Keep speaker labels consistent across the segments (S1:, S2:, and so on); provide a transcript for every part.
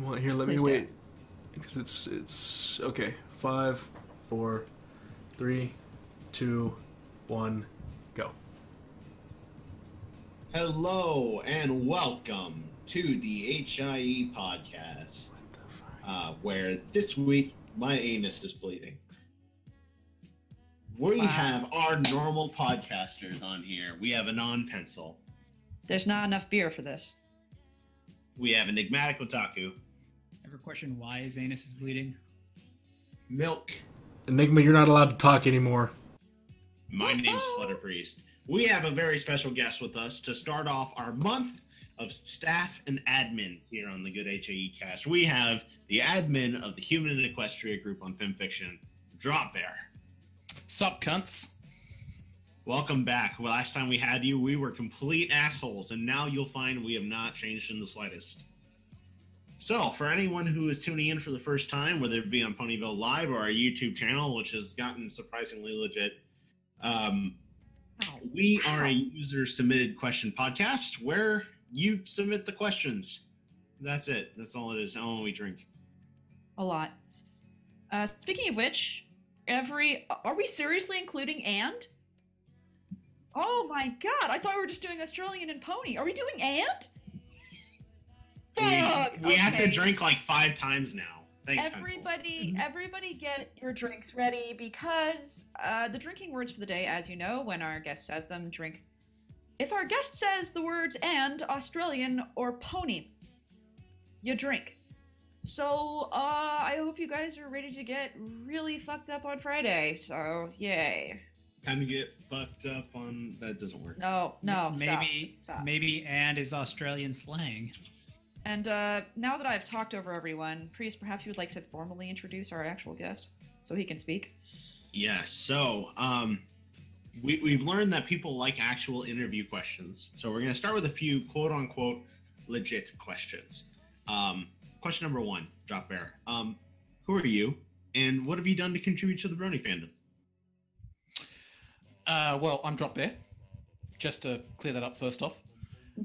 S1: Well, here, let me
S2: Please do.
S1: wait because it's it's okay. Five, four, three, two, one, go.
S3: Hello and welcome to the HIE podcast,
S1: What the fuck?
S3: uh, where this week my anus is bleeding. We
S2: Wow.
S3: have our normal podcasters on here. We have a non pencil.
S2: There's not enough beer for this.
S3: We have Enigmatic Otaku,
S4: Ever question why his anus is bleeding?
S3: Milk.
S1: Enigma, you're not allowed to talk anymore.
S3: My name's
S2: Woohoo!
S3: Flutter Priest. We have a very special guest with us to start off our month of staff and admins here on the Good HAE cast. We have the admin of the Human and Equestria group on FemFiction, Drop Bear.
S5: Sup, cunts?
S3: Welcome back. Well, last time we had you, we were complete assholes, and now you'll find we have not changed in the slightest. So, for anyone who is tuning in for the first time, whether it be on Ponyville Live or our YouTube channel, which has gotten surprisingly legit, um,
S2: Ow.
S3: we are a user submitted question podcast where you submit the questions. That's it. That's all it is. How long we drink.
S2: A lot. Uh, speaking of which, every. Are we seriously including and? Oh my god, I thought we were just doing Australian and pony. Are we doing and?
S3: We,
S2: Fuck,
S3: we have to
S2: okay.
S3: drink like five times now. Thanks, Pencil.
S2: Everybody, everybody, get your drinks ready because uh, the drinking words for the day, as you know, when our guest says them, drink. If our guest says the words and Australian or pony, you drink. So uh, I hope you guys are ready to get really fucked up on Friday. So yay!
S3: Time to get fucked up on. That doesn't work.
S2: No, no, stop,
S4: maybe
S2: stop.
S4: maybe and is Australian slang.
S2: And uh, now that I've talked over everyone, Priest, perhaps you would like to formally introduce our actual guest so he can speak.
S3: Yeah, so um, we, we've learned that people like actual interview questions. So we're going to start with a few quote unquote legit questions. Um, question number one, Drop Bear. Um, who are you? And what have you done to contribute to the Brony fandom?
S5: Uh, well, I'm Drop Bear, just to clear that up first off.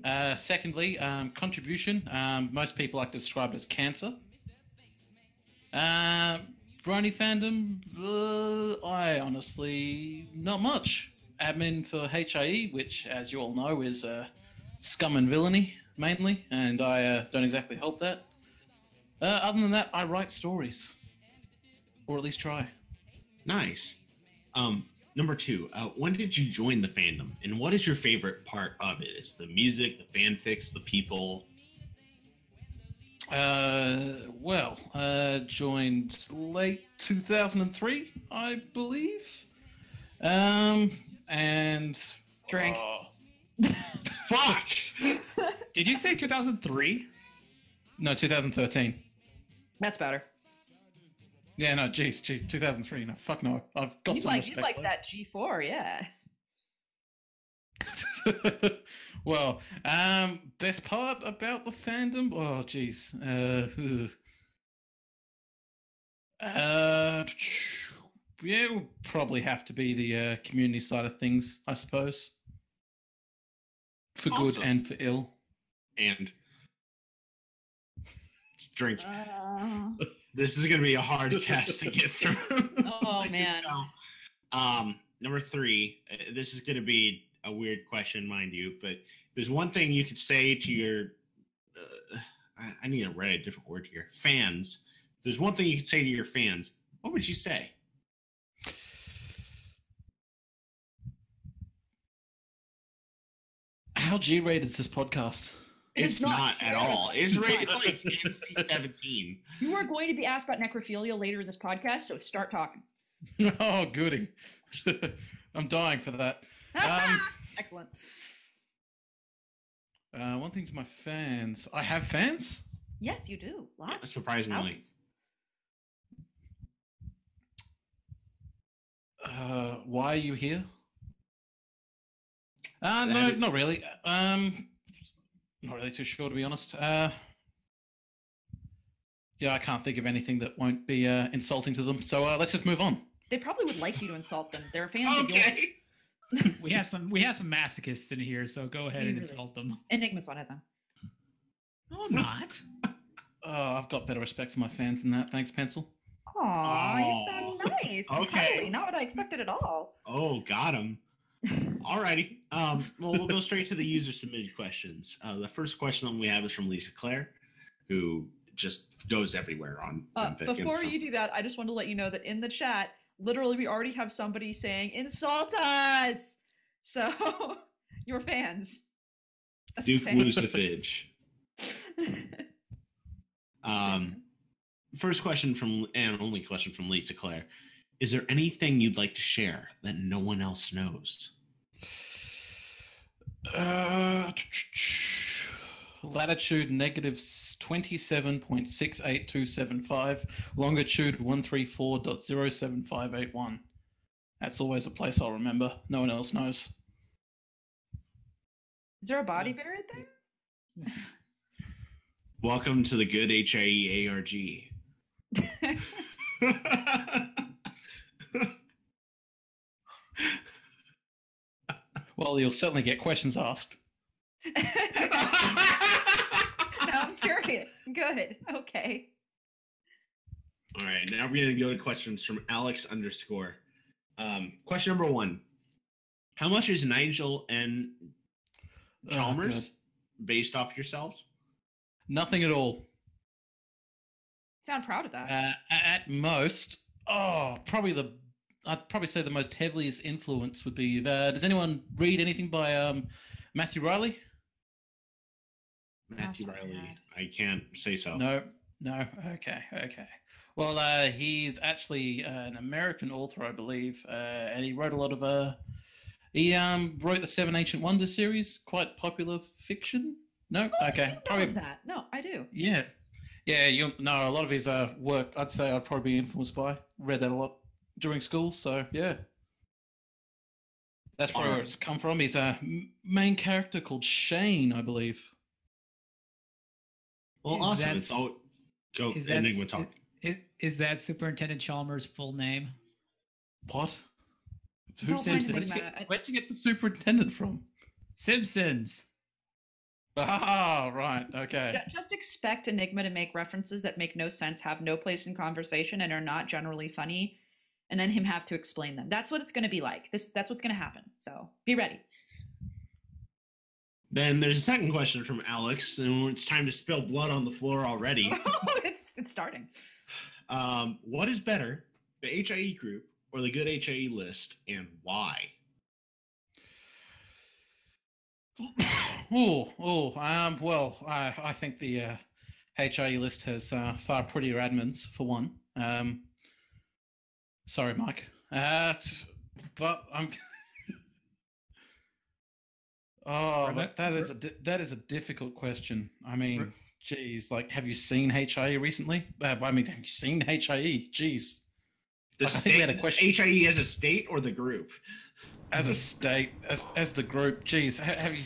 S5: Uh, secondly, um, contribution. Um, most people like to describe it as cancer. Uh, Brony fandom, uh, I honestly, not much. Admin for HIE, which, as you all know, is uh, scum and villainy mainly, and I uh, don't exactly help that. Uh, other than that, I write stories, or at least try.
S3: Nice. Um, number two, uh, when did you join the fandom? And what is your favorite part of it? Is the music, the fanfics, the people?
S5: Uh, well, uh, joined late 2003, I believe. Um, and
S2: Drink.
S5: Oh,
S3: Fuck!
S4: Did you say 2003?
S5: no, 2013.
S2: That's better.
S5: Yeah, no, jeez, jeez, 2003. No, fuck no, I've got
S2: you
S5: some
S2: like
S5: respect.
S2: you like that G4, yeah.
S5: that. well, um, best part about the fandom. Oh, jeez. Uh, ugh. uh, yeah, it would probably have to be the uh, community side of things, I suppose. For
S3: Awesome.
S5: good and for ill.
S3: And drink. This is going to be a hard cast to get through.
S2: Oh,
S3: I can
S2: man.
S3: tell. Um, number three. uh, This is going to be a weird question, mind you, but there's one thing you could say to your. Uh, I, I need to write a different word here. Fans. If there's one thing you could say to your fans. What would you say?
S5: How G rated is this podcast?
S2: It is
S3: it's not,
S2: not,
S3: at
S2: sir.
S3: all. It's
S2: It's
S3: right. It's
S5: not.
S3: like NC-17.
S2: you are going to be asked about necrophilia later in this podcast, so start talking.
S5: oh, goody. I'm dying for that. Um,
S2: Excellent.
S5: uh, one thing's my fans. I have fans?
S2: Yes, you do. Lots.
S3: Surprisingly,
S2: Thousands.
S5: uh, why are you here? Uh,
S3: That
S5: no,
S3: is-
S5: not really. Um, not really too sure to be honest. Uh, yeah, I can't think of anything that won't be uh, insulting to them. So uh, let's just move on.
S2: They probably would like you to insult them. They're fans of yours.
S3: okay.
S4: We have some we have some masochists in here, so go ahead
S2: We
S4: and
S2: really-
S4: insult them.
S2: Enigma's one of them.
S4: No, I'm not.
S5: Oh, I've got better respect for my fans than that. Thanks, Pencil.
S2: Aw, you
S3: Aw.
S2: sound nice.
S3: Okay.
S2: Totally not what I expected at all.
S3: Oh, got him. Alrighty. Um, well, we'll go straight to the user submitted questions. Uh, the first question that we have is from Lisa Claire, who just goes everywhere on
S2: Uh,
S3: Fanfic and
S2: before
S3: some-
S2: you do that, I just wanted to let you know that in the chat, literally, we already have somebody saying "insult us." So, your fans. That's
S3: Duke
S2: insane.
S3: Lucifage. Um, first question from and only question from Lisa Claire: Is there anything you'd like to share that no one else knows?
S5: Uh, latitude negative twenty seven point six eight two seven five. Longitude one three four dot zero seven five eight one. That's always a place I'll remember. No one else knows.
S2: Is there a body buried there?
S3: Welcome to the good E HIE ARG.
S5: Well, you'll certainly get questions asked.
S2: Now I'm curious. Good. Okay.
S3: All right, now we're gonna go to questions from Alex underscore. Um, question number one: How much is Nigel and
S5: Oh,
S3: Chalmers
S5: God.
S3: based off yourselves?
S5: Nothing at all.
S2: Sound proud of that.
S5: Uh, at most, oh, probably the I'd probably say the most heaviest influence would be. Uh, does anyone read anything by um, Matthew Riley?
S3: Matthew
S2: off the top of
S3: Riley.
S2: my head.
S3: I can't say so.
S5: No, no. Okay, okay. Well, uh, he's actually uh, an American author, I believe, uh, and he wrote a lot of. Uh, he um, wrote the Seven Ancient Wonders series, quite popular fiction. No,
S2: Oh, I do
S5: Uh, okay,
S2: know
S5: probably
S2: of that. No, I do.
S5: yeah, yeah. You know, a lot of his uh, work, I'd say, I'd probably be influenced by. Read that a lot during school, so yeah. That's probably where
S3: Alright.
S5: it's come from. He's a m- main character called Shane, I believe.
S3: Well,
S4: Is
S3: awesome.
S4: that-
S3: It's all go
S4: is that-
S3: Enigma Oh, talk.
S4: Is, is that Superintendent Chalmers' full name?
S5: What?
S2: Don't
S5: said
S2: mind him,
S5: that? Where'd you
S2: uh, I-
S5: get- Where'd you get the superintendent from?
S4: Simpsons.
S5: Ah, right. Okay.
S2: Ju- Just expect Enigma to make references that make no sense, have no place in conversation, and are not generally funny, and then him have to explain them. That's what it's going to be like. This that's what's going to happen. So be ready.
S3: Then there's a second question from Alex, and it's time to spill blood on the floor already.
S2: Oh, it's it's starting.
S3: um, what is better, the HIE group or the good HIE list, and why?
S5: oh, oh. Um. Well, I I think the uh, HIE list has uh, far prettier admins for one. Um. Sorry, Mike. Uh, t- but I'm. oh,
S4: Right,
S5: but that is a di- that is a difficult question. I mean, geez, like, have you seen HIE recently? Uh, I mean, have you seen E? HIE? Jeez.
S3: The
S5: I think we had a question-
S3: HIE as a state or the group?
S5: as a state, as as the group, geez, ha- have you?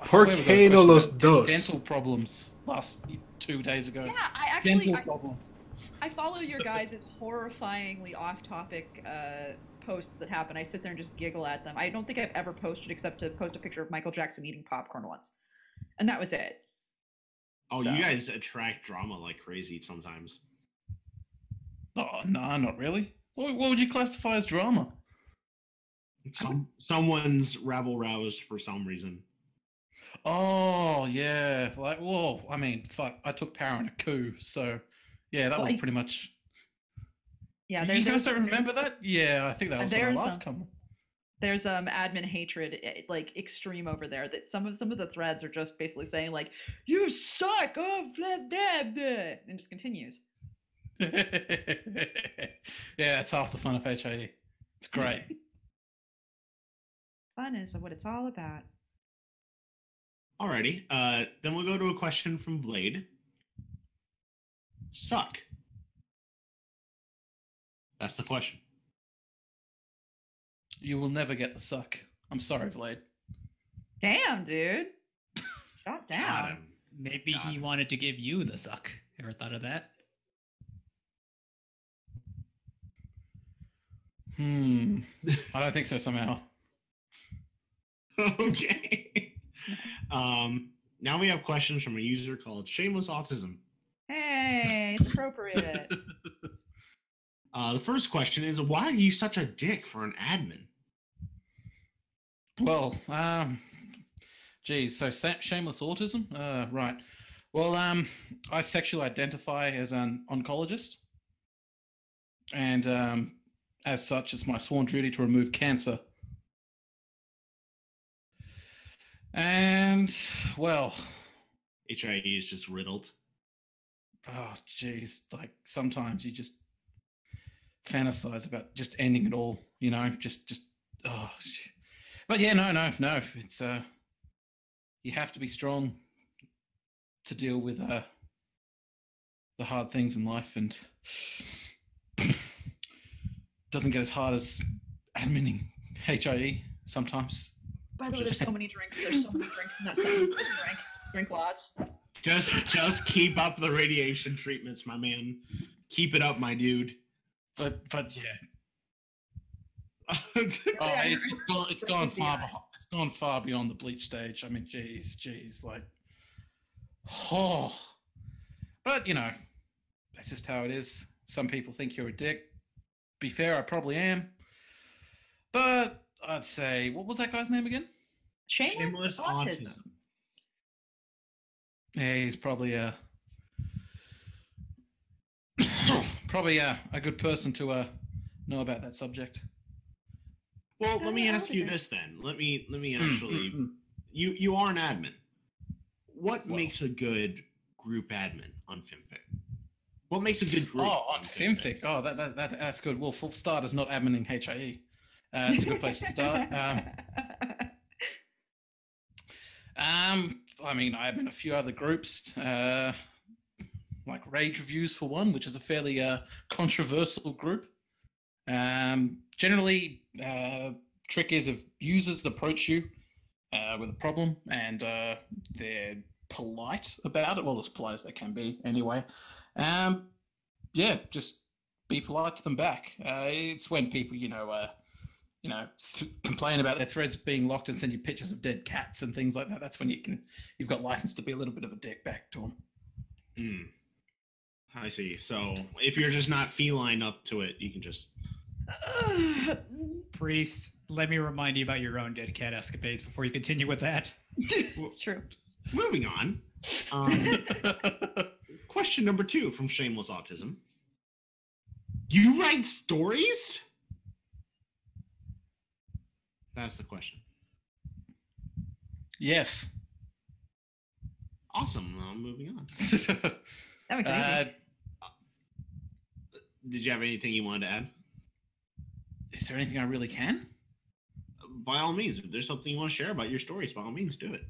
S5: I
S1: Por
S5: swear we got a
S1: que no
S5: question
S1: los
S5: about
S1: dos?
S5: Dental problems last two days ago.
S2: Yeah, I actually
S5: dental
S2: I,
S5: problems.
S2: I follow your guys' horrifyingly off-topic uh, posts that happen. I sit there and just giggle at them. I don't think I've ever posted except to post a picture of Michael Jackson eating popcorn once, and that was it.
S3: Oh,
S2: So-
S3: you guys attract drama like crazy sometimes.
S5: Oh no, not really. What, what would you classify as drama?
S3: Some, someone's rabble roused for some reason.
S5: Oh yeah, like whoa. I mean, fuck. I took power in a coup, so yeah, that
S2: Well,
S5: was
S2: I-
S5: pretty much.
S2: Yeah,
S5: you
S2: there's
S5: guys don't remember that? Yeah, I think that
S2: Uh,
S5: was when I
S2: there's
S5: last
S2: a-
S5: come.
S2: there's um admin hatred eh, like extreme over there that some of some of the threads are just basically saying like you suck oh blah blah blah and just continues
S5: yeah, that's half the fun of HIE. It's great.
S2: fun is what it's all about
S3: Alrighty. Uh, then we'll go to a question from Blade. Suck. That's the question.
S5: you will never get the suck. I'm sorry, Vlad.
S2: damn dude shot
S3: Got
S2: down
S3: him.
S4: Maybe
S3: Got
S4: he
S3: it.
S4: wanted to give you the suck. Ever thought of that?
S5: Hmm. I don't think so. Somehow.
S3: okay. um, now we have questions from a user called Shameless Autism.
S2: hey Hey, it's appropriate.
S3: Uh, the first question is why are you such a dick for an admin?
S5: Well, um, geez, so sa- shameless autism. Uh, right. Well, um, I sexually identify as an oncologist, and um, as such, it's my sworn duty to remove cancer. And well,
S3: HIE E is just riddled.
S5: oh, geez, like sometimes you just fantasize about just ending it all, you know, just, just, oh, sh- but yeah, no, no, no, it's, uh, you have to be strong to deal with, uh, the hard things in life and doesn't get as hard as admining HIE E sometimes.
S2: By the way,
S5: Just-
S2: there's so many drinks. There's so many drinks in that sentence. Just drink. Drink lots.
S5: Oh,
S3: Just just keep up the radiation treatments, my man. Keep it up, my dude.
S5: But, but yeah, Oh,
S2: Yeah,
S5: it's,
S2: you're-
S5: it's gone. It's
S2: it's
S5: gone
S2: with the
S5: far.
S2: eye.
S5: Behind, it's gone far beyond the bleach stage. I mean, jeez, jeez, like, oh. But you know, that's just how it is. Some people think you're a dick. Be fair, I probably am. But I'd say, what was that guy's name again?
S2: Shameless,
S3: Shameless
S2: autism.
S3: autism.
S5: Yeah, he's probably a probably a, a good person to uh, know about that subject.
S3: Well, let me
S2: Uh, I
S3: ask
S2: would
S3: you
S2: agree.
S3: this then. Let me let me
S5: Mm,
S3: actually
S5: mm, mm.
S3: you you are an admin. What
S5: Well.
S3: makes a good group admin on FinFic? What makes a good group?
S5: Oh, on FinFic. Oh, that, that, that that's good. Well, for starters, not admining HIE. Uh, it's a good place to start. Um, um, I mean, I admin a few other groups, uh, like Rage Reviews for one, which is a fairly uh, controversial group. Um, generally, uh, trick is if users approach you uh, with a problem and uh, they're polite about it, well, as polite as they can be, anyway. Um, yeah, just be polite to them back. Uh, it's when people, you know, uh, you know, th- complain about their threads being locked and send you pictures of dead cats and things like that. That's when you can, you've got license to be a little bit of a dick back to them.
S3: Mm. I see. So if you're just not feline up to it, you can just
S4: Priest, let me remind you about your own dead cat escapades before you continue with that.
S2: it's true.
S3: moving on. Um, question number two from Shameless Autism. You write stories? That's the question.
S5: yes.
S3: Awesome. Uh, moving on.
S2: That makes sense.
S5: uh,
S3: Did you have anything you wanted to add?
S5: is there anything I really can?
S3: By all means, if there's something you want to share about your stories, by all means, do it.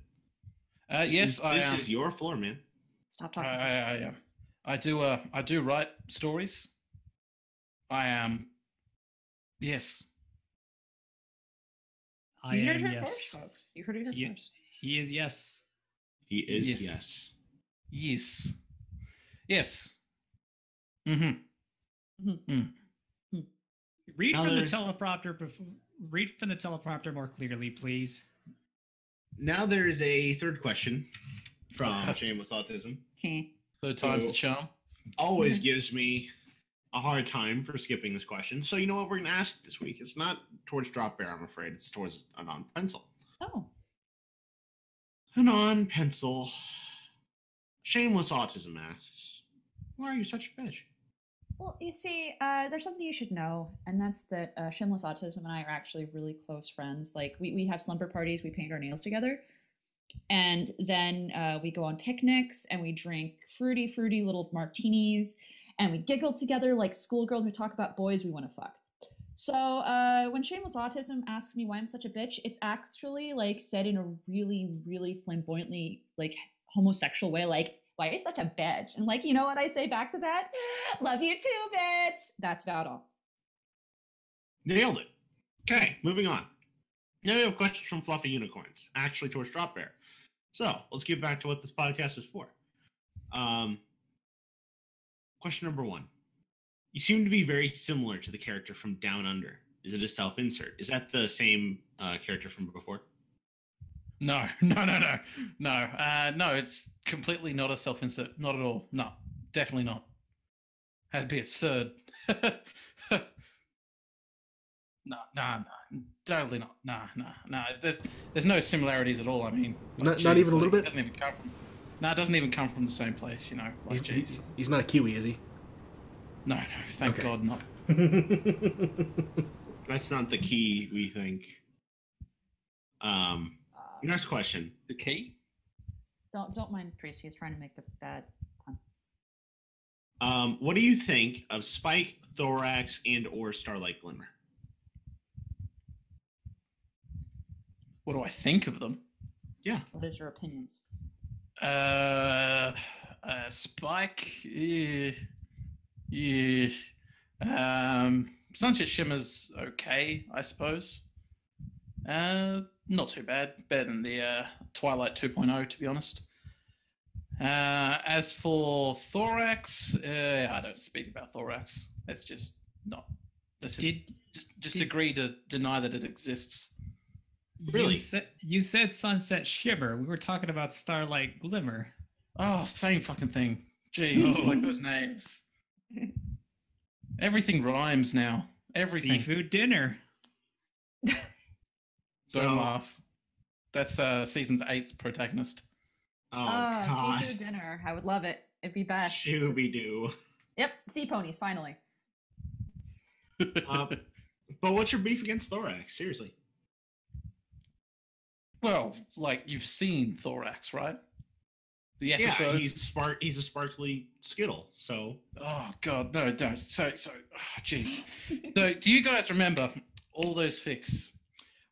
S5: Uh,
S3: This
S5: yes,
S3: is,
S5: I
S3: this
S5: um,
S3: is your floor, man.
S2: Stop
S5: I,
S2: talking.
S5: I, I, um, I do. Uh, I do write stories. I am. Um, yes.
S4: I
S2: you heard
S4: am
S2: it here first,
S4: yes.
S2: folks. You heard it here
S4: Yeah.
S2: first.
S4: He is yes.
S3: He is
S5: Yes.
S3: yes.
S5: Yes. Yes. Mm-hmm.
S4: Read
S3: Now
S4: from the
S3: there's-
S4: teleprompter. Before, read from the teleprompter more clearly, please.
S3: Now there is a third question from Shameless Autism.
S2: Okay.
S5: Third time's the
S3: So-
S5: charm.
S3: always gives me a hard time for skipping this question. So you know what we're gonna ask this week? It's not towards drop bear, I'm afraid. It's towards a non pencil.
S2: Oh.
S3: A non pencil. Shameless autism asks, "Why are you such a bitch?"
S2: Well, you see, uh, there's something you should know, and that's that uh, Shameless Autism and I are actually really close friends. Like, we, we have slumber parties, we paint our nails together, and then uh, we go on picnics and we drink fruity, fruity little martinis, and we giggle together like schoolgirls. We talk about boys we want to fuck. So, uh, when Shameless Autism asks me why I'm such a bitch, it's actually like said in a really, really flamboyantly, like homosexual way, like, why are you such a bitch? And like, you know what I say back to that? Love you too, bitch. That's about all.
S3: Nailed it. Okay, moving on. Now we have questions from Fluffy Unicorns, actually towards Drop Bear. So let's get back to what this podcast is for. Um, question number one. You seem to be very similar to the character from Down Under. Is it a self insert? Is that the same uh, character from before?
S5: No, no, no, no, no. Uh, no, it's completely not a self insert. Not at all. No. Definitely not. That'd be absurd. No, nah, nah, totally not. Nah, nah, nah. There's there's no similarities at all. I mean,
S1: Not,
S5: jeez,
S1: not even a little
S5: like, It
S1: bit.
S5: doesn't even come from. No, it doesn't even come from the same place. You know, like
S1: He's,
S5: jeez.
S1: he- he's not a Kiwi, is he?
S5: No, no. Thank
S1: Okay.
S5: God not.
S3: That's not the key, we think. Um,
S6: Uh,
S3: next question.
S5: The key.
S6: don't don't mind Tracy. He's trying to make the bad.
S3: Um, what do you think of Spike, Thorax, and or Starlight Glimmer?
S5: What do I think of them?
S6: What is your opinions?
S5: Uh, uh Spike. Yeah. Yeah. Um, Sunset Shimmer's okay, I suppose. Uh, not too bad. Better than the uh, Twilight 2.0, to be honest. Uh, as for Thorax, uh, I don't speak about Thorax. That's just not. That's just,
S4: Did
S5: just, just
S4: did-
S5: agree to deny that it exists.
S3: Really?
S4: You said, you said sunset shiver. We were talking about starlight glimmer.
S5: Oh, same fucking thing. Jeez,
S3: Oh.
S5: like those names. Everything rhymes now. Everything.
S4: Seafood dinner.
S5: Don't
S3: So- uh,
S5: laugh. That's uh, season's eight's protagonist.
S3: Oh
S6: Ah,
S3: God,
S6: seafood dinner. I would love it. It'd be best.
S3: Shooby Doo.
S6: Yep, sea ponies. Finally.
S3: Uh, But what's your beef against Thorax? Seriously.
S5: well, like you've seen Thorax, right? The
S3: Yeah,
S5: episode.
S3: he's spark. He's a sparkly Skittle. So
S5: Oh God, no, no. So, so, oh, jeez. so, do you guys remember all those fics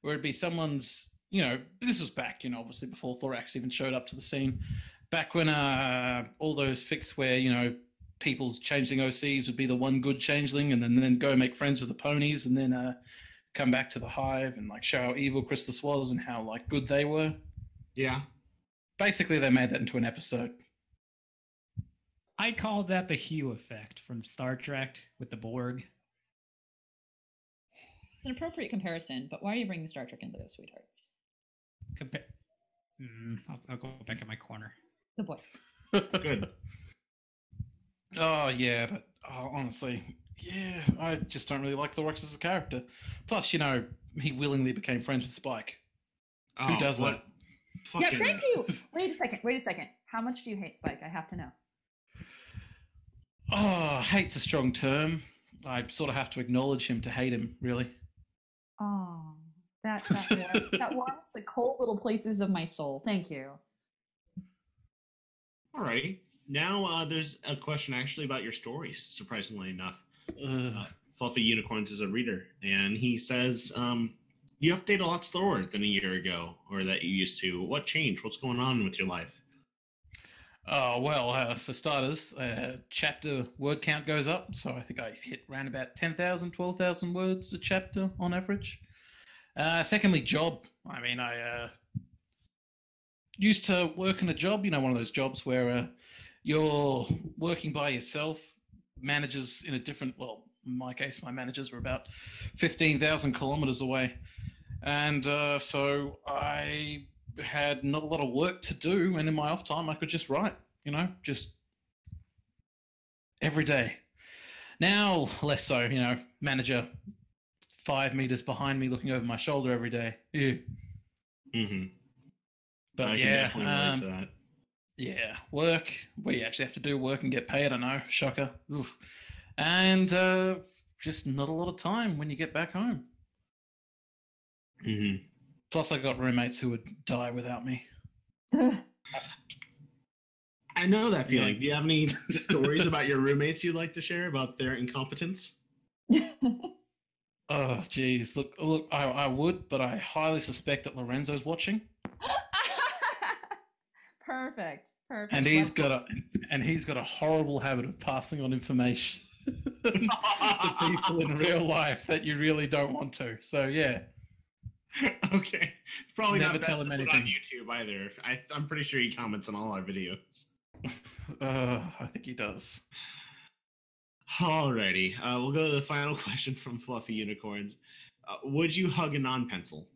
S5: where it'd be someone's? You know, this was back, you know, obviously before Thorax even showed up to the scene. Back when uh, all those fics where you know people's changeling OCs would be the one good changeling, and then then go make friends with the ponies, and then uh, come back to the hive and like show how evil Christus was and how like good they were.
S3: yeah,
S5: Basically, they made that into an episode.
S4: I call that the Hue effect from Star Trek with the Borg.
S6: It's an appropriate comparison, but why are you bringing Star Trek into this, sweetheart?
S4: Compa- mm, I'll, I'll go back in my corner.
S6: Good boy.
S3: good.
S5: Oh yeah, but oh, honestly, yeah, I just don't really like Thorax as a character. Plus, you know, he willingly became friends with Spike.
S3: Oh,
S5: does
S3: what?
S6: Yeah,
S3: Fucking.
S6: thank you. Wait a second. Wait a second. How much do you hate Spike? I have to know.
S5: Oh, hate's a strong term. I sort of have to acknowledge him to hate him, really.
S6: Oh, that that, warms, that warms the cold little places of my soul. Thank you.
S3: Alrighty. Now uh, there's a question actually about your stories. Surprisingly enough,
S5: Ugh.
S3: Fluffy Unicorns is a reader, and he says um, you update a lot slower than a year ago, or that you used to. What changed? What's going on with your life?
S5: Oh well, uh, for starters, uh, chapter word count goes up, so I think I hit around about 10,000, 12,000 words a chapter on average. Uh, secondly, job. I mean, I uh, used to work in a job, you know, one of those jobs where uh, you're working by yourself. Managers in a different, well, in my case, my managers were about 15,000 kilometers away. And uh, so I had not a lot of work to do, and in my off time, I could just write, you know, just every day. Now, less so, you know, manager five meters behind me looking over my shoulder every day. Ew.
S3: Mm-hmm.
S5: But
S3: I
S5: yeah,
S3: can definitely relate
S5: um,
S3: to that.
S5: yeah, work. We actually have to do work and get paid. I know, shocker. Oof. And uh, just not a lot of time when you get back home.
S3: Mm-hmm.
S5: Plus, I got roommates who would die without me.
S3: I know that
S5: Yeah.
S3: feeling. Do you have any stories about your roommates you'd like to share about their incompetence?
S5: Oh, geez. Look, look, I, I would, but I highly suspect that Lorenzo's watching,
S6: perfect. Perfect.
S5: and he's
S6: Love-
S5: got a, and he's got a horrible habit of passing on information to people in real life that you really don't want to. So yeah,
S3: okay, probably
S5: Never
S3: not best
S5: tell
S3: to
S5: him
S3: put on
S5: anything.
S3: YouTube either. I, I'm pretty sure he comments on all our videos.
S5: uh, I think he does.
S3: Alrighty, uh, we'll go to the final question from Fluffy Unicorns. Uh, would you hug a non-pencil?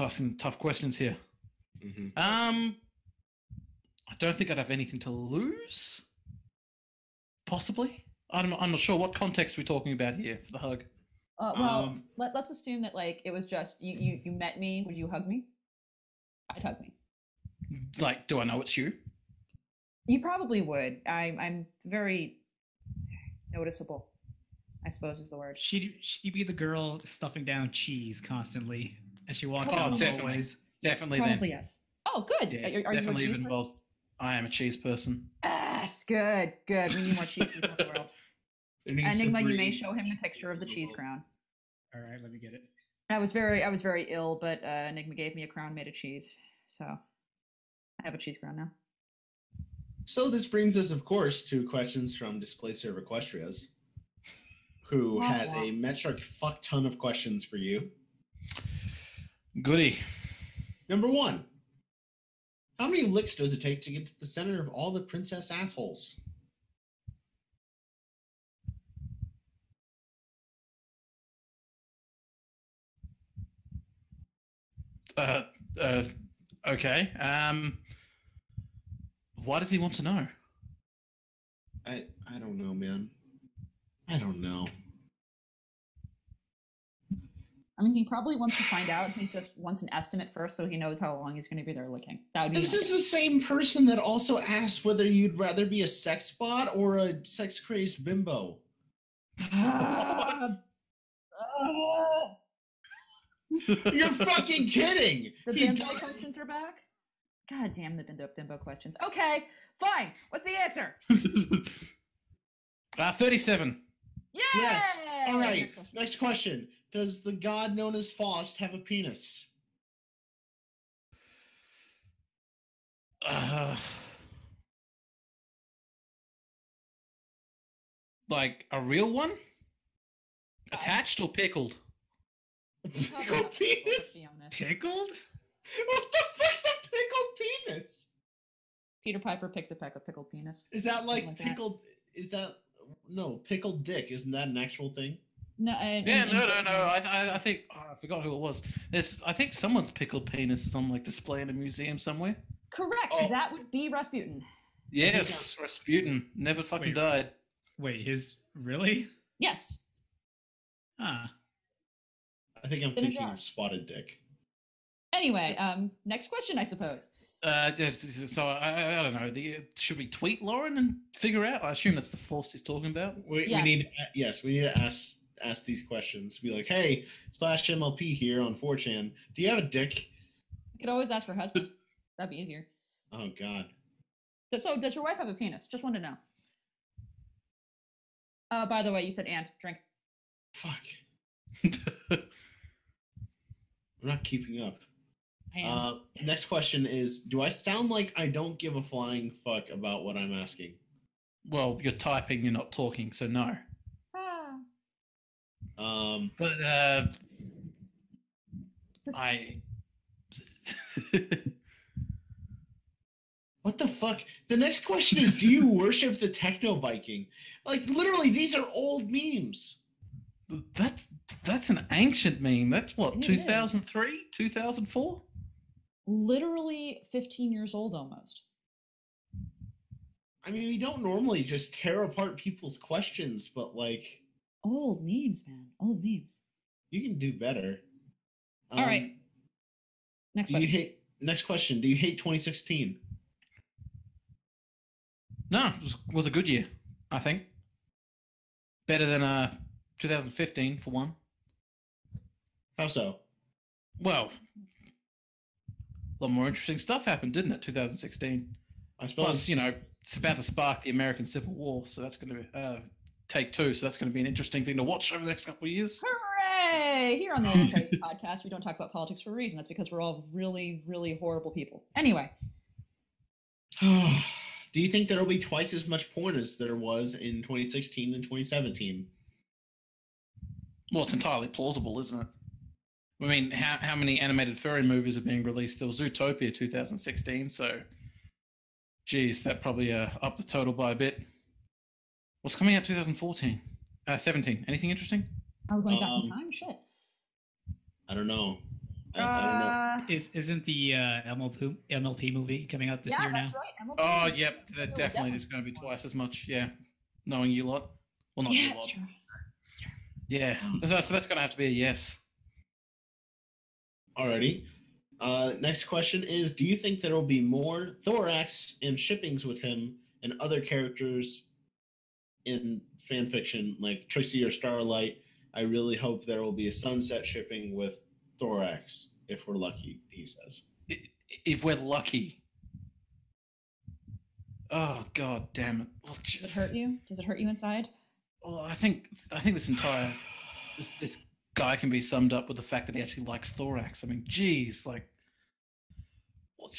S5: Asking tough questions here.
S3: Mm-hmm.
S5: Um, I don't think I'd have anything to lose. Possibly. I'm, I'm not sure what context we're talking about here for the hug.
S2: Uh, well,
S3: Um,
S2: let, let's assume that like it was just you, you. You met me. Would you hug me? I'd hug me.
S5: Like, do I know it's you?
S2: You probably would. I'm. I'm very noticeable. I suppose is the word.
S4: She she be the girl stuffing down cheese constantly as she walks
S5: Oh,
S4: down the
S5: definitely.
S4: hallways.
S5: Definitely
S2: Probably
S5: then.
S2: yes. Oh, good.
S5: Yes,
S2: are, are
S5: definitely
S2: you a cheese
S5: even
S2: person?
S5: both. I am a cheese person.
S2: Yes, good, good. We need more cheese people in the world.
S3: There needs to
S2: Enigma, you may
S3: be-
S2: show him the picture of the cheese crown.
S4: All right, let me get it.
S2: I was very, I was very ill, but uh, Enigma gave me a crown made of cheese, so I have a cheese crown now.
S3: So this brings us, of course, to questions from Display Server Equestrias, who
S2: Wow.
S3: has a metric fuck ton of questions for you.
S5: Goody.
S3: Number one, how many licks does it take to get to the center of all the princess assholes?
S5: Uh, uh, okay. Um, why does he want to know?
S3: I I don't know, man. I don't know.
S2: I mean, he probably wants to find out. He just wants an estimate first, so he knows how long he's going to be there licking. That would be.
S3: This
S2: my
S3: is
S2: guess.
S3: the same person that also asked whether you'd rather be a sex bot or a sex crazed bimbo. You're fucking kidding.
S2: the
S3: He
S2: bimbo
S3: did-
S2: questions are back. God damn the bimbo bimbo questions. Okay, fine. What's the answer?
S5: uh, 37.
S2: Yay!
S3: Yes. All right.
S2: Next question.
S3: Next question. Does the god known as Faust have a penis?
S5: Uh, like a real one? Attached or pickled?
S2: Probably not
S3: Pickled
S2: pickled, let's
S3: penis?
S2: be honest.
S4: Pickled?
S3: What the fuck's a pickled penis?
S2: Peter Piper picked a peck of pickled penis.
S3: Is that like
S2: Something like that.
S3: pickled? Is that no pickled dick? Isn't that an actual thing?
S2: No, and,
S5: Yeah,
S2: and-
S5: no, no,
S2: and-
S5: no. I, I, I think oh, I forgot who it was. There's, I think someone's pickled penis is on like display in a museum somewhere.
S2: Correct.
S3: Oh.
S2: That would be Rasputin.
S5: Yes, Rasputin never fucking
S4: Wait.
S5: died.
S4: Wait, his really?
S2: Yes.
S4: Huh.
S3: I think I'm
S2: In a
S3: thinking
S2: jar.
S3: of spotted dick.
S2: Anyway, um, next question, I suppose.
S5: Uh, just- so I, I- I don't know. The, should we tweet Lauren and figure out? I assume that's the force he's talking about.
S3: We,
S2: Yes.
S3: we need to- yes, we need to ask ask these questions. Be like, hey, slash MLP here on 4chan. Do you have a dick?
S2: You could always ask her husband. That'd be easier.
S3: Oh God.
S2: So, so does your wife have a penis? Just want to know. Uh, by the way, you said aunt. Drink.
S3: Fuck. I'm not keeping up.
S2: I am.
S3: Uh, next question is Do I sound like I don't give a flying fuck about what I'm asking?
S5: well, you're typing, you're not talking, so no.
S2: ah,
S3: Um,
S5: But uh,
S2: Just-
S5: I.
S3: what the fuck? The next question is Do you worship the techno Viking? Like, literally, these are old memes.
S5: that's that's an ancient meme. That's
S2: It
S5: what
S2: is.
S5: two thousand three, two thousand four.
S2: literally 15 years old almost.
S3: I mean, we don't normally just tear apart people's questions, but like,
S2: Old memes, man. Old memes.
S3: you can do better. Um,
S2: All right, Next
S3: Do you
S2: question.
S3: hate, next question Do you hate 2016?
S5: No, it was, was a good year, I think. Better than uh, two thousand fifteen for one.
S3: How so?
S5: Well, a lot more interesting stuff happened, didn't it? Two thousand sixteen.
S3: I suppose.
S5: Plus, you know, it's about to spark the American Civil War, so that's going to uh, take two. So that's going to be an interesting thing to watch over the next couple of years.
S2: Hooray! Here on the Old Crazy podcast, we don't talk about politics for a reason. That's because we're all really, really horrible people. Anyway,
S3: Do you think there'll be twice as much porn as there was in 2016 and 2017?
S5: Well, it's entirely plausible, isn't it? I mean, how, how many animated furry movies are being released? There was Zootopia 2016, so geez, that probably uh, upped the total by a bit. What's coming out 2014? Uh, 17. Anything interesting?
S2: are we going back in
S3: Um,
S2: time? Shit.
S3: I don't know. I, I don't know.
S4: Is isn't the uh, MLP MLP movie coming out this
S2: yeah,
S4: year now?
S2: that's right. MLB.
S5: Oh, yep.
S2: It'll
S5: That definitely is going to be twice as much. Yeah. Knowing you lot. Well, not
S6: Yeah,
S5: you lot.
S6: that's true.
S5: Yeah. So, so that's going to have to be a yes.
S3: Alrighty. Uh, next question is: Do you think there will be more Thorax and shippings with him and other characters in fan fiction, like Trixie or Starlight? I really hope there will be a sunset shipping with Thorax if we're lucky. He says.
S5: If we're lucky. Oh God, damn it! Well,
S2: Does
S5: just,
S2: it hurt you? Does it hurt you inside?
S5: well, I think I think this entire this this guy can be summed up with the fact that he actually likes thorax. I mean, geez, like, what?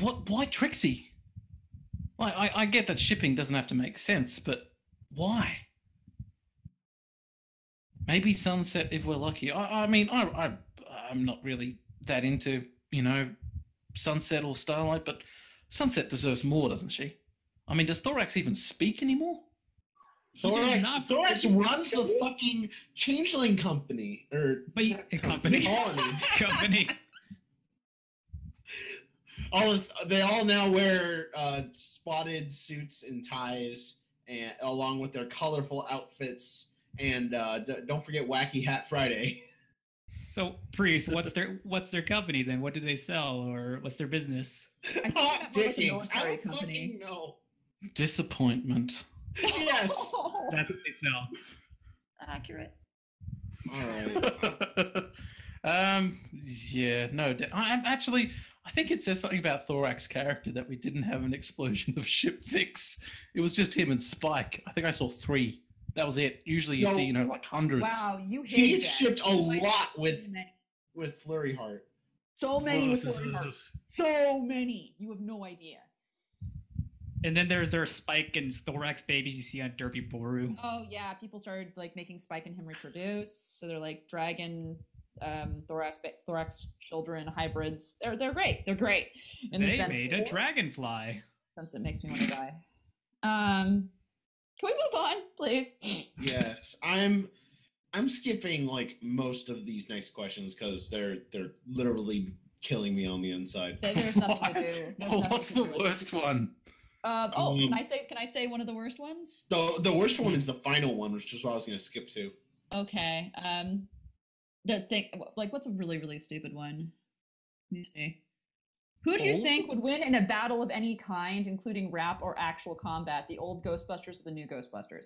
S5: what why Trixie? Like, I, I get that shipping doesn't have to make sense, but why? Maybe sunset if we're lucky. I, I mean, I, I I'm not really that into you know sunset or starlight, but sunset deserves more, doesn't she? I mean, does thorax even speak anymore?
S4: He did
S3: Thorax,
S4: not-
S3: Thorax runs the fucking Changeling Company or
S4: But you- a company.
S3: Colony.
S4: company.
S3: all they all now wear uh, spotted suits and ties, and along with their colorful outfits. And uh, d- don't forget Wacky Hat Friday.
S4: So Priest, what's their what's their company then? What do they sell or what's their business?
S2: I think
S3: Hot
S2: that was a
S3: dickings. I
S2: military
S3: don't
S2: company.
S3: fucking know.
S5: Disappointment.
S3: Yes. all
S4: That's what they sell.
S6: Accurate.
S3: right.
S5: um, yeah, no. d- I, I'm actually, I think it says something about Thorax character that we didn't have an explosion of ship fix. It was just him and Spike. I think I saw three. That was it. Usually you
S3: No.
S5: see, you know, like hundreds.
S2: Wow, you hate
S3: He
S2: that.
S3: gets shipped a
S2: Like,
S3: lot
S2: so
S3: with-
S2: many.
S3: With Flurry Heart.
S2: so many with
S5: This is-
S2: Lori
S5: this
S2: Hart.
S5: is-
S2: So many. You have no idea.
S4: And then there's their Spike and Thorax babies you see on Derpy Boru.
S2: Oh yeah, people started like making Spike and him reproduce. So they're like dragon, um, thorax, thorax children hybrids. They're they're great. They're great. In the
S4: They
S2: sense
S4: made
S2: that-
S4: a dragonfly.
S2: Since it makes me want to die. Um, can we move on, please?
S3: Yes, I'm. I'm skipping like most of these next questions because they're they're literally killing me on the inside.
S2: There- There's nothing
S5: Why?
S2: to do. There's
S5: Oh,
S2: nothing
S5: what's
S2: to
S5: the
S2: do.
S5: worst one?
S2: Um, oh, can
S3: Um,
S2: I say? Can I say one of the worst ones?
S3: The the worst one is the final one, which is what I was gonna skip to.
S2: Okay. Um, the thing, like, what's a really really stupid one? Let me see. Who do you
S5: Old?
S2: think would win in a battle of any kind, including rap or actual combat? The old Ghostbusters or the new Ghostbusters?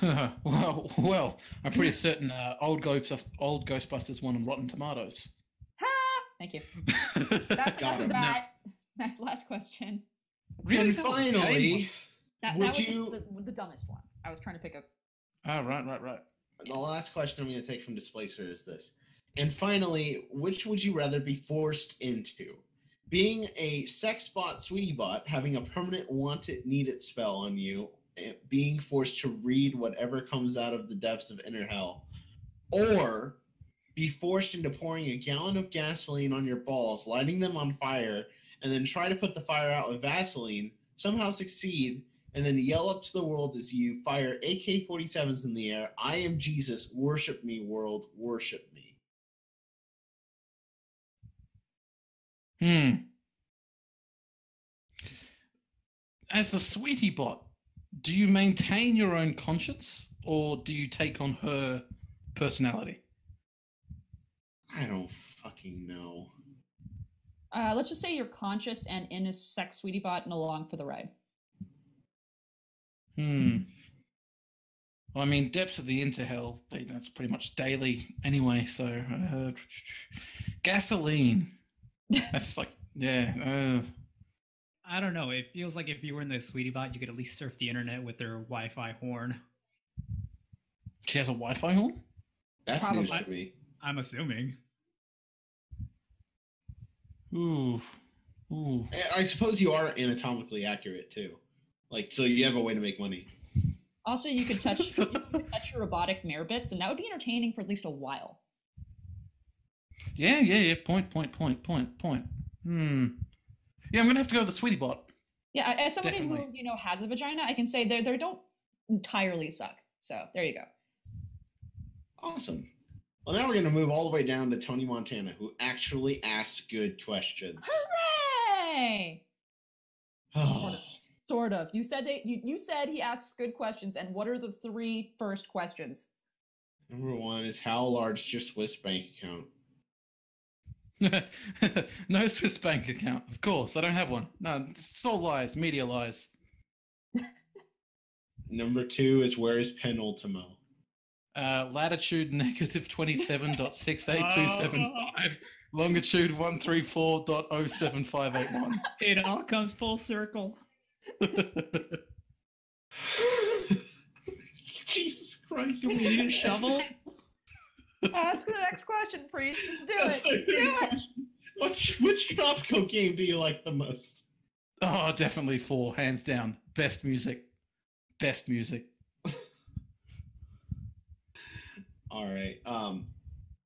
S5: well, well, I'm pretty certain uh, old Ghostbusters, old Ghostbusters won on Rotten Tomatoes.
S2: Ha! Thank you. That's
S5: That's
S2: enough of
S3: Got him.
S2: that. That last question.
S5: really
S3: and
S5: That was a tame one.
S3: finally,
S2: That,
S3: Would
S2: that was
S3: you-
S2: just the, the dumbest one. I was trying to pick a
S5: Oh, right, right, right.
S3: the last question I'm going to take from Displacer is this. And finally, which would you rather be forced into? Being a sex bot, sweetie bot, having a permanent wanted, needed spell on you, and being forced to read whatever comes out of the depths of inner hell, or be forced into pouring a gallon of gasoline on your balls, lighting them on fire, and then try to put the fire out with Vaseline, somehow succeed, and then yell up to the world as you fire AK 47s in the air I am Jesus, worship me, world, worship me.
S5: Hmm. As the sweetie bot, do you maintain your own conscience or do you take on her personality?
S3: I don't fucking know.
S2: Uh, let's just say you're conscious and in a sex sweetie bot and along for the ride.
S5: Hmm. I mean, depths of the interhell, they, that's pretty much daily anyway, so. Uh, gasoline. That's just like, yeah. Uh,
S4: I don't know. It feels like if you were in the Sweetie Bot, you could at least surf the internet with their Wi-Fi horn.
S5: she has a Wi Fi horn?
S3: That's news to
S4: Probably.
S3: me.
S4: I'm assuming.
S5: Ooh. Ooh.
S3: I- I suppose you are anatomically accurate too. Like, so you have a way to make money.
S2: Also, you could touch you could touch your robotic mare bits, and that would be entertaining for at least a while.
S5: Yeah, yeah, yeah. Point, point, point, point, point. Hmm. Yeah, I'm gonna have to go with the sweetie bot.
S2: Yeah, I- as somebody who
S5: Definitely.
S2: you know has a vagina, I can say they they don't entirely suck. So there you go.
S3: Awesome. Well, now we're going to move all the way down to Tony Montana, who actually asks good questions.
S2: Hooray!
S3: Oh,
S2: Sort of. You said they. You, you said he asks good questions. And what are the three first questions?
S3: number one is how large is your Swiss bank account?
S5: no Swiss bank account, of course. I don't have one. No, it's all lies, media lies.
S3: Number two is where is Penultimo?
S5: Uh, latitude negative twenty seven dot six eight two
S3: Oh.
S5: seven five. Longitude one three four dot oh seven five eight one.
S4: It all comes full circle.
S3: Jesus Christ!
S4: Do we need a shovel?
S2: Ask the next question, priest. Just do
S3: That's
S2: it.
S3: my third question. Which, which tropical game do you like the most?
S5: Oh, definitely four, hands down. Best music. Best music.
S3: All right. Um,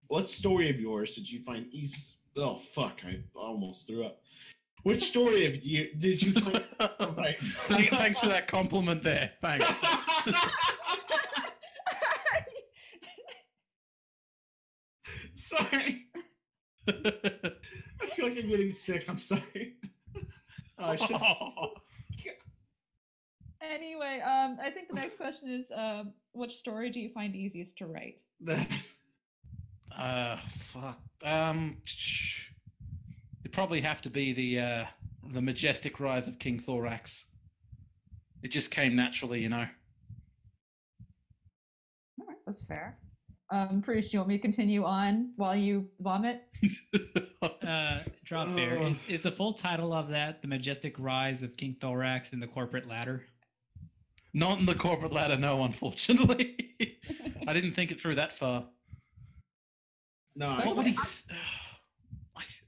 S3: what story of yours did you find easy? Oh fuck! I almost threw up. Which story of you did you find?
S5: Oh
S3: Right.
S5: Thank- Thanks for that compliment there. Thanks.
S3: sorry, I feel like I'm getting sick. I'm sorry. Oh, I should-
S2: Anyway, um, I think the next question is, um, which story do you find easiest to write?
S5: Uh, fuck. Um, shh. it'd probably have to be the uh, the majestic rise of King Thorax. It just came naturally, you know.
S2: All right, that's fair. Um, priest, you want me to continue on while you vomit?
S4: Uh, drop bear.
S3: Oh.
S4: Is, is the full title of that the majestic rise of King Thorax and the corporate ladder?
S5: Not in the corporate ladder, no. Unfortunately, I didn't think it through that far.
S3: no,
S2: What
S5: What would
S3: I,
S5: he? s- I, s-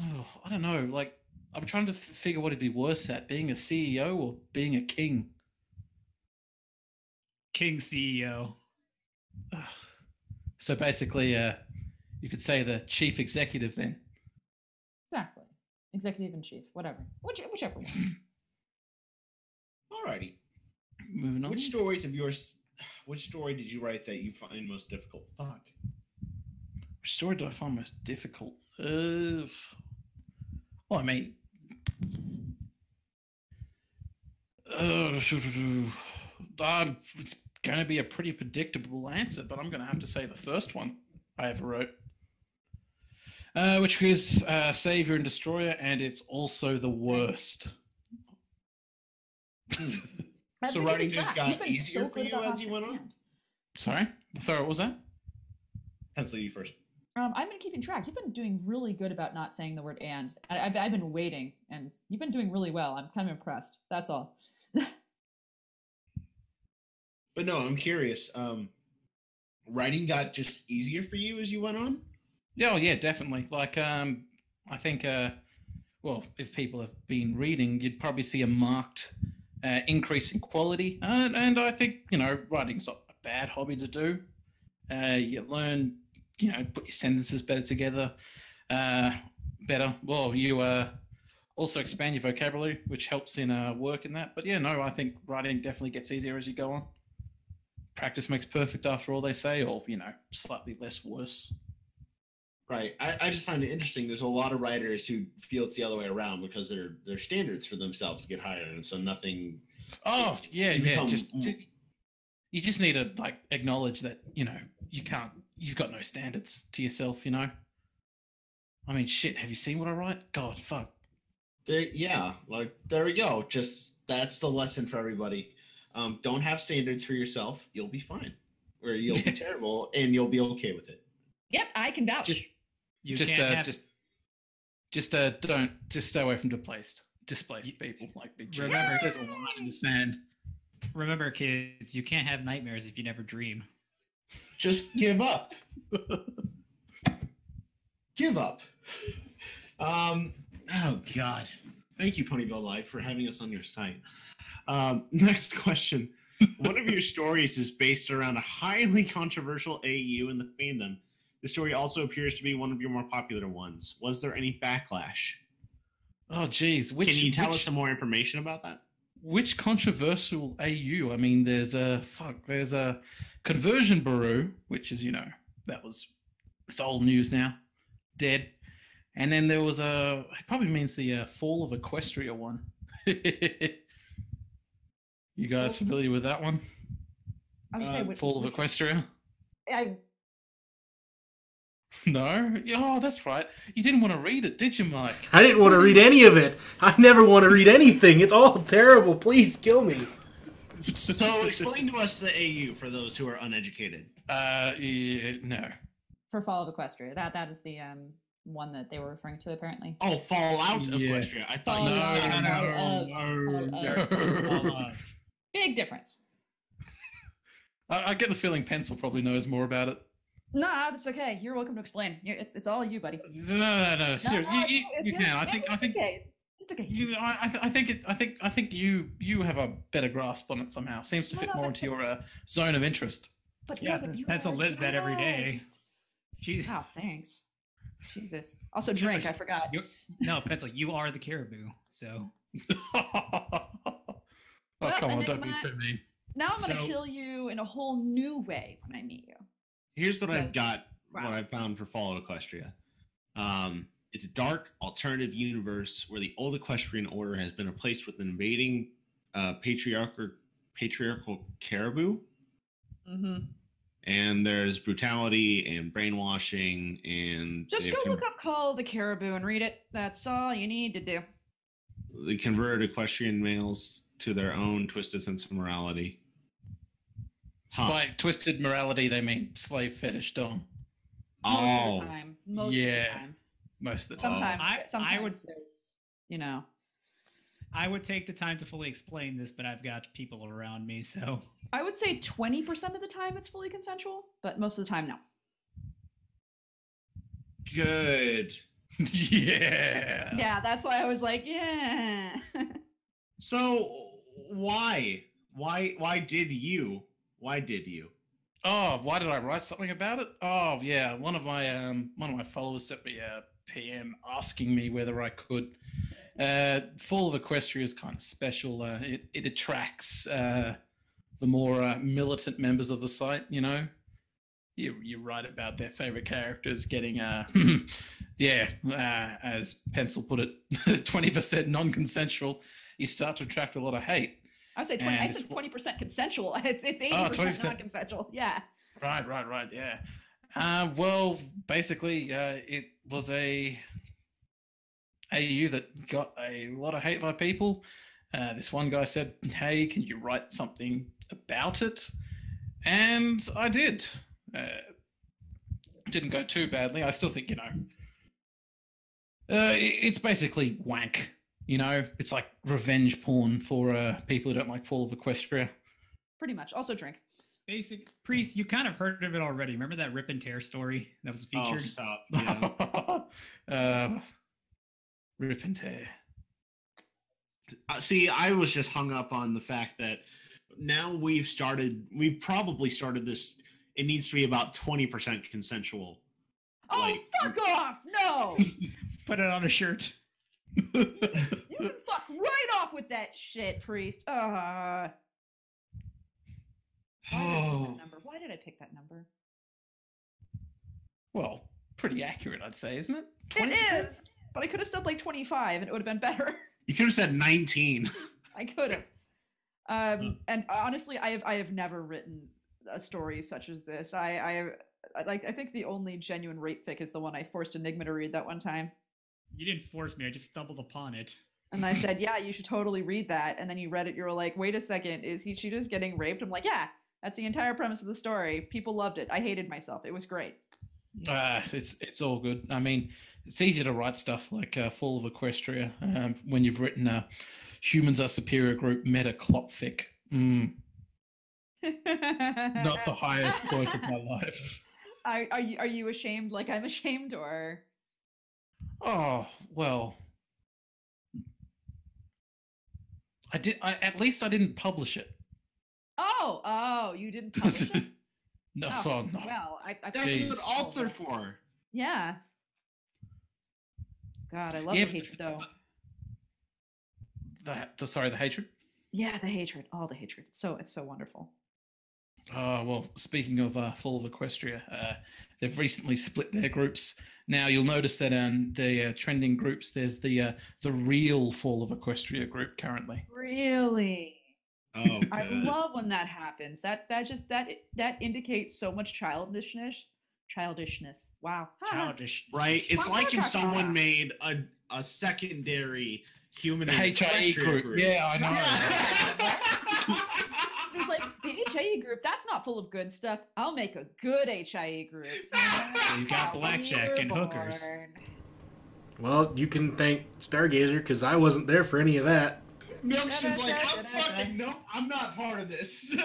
S5: oh, I don't know. Like, I'm trying to f- figure what he'd be worse at: being a CEO or being a king.
S4: King E CEO.
S5: Ugh. So basically, uh, you could say the chief executive then.
S2: Exactly. Executive in chief, whatever. Which, whichever one.
S3: alrighty.
S5: Moving on.
S3: Which stories of yours? Which story did you write that you find most difficult? Fuck.
S5: Which story do I find most difficult? Uh, f- well, I mean, uh, um, it's going to be a pretty predictable answer, but I'm going to have to say the first one I ever wrote, uh, which is uh, Savior and Destroyer, and it's also the worst.
S2: I've
S3: So
S2: been
S3: writing
S2: keeping
S3: just
S2: track.
S3: got
S2: You've been
S3: easier for
S2: good
S3: you
S2: about
S3: as
S2: lots
S3: you
S2: of
S3: went on?
S2: hand.
S5: Sorry, sorry, what was that?
S3: Pencil you first.
S2: Um, I've been keeping track. You've been doing really good about not saying the word and. I, I've, I've been waiting, and you've been doing really well. I'm kind of impressed. That's all.
S3: But no, I'm curious. Um, writing got just easier for you as you went on.
S5: Yeah, oh, yeah, definitely. Like, um, I think, uh, well, if people have been reading, you'd probably see a marked uh, increase in quality. And, and I think, you know, writing's not a bad hobby to do. Uh, you learn, you know, put your sentences better together, uh, better. Well, you uh, also expand your vocabulary, which helps in uh, work and that. But yeah, no, I think writing definitely gets easier as you go on. Practice makes perfect, after all they say, or, you know, slightly less worse.
S3: Right. I, I just find it interesting. There's a lot of writers who feel it's the other way around because their their standards for themselves get higher, and so nothing.
S5: Oh yeah, yeah.
S3: become
S5: Just,
S3: more-
S5: ju- you just need to like acknowledge that you know you can't. You've got no standards to yourself. You know. I mean, shit. Have you seen what I write? God, fuck.
S3: There, yeah. Like there we go. Just that's the lesson for everybody. Um, don't have standards for yourself. You'll be fine, or you'll be terrible, and you'll be okay with it.
S2: Yep, I can vouch.
S5: Just,
S4: You
S5: just,
S4: can't
S5: uh,
S4: have-
S5: just, just, uh, don't. Just stay away from displaced, displaced people. Like, be generous.
S4: Remember-
S5: there's a line in the sand.
S4: remember, kids. You can't have nightmares if you never dream.
S3: Just give up. give up. Um. Oh God. Thank you, Ponyville Live, for having us on your site. Um, next question. One of your stories is based around a highly controversial AU in the fandom. The story also appears to be one of your more popular ones. Was there any backlash?
S5: Oh, geez. Which
S3: Can you tell
S5: which,
S3: us some more information about that?
S5: which controversial AU? I mean, there's a fuck. There's a conversion bureau, which is you know that was it's old news now, dead. And then there was a, it probably means the uh, Fall of Equestria one. you guys familiar with that one?
S2: I was
S3: Uh,
S2: say, which,
S5: Fall of
S2: which-
S5: Equestria?
S2: I,
S5: No? Yeah, Oh, that's right. You didn't want to read it, did you, Mike?
S1: I didn't want to read any of it. I never want to read anything. It's all terrible. Please kill me.
S3: So explain to us the AU for those who are uneducated.
S5: Uh, yeah, no.
S2: for Fall of Equestria, that that is the um one that they were referring to apparently.
S3: Oh, Fallout
S5: Yeah.
S3: Equestria. I thought
S2: Oh,
S3: you
S2: no,
S3: said-
S2: no, no.
S4: Uh,
S5: no.
S2: Big difference.
S5: I, I get the feeling Pencil probably knows more about it.
S2: Nah, that's okay. You're welcome to explain. You're, it's it's all you, buddy.
S5: No, no, no.
S2: No,
S5: Uh, Seriously,
S2: no,
S5: you,
S2: no, it's
S5: you, you
S2: good.
S5: can. I
S2: No,
S5: think.
S2: it's
S5: I think.
S2: okay. It's okay.
S5: You, I, I th- I think. It, I think. I think you. You have a better grasp on it somehow. Seems to
S2: No,
S5: fit
S2: no,
S5: more
S2: that's
S5: into your uh, zone of interest.
S2: But
S4: Yeah,
S2: no, but
S4: since
S2: you
S4: Pencil
S2: are
S4: lives that every day.
S2: just-
S4: She's
S2: Wow, thanks. Jesus. Also, drink. I forgot.
S4: you- no pencil. You are the caribou. So
S5: oh
S2: Well,
S5: come on!
S2: Enigma-
S5: Don't be too mean.
S2: Now I'm gonna
S3: So-
S2: kill you in a whole new way when I meet you.
S3: Here's what I've
S2: Okay.
S3: got.
S2: Wow.
S3: What I found for Fallout Equestria. Um, it's a dark alternative universe where the old Equestrian order has been replaced with an invading uh, patriarchal patriarchal caribou,
S2: Mm-hmm.
S3: and there's brutality and brainwashing and
S2: Just
S3: they've
S2: go
S3: con-
S2: look up Call of the Caribou and read it. That's all you need to do.
S3: they convert Equestrian males to their own twisted sense of morality. Huh.
S5: By twisted morality, they mean slave fetish, Dom.
S2: Most
S3: oh,
S2: of the time. Most of
S5: yeah.
S2: the time.
S5: Most of the time.
S2: Sometimes.
S4: Oh. I- I
S2: sometimes
S4: would-
S2: they're, You know.
S4: I would take the time to fully explain this, but I've got people around me. So
S2: I would say 20% of the time it's fully consensual, but most of the time, no.
S3: good.
S5: yeah.
S2: Yeah, that's why I was like, yeah.
S3: So why, why, why did you? Why did you?
S5: Oh, why did I write something about it? Oh, yeah, one of my um, one of my followers sent me a PM asking me whether I could. Uh, Fall of Equestria is kind of special. Uh, it it attracts uh, the more uh, militant members of the site. You know, you you write about their favorite characters getting uh, yeah, uh, as Pencil put it, twenty percent non-consensual. You start to attract a lot of hate.
S2: I would say 20, I
S5: And
S2: said
S5: it's-
S2: 20% consensual. It's, it's 80%
S5: 20%.
S2: non consensual. Yeah.
S5: Right, right, right. Yeah. Uh, well, basically, uh, it was a AU that got a lot of hate by people. Uh, this one guy said, "Hey, can you write something about it?" And I did. Uh, didn't go too badly. I still think, you know, uh, it- it's basically wank. You know, it's like revenge porn for uh, people who don't like Fall of Equestria.
S2: Pretty much. Also, drink.
S4: basic priest, you kind of heard of it already. Remember that rip and tear story that was
S3: Oh,
S4: featured?
S3: stop. Yeah.
S5: uh, rip and tear.
S3: Uh, See, I was just hung up on the fact that now we've started. We've probably started this. It needs to be about twenty percent consensual.
S2: Oh,
S3: Like-
S2: fuck off! No!
S4: Put it on a shirt.
S2: you can fuck right off with that shit, priest. Uh, why, did I pick that
S3: Oh,
S2: number? why did I pick that number?
S5: well, pretty accurate, I'd say, isn't it?
S2: It is! But I could have said like 25 and it would have been better.
S3: you could have said nineteen.
S2: I could have. Um, and honestly, I have I have never written a story such as this. I I I- like I think the only genuine rape fic is the one I forced Enigma to read that one time,
S4: You didn't force me. I just stumbled upon it.
S2: and I said, "Yeah, you should totally read that." And then you read it, you were like, "Wait a second, is he she just getting raped?" I'm like, "Yeah, that's the entire premise of the story." People loved it. I hated myself. It was great.
S5: Uh, it's it's all good. I mean, it's easy to write stuff like uh, Fall of Equestria um, when you've written uh, Humans Are Superior Group Meta Clopfic. Mm, not the highest point of my life.
S2: Are, are you are you ashamed? Like I'm ashamed, or
S5: Oh well, I did. I, at least I didn't publish it.
S2: oh oh you didn't. Publish it?
S5: no,
S2: Oh,
S5: oh, no.
S2: Well, I, I
S3: That's
S5: Jeez.
S3: what alts are for.
S2: Yeah. God, I love
S5: Yeah,
S2: the
S5: but-
S2: hatred though.
S5: the, the sorry, the hatred.
S2: Yeah, the hatred, all the hatred. It's so it's so wonderful.
S5: Oh, well, speaking of uh, Fall of Equestria, uh, they've recently split their groups. Now you'll notice that um, the uh, trending groups, there's the uh, the real Fall of Equestria group currently.
S2: Really?
S3: Oh,
S2: I
S3: good.
S2: love when that happens. That that just that that indicates so much childishness. Childishness. Wow. Ha.
S4: Childish.
S3: right? It's
S2: Why
S3: like if
S2: not?
S3: someone made a a secondary human
S5: The HIE
S3: equestrian
S5: group. Yeah, I know.
S2: It's like the HIE group. That's not full of good stuff. I'll make a good HIE group.
S4: You got blackjack and hookers.
S1: Well, you can thank Stargazer because I wasn't there for any of that.
S3: Milk's just like, I'm fucking nope. I'm not part of this.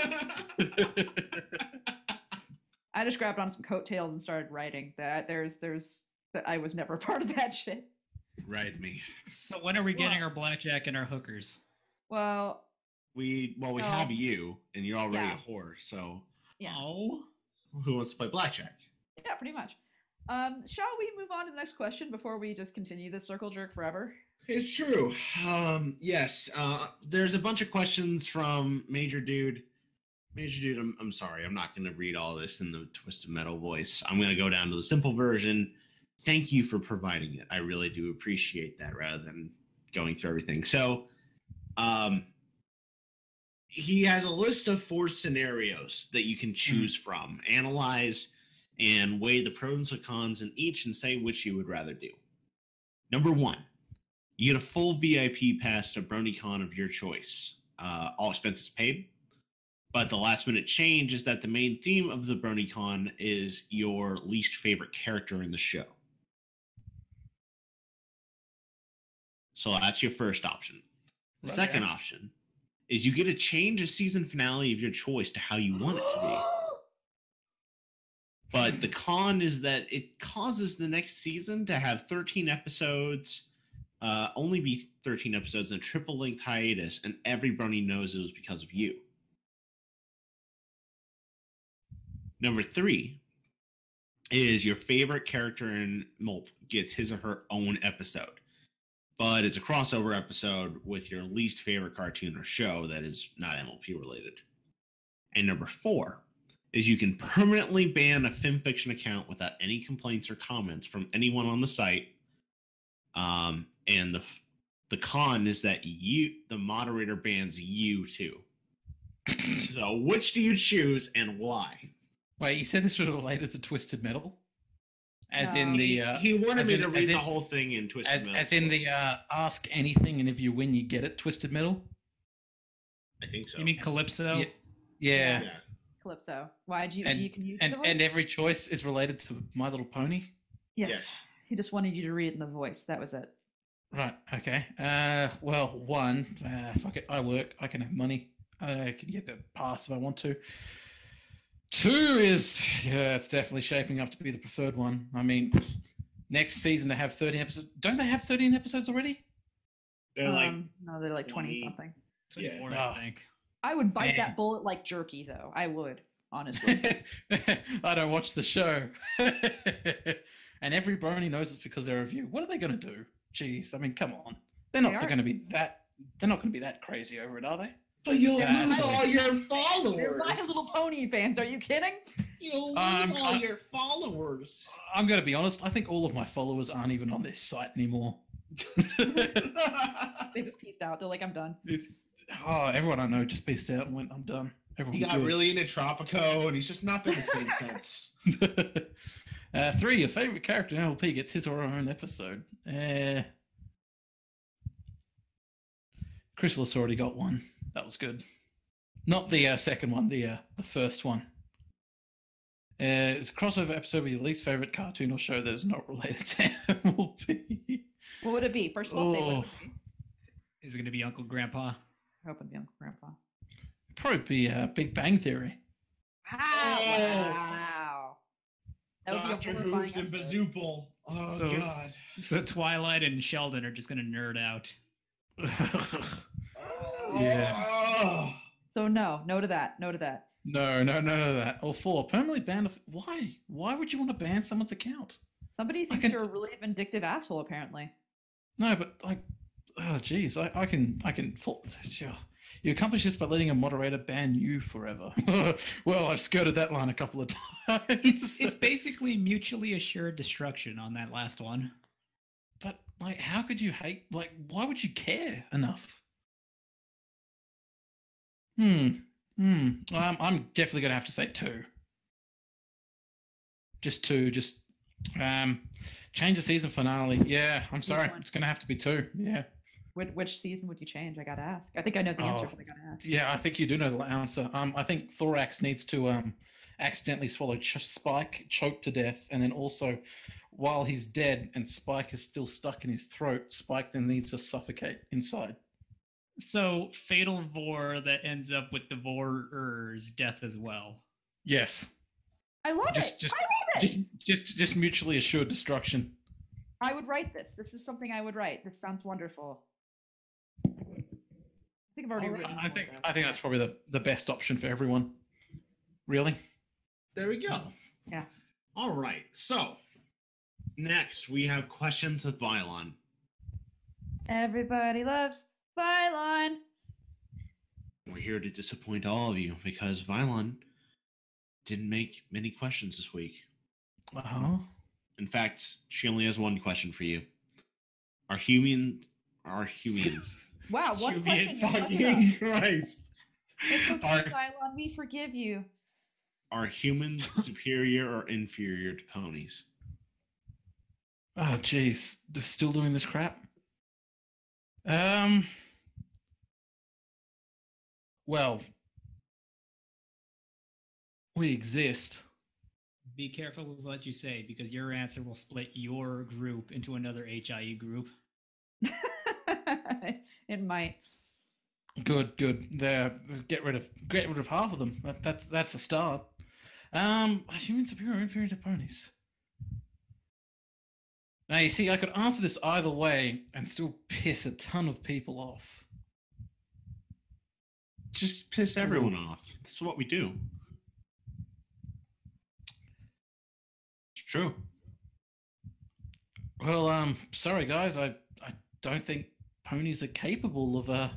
S2: I just grabbed on some coattails and started writing that. There's there's that I was never a part of that shit.
S3: Ride me.
S4: So when are we getting our blackjack and our hookers?
S2: Well,
S3: We well, we
S2: No.
S3: have you, and you're already
S2: Yeah.
S3: a whore. So
S2: Yeah.
S4: Oh,
S3: who wants to play blackjack?
S2: yeah, pretty much. Um, shall we move on to the next question before we just continue this circle jerk forever?
S3: It's true. Um, yes. Uh, there's a bunch of questions from Major Dude. Major Dude, I'm, I'm sorry. I'm not going to read all this in the twisted metal voice. I'm going to go down to the simple version. Thank you for providing it. I really do appreciate that rather than going through everything. So, um, he has a list of four scenarios that you can choose from, analyze, and weigh the pros and cons in each and say which you would rather do. Number one, you get a full VIP pass to BronyCon of your choice, uh, all expenses paid. But the last minute change is that the main theme of the BronyCon is your least favorite character in the show. So that's your first option. The
S5: Right,
S3: second
S5: yeah.
S3: option is you get to change a season finale of your choice to how you want it to be. But the con is that it causes the next season to have 13 episodes, uh, only be 13 episodes in a triple length hiatus, and everybody knows it was because of you. Number three is your favorite character in Mulp gets his or her own episode, but it's a crossover episode with your least favorite cartoon or show that is not MLP related. And number four is you can permanently ban a fanfiction account without any complaints or comments from anyone on the site. Um, and the the con is that you, the moderator, bans you too. so, which do you choose and why?
S5: Wait, you said this was related to Twisted Metal? As in
S2: No.
S5: the uh,
S3: he wanted
S5: as
S3: me
S5: in-
S3: to
S5: as
S3: read the
S5: in-
S3: whole thing in Twisted
S5: as
S3: Metal.
S5: as in the uh, ask anything and if you win you get it Twisted Metal?
S3: I think so.
S4: you mean Calypso?
S5: Yeah. Yeah.
S3: Yeah.
S2: Calypso. Why do you,
S5: And-
S2: you can use
S5: And
S2: the
S5: and
S2: voice?
S5: every choice is related to My Little Pony.
S2: yes.
S3: Yes.
S2: He just wanted you to read it in the voice. That was it.
S5: Right. Okay. Uh. Well, one. Uh, fuck it. I work. I can have money. I can get the pass if I want to. Two is yeah. It's definitely shaping up to be the preferred one. I mean, next season they have thirteen episodes. Don't they have thirteen episodes already?
S3: They're like,
S2: um, no, they're like 20
S3: 20.
S2: something.
S3: Yeah.
S4: 24,
S5: Oh.
S4: I think.
S2: I would bite
S5: Man.
S2: that bullet like jerky, though. I would, honestly.
S5: I don't watch the show. and every brony knows it's because they're a review. What are they going to do? Jeez. I mean, come on. They're not
S2: They
S5: they
S2: are.
S5: are going to be that. They're not going to be that crazy over it, are they?
S3: but you'll
S5: Yeah.
S3: lose all your
S2: They're
S3: followers.
S2: My Little Pony fans. Are you kidding?
S3: You'll lose
S5: Um,
S3: all
S5: I-
S3: your followers.
S5: I'm going to be honest. I think all of my followers aren't even on this site anymore.
S2: They just peaced out. They're like, I'm done.
S5: It's- oh, everyone I know just peaced out and went, I'm done. Everyone
S3: He got
S5: good.
S3: really into Tropico, and he's just not been the same since.
S5: uh, three, your favorite character in LP gets his or her own episode. Uh, Chrysalis already got one. That was good. Not the uh, second one, the uh, the first one. Uh, it's a crossover episode with your least favorite cartoon or show that is not related to MLP.
S2: What would it be? First of all, say what it would
S5: Oh.
S2: be.
S4: Is it going to be Uncle Grandpa?
S2: I hope it'd be Uncle Grandpa.
S5: Probably be uh, Big Bang Theory.
S2: Wow.
S3: Oh.
S2: wow. That would
S3: Doctor
S2: be a
S3: Hooves
S2: horrifying
S3: and
S2: episode.
S3: Bazoople. Oh
S4: So-
S3: God.
S4: So Twilight and Sheldon are just going to nerd out.
S3: Yeah.
S2: So no, no to that. No to that.
S5: no, no, no, no, that. Or four, permanently banned. Of, why? Why would you want to ban someone's account?
S2: Somebody thinks
S5: can-
S2: you're a really vindictive asshole, apparently.
S5: No, but like, oh, jeez, I, I can, I can. fl- sure. You accomplish this by letting a moderator ban you forever. well, I've skirted that line a couple of times.
S4: It's, it's basically mutually assured destruction on that last one.
S5: but like, how could you hate? Like, why would you care enough? Hmm. Hmm. Um, I'm definitely gonna have to say two. Just two. Just um, change the season finale. Yeah, I'm sorry.
S2: one?
S5: It's gonna have to be two. Yeah.
S2: Which, which season would you change? I gotta ask. I think I know the answer,
S5: Oh.
S2: but I gotta ask.
S5: Yeah, I think you do know the answer. Um, I think Thorax needs to um, accidentally swallow Ch- Spike, choke to death, and then also, while he's dead and Spike is still stuck in his throat, Spike then needs to suffocate inside.
S4: So fatal vor that ends up with the vorer's death as well.
S5: Yes,
S2: I love
S5: Just-
S2: it.
S5: just-
S2: I love it.
S5: just just just mutually assured destruction.
S2: I would write this. This is something I would write. This sounds wonderful. I think I've already written.
S5: I
S2: one
S5: think
S2: down.
S5: I think that's probably the, the best option for everyone. Really,
S3: There we go.
S2: Yeah.
S3: All right. So next we have questions with Vylon.
S2: everybody loves Bylon.
S3: We're here to disappoint all of you because Vylon didn't make many questions this week.
S5: uh-huh.
S3: In fact, she only has one question for you. Are human are humans
S2: Wow, one question.
S4: Julian
S2: shut it up.
S4: fucking Christ.
S2: It's okay,
S3: are
S2: Bylon. We forgive you.
S3: are humans superior or inferior to ponies?
S5: Oh, jeez, they're still doing this crap. Um. Well, we exist.
S4: Be careful with what you say because your answer will split your group into another HIE group.
S2: it might.
S5: Good, good. There, get rid of get rid of half of them. That, that's that's a start. Um, are humans superior or inferior to ponies? Now you see, I could answer this either way and still piss a ton of people off.
S3: Just piss everyone off. That's what we do. It's true.
S5: Well, um, sorry guys, I I don't think ponies are capable of uh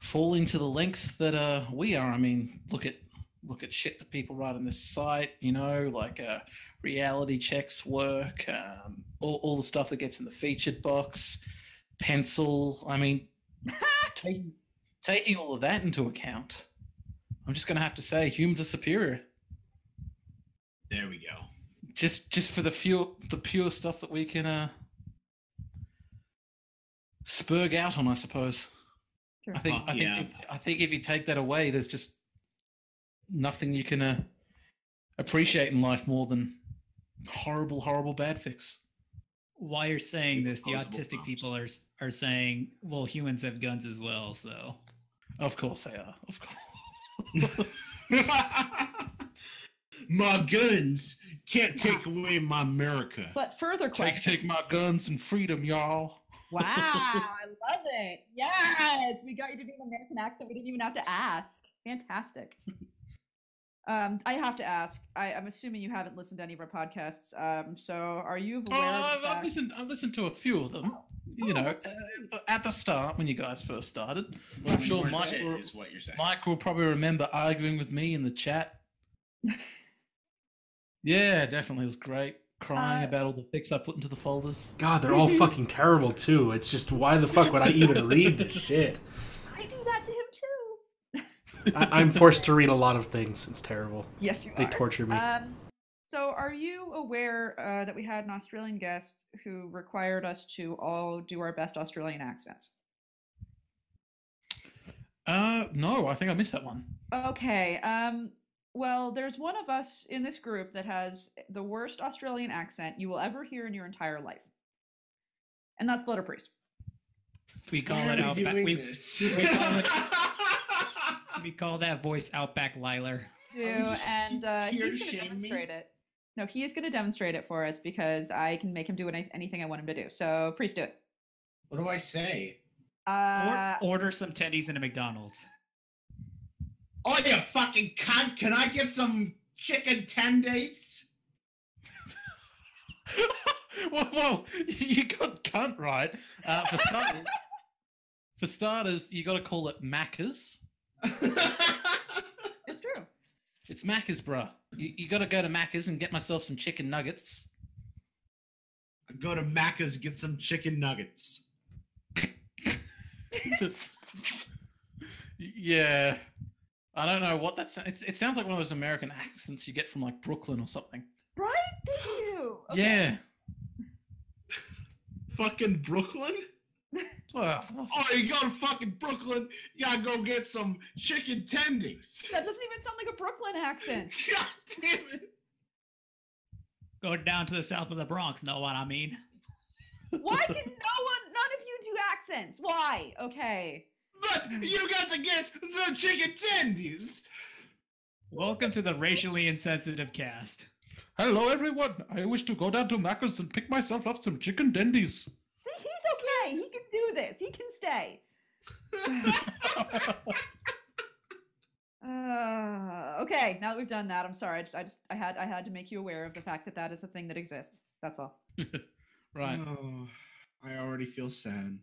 S5: falling to the lengths that uh we are. I mean, look at look at shit that people write on this site, you know, like uh reality checks work, um, all all the stuff that gets in the featured box, pencil. I mean, taking taking all of that into account, I'm just gonna have to say humans are superior
S3: There we go.
S5: just just for the few the pure stuff that we can uh spurg out on i suppose
S2: Sure.
S5: i think
S3: Fuck
S5: i think
S3: yeah.
S5: if, i think if you take that away there's just nothing you can uh, appreciate in life more than horrible horrible bad fix
S4: While you're saying this, the
S3: Opposable
S4: autistic
S3: thumbs.
S4: people are s- are saying, "Well, humans have guns as well." So
S5: of course they are of course
S3: my guns can't take away my America.
S2: But further
S5: take
S2: question.
S5: take my guns and freedom y'all
S2: Wow, I love it. Yes, we got you to do an American accent. We didn't even have to ask. Fantastic. Um, I have to ask. I, I'm assuming you haven't listened to any of our podcasts. Um, so are you
S5: oh,
S2: aware? of
S5: I've,
S2: the
S5: I've
S2: fact-
S5: listened i've listened to a few of them
S2: oh,
S5: you know
S2: that's
S5: uh, at the start when you guys first started i'm sure
S3: More
S5: mike
S3: shit
S5: will-
S3: is what you're saying.
S5: Mike will probably remember arguing with me in the chat. yeah, definitely. It was great. Crying
S2: Uh,
S5: about all the fix I put into the folders.
S1: God, they're all fucking terrible too. It's just why the fuck would I even read this shit?
S2: I do that to him too.
S1: I- I'm forced to read a lot of things. It's terrible.
S2: Yes, you
S1: They
S2: are.
S1: torture me.
S2: Um, so, are you aware uh, that we had an Australian guest who required us to all do our best Australian accents?
S5: Uh, no, I think I missed that one.
S2: Okay. Um, well, there's one of us in this group that has the worst Australian accent you will ever hear in your entire life, and that's Flutter Priest.
S4: we call it out.
S3: doing
S4: We,
S3: this?
S4: we call it- we call that voice Outback Liler.
S2: do,
S3: Are you just-
S2: and uh,
S3: you're
S2: he's going to
S3: shaming me?
S2: demonstrate it. No, he is going to demonstrate it for us because I can make him do any- anything I want him to do. So, please do it.
S3: what do I say?
S2: Uh,
S4: or, order some tendies in a McDonald's.
S3: Oh, you fucking cunt! Can I get some chicken tendies?
S5: well, well, you got cunt right. Uh, for starters, For starters, you got to call it Macca's.
S2: It's true.
S5: It's Macca's, bruh. You, you got to go to Macca's and get myself some chicken nuggets.
S3: Go to Macca's, get some chicken nuggets.
S5: yeah, I don't know what that sounds. It, it sounds like one of those American accents you get from like Brooklyn or something.
S2: Right? Thank you.
S5: Yeah.
S3: Fucking Brooklyn?
S5: Well,
S3: Oh, you go to fucking Brooklyn, you gotta go get some chicken tendies.
S2: That doesn't even sound like a Brooklyn accent.
S3: God damn it.
S4: Go down to the south of the Bronx, know what I mean?
S2: Why can no one, none of you do accents? Why? Okay.
S3: But you got to get some chicken tendies.
S4: Welcome to the racially insensitive cast.
S5: hello everyone. I wish to go down to Macca's and pick myself up some chicken dendies.
S2: See, he's okay. He can do this. He can stay. Uh, okay. Now that we've done that, I'm sorry. I just, I just, I had, I had to make you aware of the fact that that is a thing that exists. That's all.
S5: right.
S3: Oh, I already feel sad.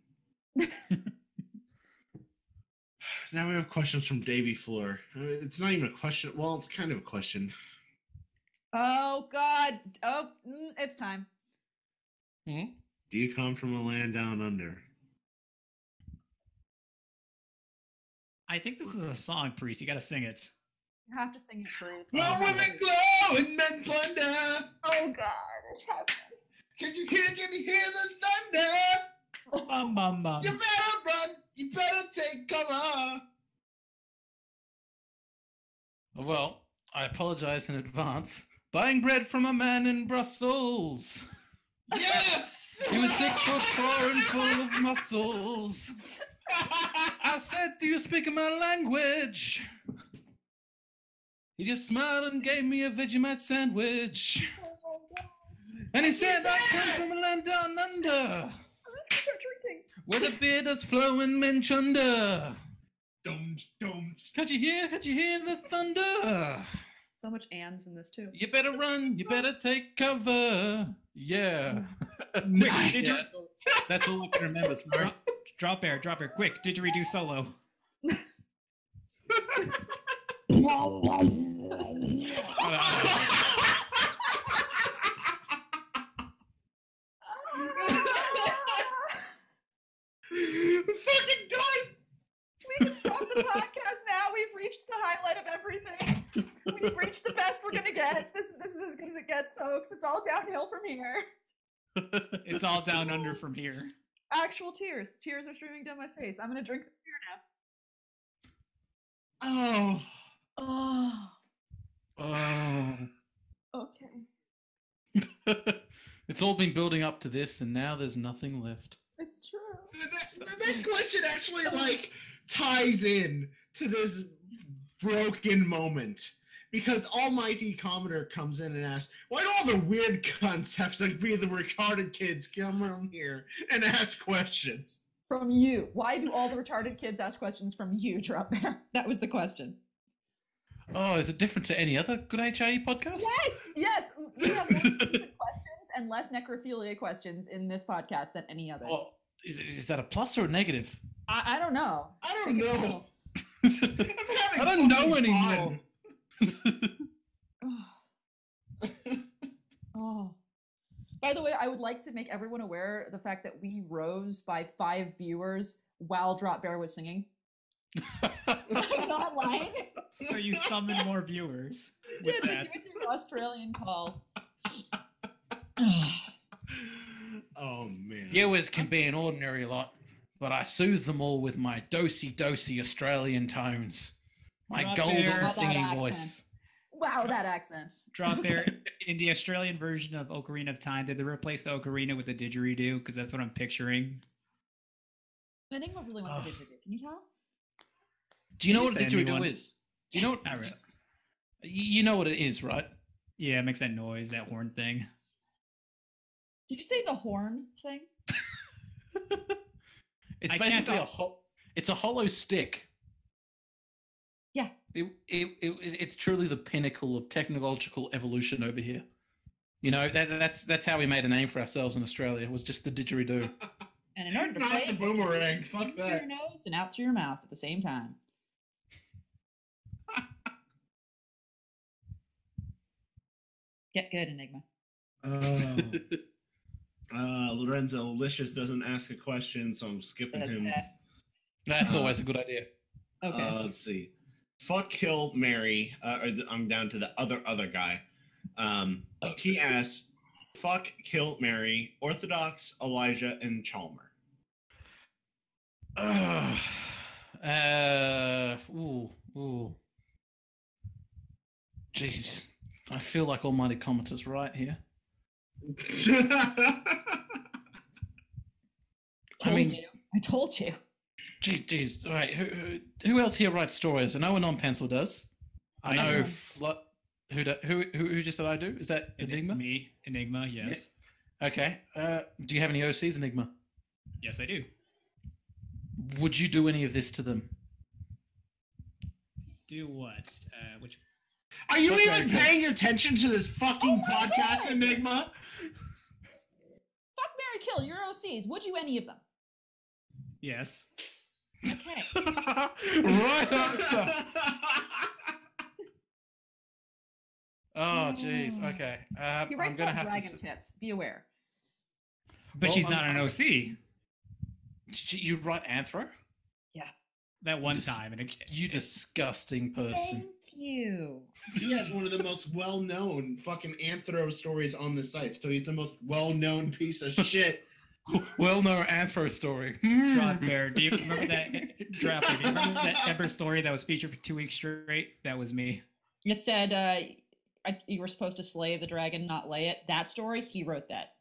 S3: now we have questions from Davy Floor. Uh, It's not even a question. Well, it's kind of a question.
S2: Oh God. Oh, mm, it's time.
S3: Do you come from a land down under?
S4: I think this is a song, Priest. You gotta sing it.
S2: You have to sing it, please.
S5: Oh,
S4: Well,
S3: women glow and men plunder.
S2: Oh God.
S3: Can you hear? Can you hear the thunder?
S4: Bum, bum, bum.
S3: You better run. You better take cover.
S5: Well, I apologize in advance. Buying bread from a man in Brussels.
S3: Yes.
S5: He was six foot four and full of muscles. I said, Do you speak my language? He just smiled and gave me a Vegemite sandwich.
S2: Oh,
S5: And he said, I come from a land down under, where the beer does flow and men chunder.
S3: Dum dum.
S5: Can't you hear? Can't you hear the thunder?
S2: So much ands in this too.
S5: You better run, you better take cover. Yeah.
S4: Quick, did
S5: Yeah,
S4: you
S5: that's, all, that's all I can remember, Snark.
S4: drop air, drop air, quick, did you redo solo?
S3: Fucking died.
S2: We can stop the podcast now. We've reached the highlight of everything. We've reached the best we're gonna get. This this is as good as it gets, folks. It's all downhill from here.
S4: It's all down under from here.
S2: Actual tears. Tears are streaming down my face. I'm gonna drink this beer now.
S3: Oh.
S2: Oh,
S5: Oh.
S2: okay.
S5: it's all been building up to this, and now there's nothing left.
S2: It's true.
S3: The ne- the next question actually like ties in to this broken moment because almighty commoner comes in and asks why do all the weird cunts have to be the retarded kids come around here and ask questions
S2: From you. Why do all the retarded kids ask questions from you, Drop Bear? That was the question.
S5: Oh, is it different to any other Good HIE podcast?
S2: Yes, yes. We have more stupid questions and less necrophilia questions in this podcast than any other.
S5: Oh, is, is that a plus or a negative?
S2: I, I don't know.
S3: i don't know
S5: I
S3: I'm having
S5: don't know
S3: fucking
S5: anymore.
S3: fun.
S2: Oh. By the way, I would like to make everyone aware of the fact that we rose by five viewers while Drop Bear was singing. I'm not lying.
S4: So you summon more viewers with
S2: Dude,
S4: that.
S2: with your Australian call.
S3: oh man
S4: Mm.
S5: Viewers can be an ordinary lot, but I soothe them all with my dosy dosy Australian tones. My
S4: Not fair.
S5: golden
S4: Not that
S5: singing
S2: accent.
S5: voice.
S2: Wow, that accent.
S4: Drop air in the Australian version of Ocarina of Time. Did they replace the ocarina with a didgeridoo? Because that's what I'm picturing.
S2: Enigma really wants to
S5: Ugh.
S2: get you. Can you tell?
S5: Do you know
S4: Did
S5: what
S4: you
S5: a
S4: say
S5: didgeridoo
S4: anyone?
S5: is? Do you know what?
S4: All right.
S5: You know what it is, right?
S4: Yeah, it makes that noise, that horn thing.
S2: Did you say the horn thing?
S5: It's
S4: I can't
S5: basically a
S4: talk.
S5: ho- it's a hollow stick.
S2: Yeah.
S5: It, it, it it's truly the pinnacle of technological evolution over here. You know that that's that's how we made a name for ourselves in Australia. Was just the didgeridoo.
S2: And in order to play,
S3: Not the boomerang. Fuck
S2: in through your
S3: that.
S2: nose and out through your mouth at the same time. Get good, Enigma.
S3: Oh. Uh, Lorenzo Licious doesn't ask a question, so I'm skipping
S2: That's
S3: him.
S2: bad.
S5: That's
S3: Uh,
S5: always a good idea.
S2: Okay.
S3: Uh, let's see. Fuck, kill, Mary. Uh, or the, I'm down to the other other guy. Um,
S5: Oh,
S3: he
S5: this is-
S3: asks, "Fuck, kill, Mary, Orthodox, Elijah, and Chalmer."
S5: Ugh. Uh, ooh, ooh. Jeez, I feel like Almighty Comet is right here. I
S2: Told
S5: mean,
S2: you. I told you.
S5: gee, geez, all right. Who, who, who else here writes stories? I know a non-pencil does. I,
S4: I
S5: know.
S4: do.
S5: Flo- who, do, who who who just said I do? Is that Enigma?
S4: Me, Enigma, yes.
S5: Okay. Uh, do you have any OCs, Enigma?
S4: Yes, I do.
S5: Would you do any of this to them?
S4: Do what? Uh, which
S3: Are you
S5: Fuck
S3: even
S5: Mary, kill.
S3: paying attention to this fucking
S2: Oh my
S3: podcast,
S2: God.
S3: Enigma?
S2: Fuck Mary Kill, your OCs. Would you any of them?
S4: Yes.
S2: Okay.
S5: right answer. Oh, jeez.
S2: Mm.
S5: Okay. Uh,
S2: He
S5: I'm
S2: writes
S5: gonna
S2: about
S5: have to.
S2: dragon
S5: s-
S2: tits. Be aware.
S4: But
S5: Well,
S4: she's
S5: I'm-
S4: not an OC.
S5: Did You you write Anthro?
S4: That one
S5: Dis-
S4: time, and it,
S5: You disgusting person.
S2: Thank you.
S3: he has one of the most well-known fucking anthro stories on the site, so he's the most well-known piece of shit.
S5: Well, no Anthro story. Hmm.
S4: God, Bear, do you remember that draft? Do you remember that Ember story that was featured for two weeks straight? That was me.
S2: It said uh, I, you were supposed to slay the dragon, not lay it. That story, he wrote that.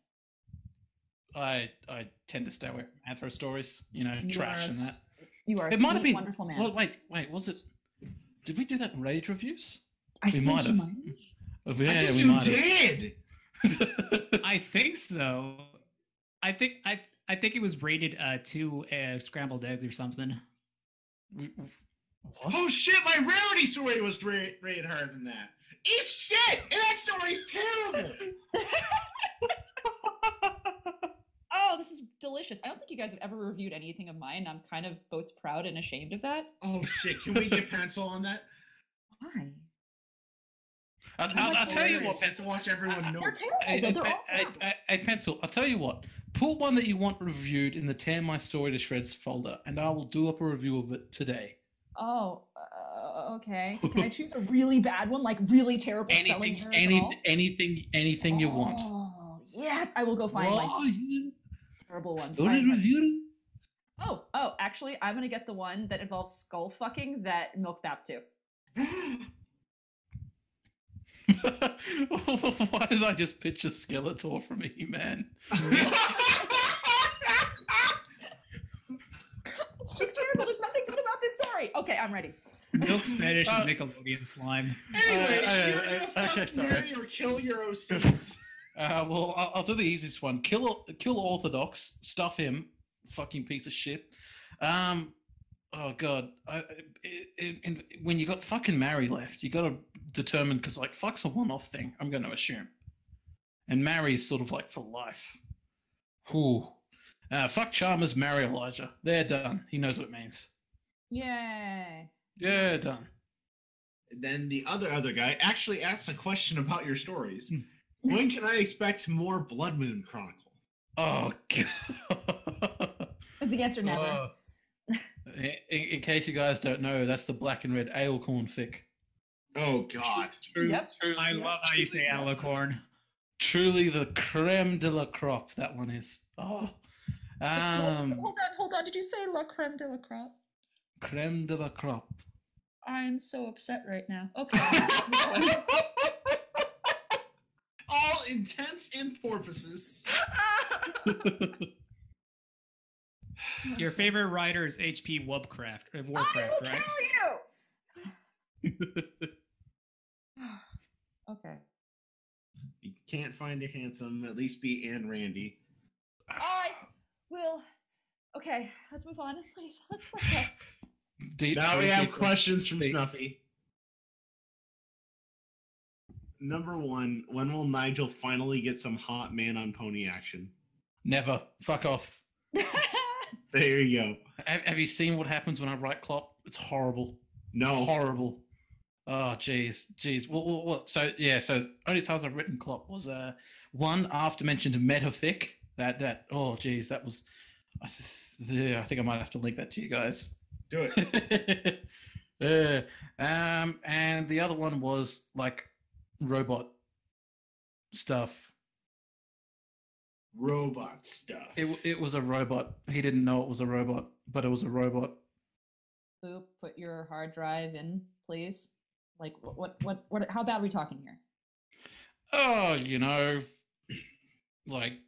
S5: I I tend to stay away from Anthro stories. You know,
S2: You are
S5: trash
S2: a
S5: and that.
S2: You are a
S5: It might
S2: sweet,
S5: have been-
S2: wonderful man.
S5: Well, wait, wait. Was it? Did we do that in rage reviews?
S2: I
S5: we
S2: think
S5: might
S2: he
S5: have.
S2: have.
S3: I
S5: Oh, yeah,
S3: think
S5: we
S3: you
S5: might have.
S3: did.
S4: I think so. I think I I think it was rated uh two uh, scrambled eggs or something.
S5: We- we-
S3: Oh
S5: what?
S3: shit, my rarity story was ra- rated higher than that. Eat shit! And that story's terrible!
S2: Oh, this is delicious. I don't think you guys have ever reviewed anything of mine. I'm kind of both proud and ashamed of that.
S3: oh shit, can we get pencil on that?
S2: Why?
S5: I'll, I'll, I'll tell you what.
S3: Just to watch everyone know.
S2: They're terrible.
S5: Hey,
S2: though.
S5: hey,
S2: They're
S5: pe-
S2: all
S5: hey,
S2: terrible.
S5: hey, hey, pencil. I'll tell you what. Pull one that you want reviewed in the tear my story to shreds folder, and I will do up a review of it today.
S2: Oh, uh, okay. Can I choose a really bad one, like really terrible spelling
S5: Anything,
S2: errors and all?
S5: any, anything, anything you want.
S2: Oh, yes, I will go find
S5: Well,
S2: my
S5: yeah.
S2: terrible one.
S5: Story
S2: Find my-
S5: review.
S2: Oh, oh, actually, I'm gonna get the one that involves skull fucking that Milk Dap too.
S5: Why did I just picture Skeletor from E Man?
S2: It's terrible. There's nothing good about this story. Okay, I'm ready.
S4: Milk Spanish
S5: Uh,
S4: and Nickelodeon slime.
S3: anyway,
S5: Uh, uh,
S3: you're
S5: uh,
S3: gonna
S5: okay,
S3: fuck
S5: sorry.
S3: Mary or kill your OCs.
S5: Uh, well, I'll, I'll do the easiest one. Kill, kill Orthodox. Stuff him. Fucking piece of shit. Um, oh god. I, I- in- in- when you got fucking Mary left, you got to determine because like fuck's a one-off thing. I'm going to assume, and Mary's sort of like for life. Whew. Uh, fuck Chalmers, marry Elijah. They're done. He knows what it means.
S2: Yay.
S5: Yeah, done.
S3: then the other other guy actually asks a question about your stories. when can I expect more Blood Moon Chronicle?
S5: Oh god.
S2: Is the answer never?
S5: Oh. in, in case you guys don't know, that's the black and red ale corn fic.
S3: Oh god.
S5: True,
S2: Yep.
S5: true,
S4: I love how you say alicorn.
S5: truly the creme de la crop that one is. Oh, um,
S2: hold on, hold on. Did you say La Creme de la Crop?
S5: creme de la crop.
S2: I'm so upset right now. Okay.
S3: All intents and purposes.
S4: Your favorite writer is H.P. Warcraft, uh,
S2: I
S4: Warcraft,
S2: will
S4: right?
S2: kill you. okay.
S3: You can't find a handsome, at least be Ann Randy.
S2: I will. Okay, let's move on, please. Let's, let's go.
S5: Do you-
S3: Now we
S5: do you
S3: have
S5: think-
S3: questions from Snuffy. Number one, when will Nigel finally get some hot man on pony action?
S5: Never. Fuck off.
S3: There you go.
S5: Have, have you seen what happens when I write Klopp? It's horrible.
S3: No.
S5: Horrible. Oh, jeez, jeez. What, what, what? So, yeah, so only times I've written Klopp was uh, one after mentioned Metafic. That, that, oh, jeez, that was. I, s- yeah, I think I might have to link that to you guys.
S3: Do it.
S5: uh, um, and the other one was like robot stuff.
S3: Robot stuff.
S5: It, w- it was a robot. He didn't know it was a robot, but it was a robot.
S2: Boop, put your hard drive in, please. Like, what, what, what, what how bad are we talking here?
S5: Oh, you know, like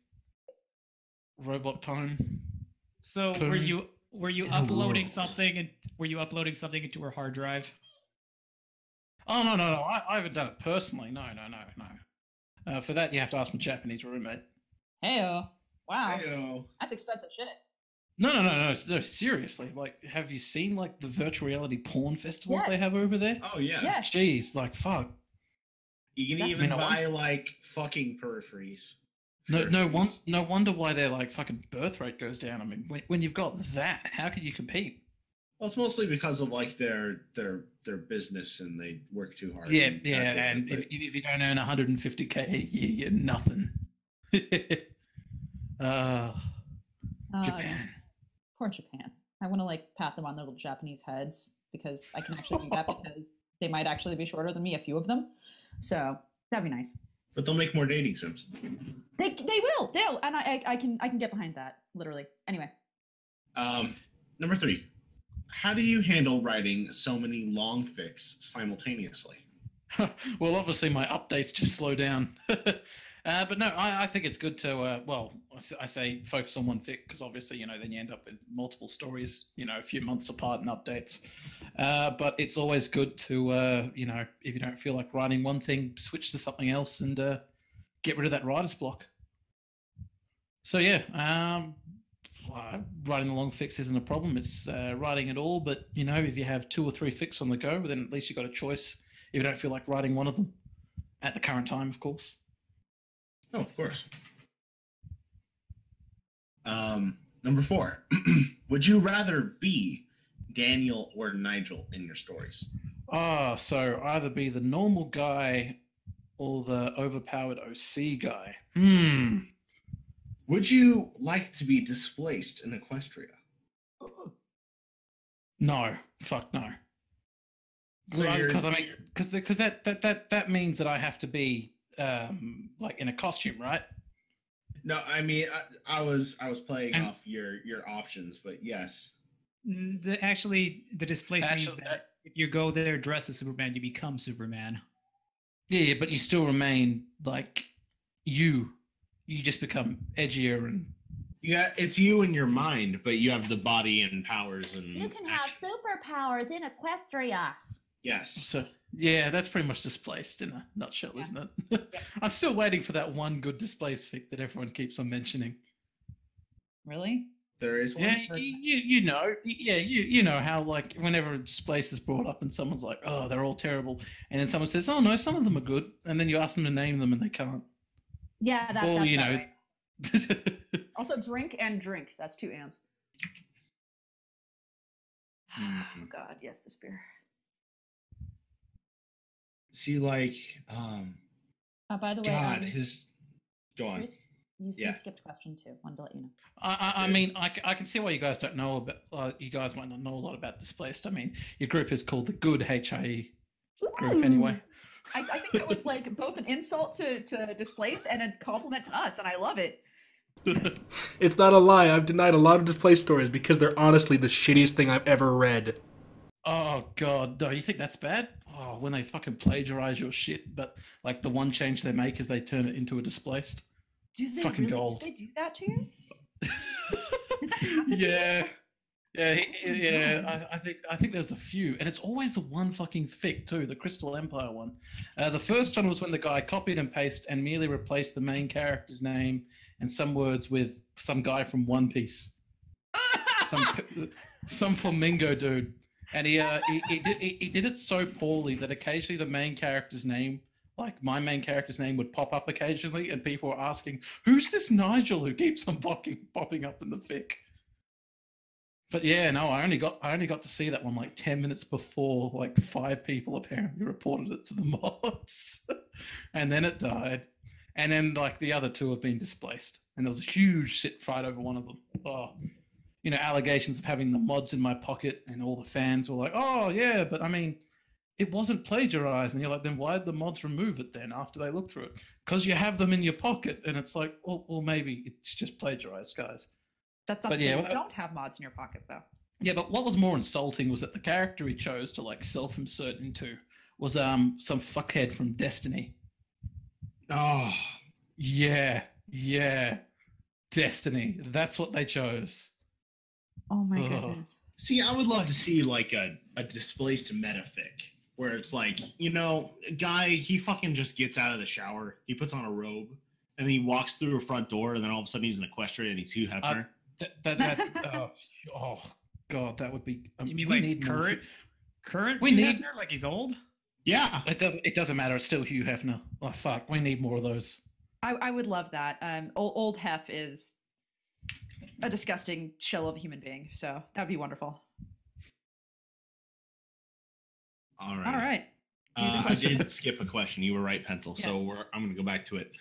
S5: robot time.
S4: So were
S5: Turn
S4: you were you
S5: in a
S4: uploading
S5: world.
S4: something and were you uploading something into her hard drive?
S5: Oh no, no, no! I, I haven't done it personally. No, no, no, no. Uh, for that, you have to ask my Japanese roommate.
S2: Heyo. Wow.
S3: Ayo.
S2: That's expensive shit.
S5: No, no, no, no, s- no. Seriously, like, have you seen like the virtual reality porn festivals they
S2: Yes.
S5: have over there?
S3: Oh yeah.
S2: Yes.
S5: Jeez, like, fuck.
S3: You can
S2: Yeah.
S3: even
S5: You know what?
S3: buy like fucking peripheries.
S5: No, no
S3: Peripheries.
S5: one, no wonder why their like fucking birth rate goes down. I mean, when, when you've got that, how can you compete?
S3: Well, it's mostly because of like their their their business and they work too hard.
S5: Yeah,
S3: and-
S5: yeah, and if,
S3: but-
S5: if you don't earn 150k a year, you're nothing. uh,
S2: Uh,
S5: Japan.
S2: Poor Japan. I want to like pat them on their little Japanese heads because I can actually do that because they might actually be shorter than me, a few of them. So that'd be nice.
S3: but they'll make more dating sims.
S2: They they will they'll and I, I I can I can get behind that literally. Anyway,
S3: Um, number three, how do you handle writing so many long fics simultaneously?
S5: well, obviously my updates just slow down. uh, but no, I, I think it's good to, uh, well, I s- I say focus on one fic because obviously, you know, then you end up with multiple stories, you know, a few months apart and updates. Uh, but it's always good to, uh, you know, if you don't feel like writing one thing, switch to something else and uh, get rid of that writer's block. So yeah, um, uh, writing the long fix isn't a problem. It's uh, writing it all, but you know, if you have two or three fix on the go, then at least you got a choice if you don't feel like writing one of them at the current time, of course.
S3: Oh, of course. Um, number four, would you rather be Daniel or Nigel in your stories?
S5: Ah, so either be the normal guy or the overpowered OC guy. Hmm.
S3: Would you like to be displaced in Equestria?
S5: No, fuck no.
S3: So you're-
S5: Because I mean, because because that, that that that means that I have to be um like in a costume, right?
S3: No, I mean, I, I was I was playing
S5: And-
S3: off your your options, but yes.
S4: N- Mm, The, actually, the display means
S5: Actually,
S4: that if you go there dressed as Superman, you become Superman.
S5: Yeah, yeah, but you still remain like you. You just become edgier and
S3: Yeah, it's you and your mind, but you have the body and powers and
S2: Mm,
S3: action.
S2: superpowers in Equestria.
S3: yes.
S5: So yeah, that's pretty much displaced in a nutshell,
S2: Yeah.
S5: isn't it? I'm still waiting for that one good displaced fic that everyone keeps on mentioning.
S2: Really?
S3: There is one.
S5: Yeah, you, you you know, y- yeah, you you know how like whenever displaced is brought up and someone's like, oh, they're all terrible, and then someone says, oh no, some of them are good, and then you ask them to name them and they can't.
S2: Yeah, that,
S5: Well,
S2: that's
S5: you
S2: about
S5: know-
S2: right. Also, drink and drink. That's two ands.
S5: Mm.
S2: Oh
S3: Mhm.
S2: God, yes, this beer.
S3: See, like, um,
S2: Uh, by the way,
S3: God,
S2: um,
S3: his. Go on.
S2: Chris, you
S3: Yeah.
S2: skipped question two. Wanted to let you know.
S5: I, I, I
S3: Yeah.
S5: mean, I, c- I can see why you guys don't know about. Uh, you guys might not know a lot about displaced. I mean, your group is called the Good HIE
S2: Mm.
S5: group, anyway.
S2: I, I think that was like both an insult to, to displaced and a compliment to us, and I love it.
S1: It's not a lie. I've denied a lot of display stories because they're honestly the shittiest thing I've ever read.
S5: Oh god, no, you think that's bad? Oh, when they fucking plagiarize your shit, but like the one change they make is they turn it into a displaced.
S2: Do they
S5: Fucking
S2: really,
S5: gold.
S2: Do they do that to you?
S5: yeah. Yeah, he- yeah. I, I think I think there's a few, and it's always the one fucking fic too, the Crystal Empire one. Uh, the first one was when the guy copied and pasted and merely replaced the main character's name and some words with some guy from One Piece. some some flamingo dude, and he uh, he, he did he, he did it so poorly that occasionally the main character's name Like my main character's name would pop up occasionally, and people were asking, "Who's this Nigel who keeps on popping popping up in the fic?" But yeah, no, I only got I only got to see that one like ten minutes before like five people apparently reported it to the mods, and then it died, and then like the other two have been displaced, and there was a huge shit fight over one of them. Oh, you know, allegations of having the mods in my pocket, and all the fans were like, "Oh yeah," but I mean, it wasn't plagiarized, and you're like, "Then why did the mods remove it then after they looked through it?" Because you have them in your pocket, and it's like, well, well, maybe it's just plagiarized, guys.
S2: That's
S5: But
S2: up to
S5: yeah,
S2: you.
S5: well-
S2: don't have mods in your pocket though.
S5: Yeah, but what was more insulting was that the character he chose to like self-insert into was um some fuckhead from Destiny.
S3: Oh,
S5: Yeah, yeah, Destiny. That's what they chose.
S2: Oh my
S5: Ugh.
S2: goodness.
S3: see, I would love to see like a, a displaced metafic where it's like, you know, a guy, he fucking just gets out of the shower, he puts on a robe, and then he walks through a front door, and then all of a sudden he's an equestrian and he's Hugh
S2: Uh,
S3: Hefner.
S5: That that, that oh, oh god, that would be. Um,
S4: You mean
S5: we
S4: like
S5: need more
S4: current,
S5: Hugh-
S4: current?
S5: We
S4: Hugh
S5: need-
S4: Hefner? like he's old.
S3: yeah.
S5: It doesn't. It doesn't matter. It's still Hugh Hefner. Oh fuck, we need more of those.
S2: I, I would love that. Um, old, old Hef is a disgusting shell of a human being, so that'd be wonderful.
S3: All right.
S2: All right. Any other
S3: Uh, I did skip a question. You were right, Pencil. So
S2: Yes.
S3: we're, I'm going to go back to it.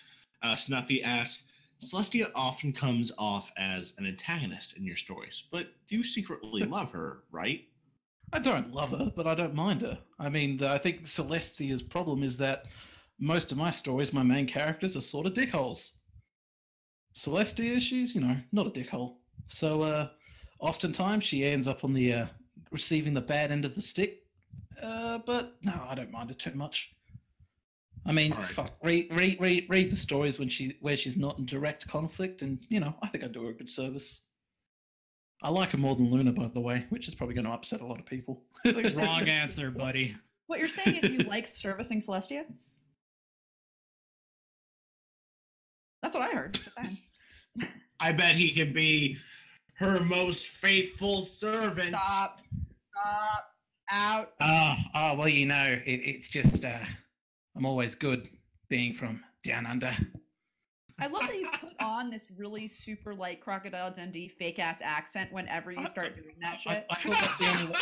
S3: Uh, Snuffy asks Celestia often comes off as an antagonist in your stories, but you secretly love her, right?
S5: I don't love her, but I don't mind her. I mean, the, I think Celestia's problem is that most of my stories, my main characters are sort of dickholes. Celestia, she's you know not a dickhole, so uh, oftentimes she ends up on the uh, receiving the bad end of the stick. Uh, but no, I don't mind her too much. I mean,
S3: All right.
S5: fuck, read, read read read the stories when she where she's not in direct conflict, and you know I think I do her a good service. I like her more than Luna, by the way, which is probably going to upset a lot of people.
S4: Wrong answer, buddy.
S2: What you're saying is you like servicing Celestia? That's what I heard. Just saying.
S3: I bet he could be her most faithful servant.
S2: Stop. Stop. Out.
S5: Oh, oh well, you know, it, it's just uh, I'm always good being from down under.
S2: I love that you put on this really super like crocodile Dundee fake ass accent whenever you start doing that
S5: I,
S2: shit.
S5: I thought that's the only. Way,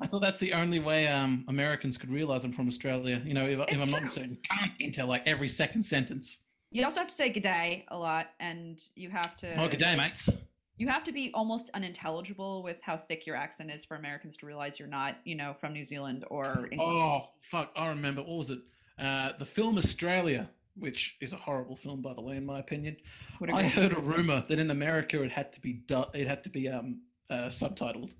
S5: I thought that's the only way um, Americans could realize I'm from Australia. You know, if, if
S2: It's
S5: I'm not
S2: true.
S5: inserting cunt into like every second sentence.
S2: You also have to say g'day a lot, and you have to.
S5: Oh, good day, mates.
S2: You have to be almost unintelligible with how thick your accent is for Americans to realize you're not, you know, from New Zealand or England.
S5: Oh fuck! I remember. What was it? Uh, the film Australia, which is a horrible film, by the way, in my opinion.
S2: Would
S5: I
S2: agree.
S5: heard a rumor that in America it had to be du- it had to be um, uh, subtitled.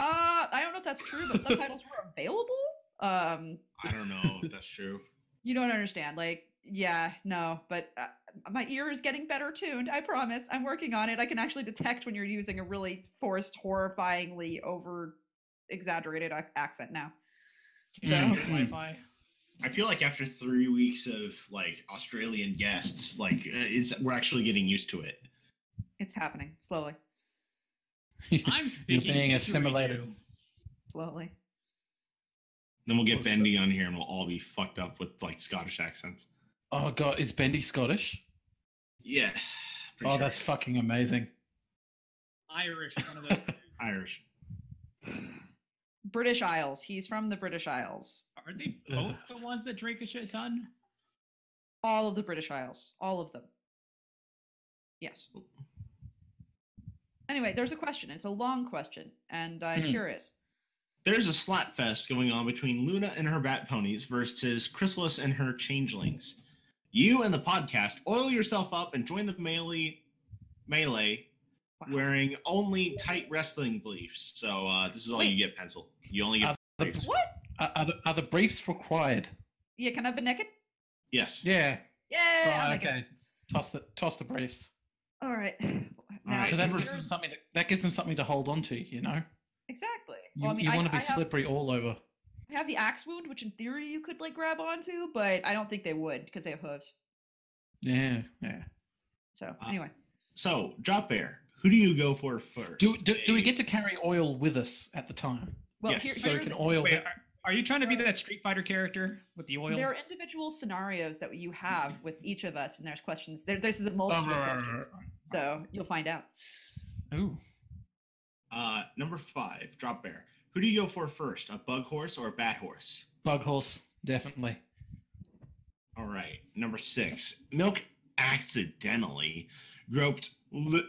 S2: Uh, I don't know if that's true, but subtitles were available. Um,
S3: I don't know if that's true.
S2: you don't understand. Like, yeah, no, but uh, my ear is getting better tuned. I promise. I'm working on it. I can actually detect when you're using a really forced, horrifyingly over exaggerated ac- accent now.
S4: Is that
S5: Mm.
S4: good Wi-Fi?
S3: I feel like after three weeks of like Australian guests, like uh, it's, we're actually getting used to it.
S2: It's happening slowly,
S4: I'm
S5: You're
S4: speaking
S5: being
S4: Kikuriju.
S5: assimilated.
S2: slowly.
S3: Then we'll get
S5: Awesome.
S3: Bendy on here, and we'll all be fucked up with like Scottish accents.
S5: Oh god, is Bendy Scottish?
S3: Yeah.
S5: oh, that's fucking amazing.
S4: Irish, one of those.
S3: Irish.
S2: British Isles. He's from the British Isles.
S4: Are they both the ones that drink a shit ton?
S2: All of the British Isles. All of them. Yes. Anyway, there's a question. It's a long question, and I'm
S5: Hmm.
S2: curious.
S3: There's a slap fest going on between Luna and her bat ponies versus Chrysalis and her changelings. You and the podcast oil yourself up and join the melee melee
S2: Wow.
S3: wearing only tight wrestling briefs. So uh, this is all you get, pencil. You only get
S5: Uh, the-
S3: briefs.
S2: What?
S5: Are, are, the, are the briefs required?
S2: Yeah, can I be naked?
S3: Yes.
S5: Yeah.
S2: Yeah. I'm
S5: Right,
S2: naked.
S5: okay. Toss the toss the briefs
S2: All right. Now,
S3: right,
S5: because that
S3: that's
S2: here's-
S5: gives them something. To, that gives them something to hold on to. You know.
S2: exactly.
S5: You,
S2: well, I mean, I,
S5: want to
S2: I
S5: be
S2: have,
S5: slippery all over.
S2: I have the axe wound, which in theory you could like grab onto, but I don't think they would because they have hooves.
S5: Yeah. Yeah.
S2: So
S3: Ah.
S2: anyway,
S3: So drop bear. Who do you go for first?
S5: Do, do do we get to carry oil with us at the time?
S2: well,
S3: Yes.
S2: here,
S5: So we
S2: here's
S5: can
S2: the-
S5: oil.
S4: Wait,
S5: it-
S4: are, Are you trying to be that Street Fighter character with the oil?
S2: There are individual scenarios that you have with each of us, and there's questions. There, this is a multiple
S4: Oh, right, right,
S2: questions,
S4: right,
S2: so you'll find out.
S5: Ooh.
S3: Uh, number five, drop bear. Who do you go for first, a bug horse or a bat horse?
S5: Bug horse, definitely.
S3: All right. Number six, milk accidentally groped. Li-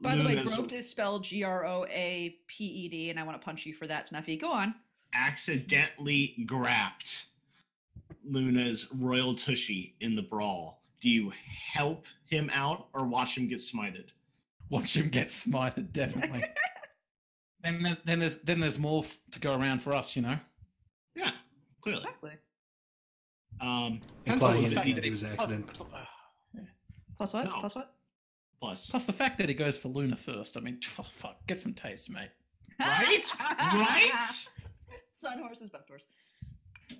S2: By the way,
S3: Luna's-
S2: groped is spelled G R O A P E D, and I want to punch you for that, Snuffy. Go on.
S3: accidentally grabbed Luna's royal tushy in the brawl. Do you help him out or watch him get smited?
S5: Watch him get smited, definitely. then, there- then there's then there's more f- to go around for us, you know.
S3: Yeah, clearly.
S2: Exactly.
S3: Um,
S1: Implying
S3: pencil
S1: that
S3: with
S1: he-
S3: the-
S1: was
S5: plus,
S1: accident.
S5: pl-
S2: Plus what?
S3: No.
S2: Plus what?
S3: plus.
S5: plus the fact that he goes for Luna first. I mean, oh, fuck, get some taste, mate.
S3: Right? right?
S2: Sun horse is best horse.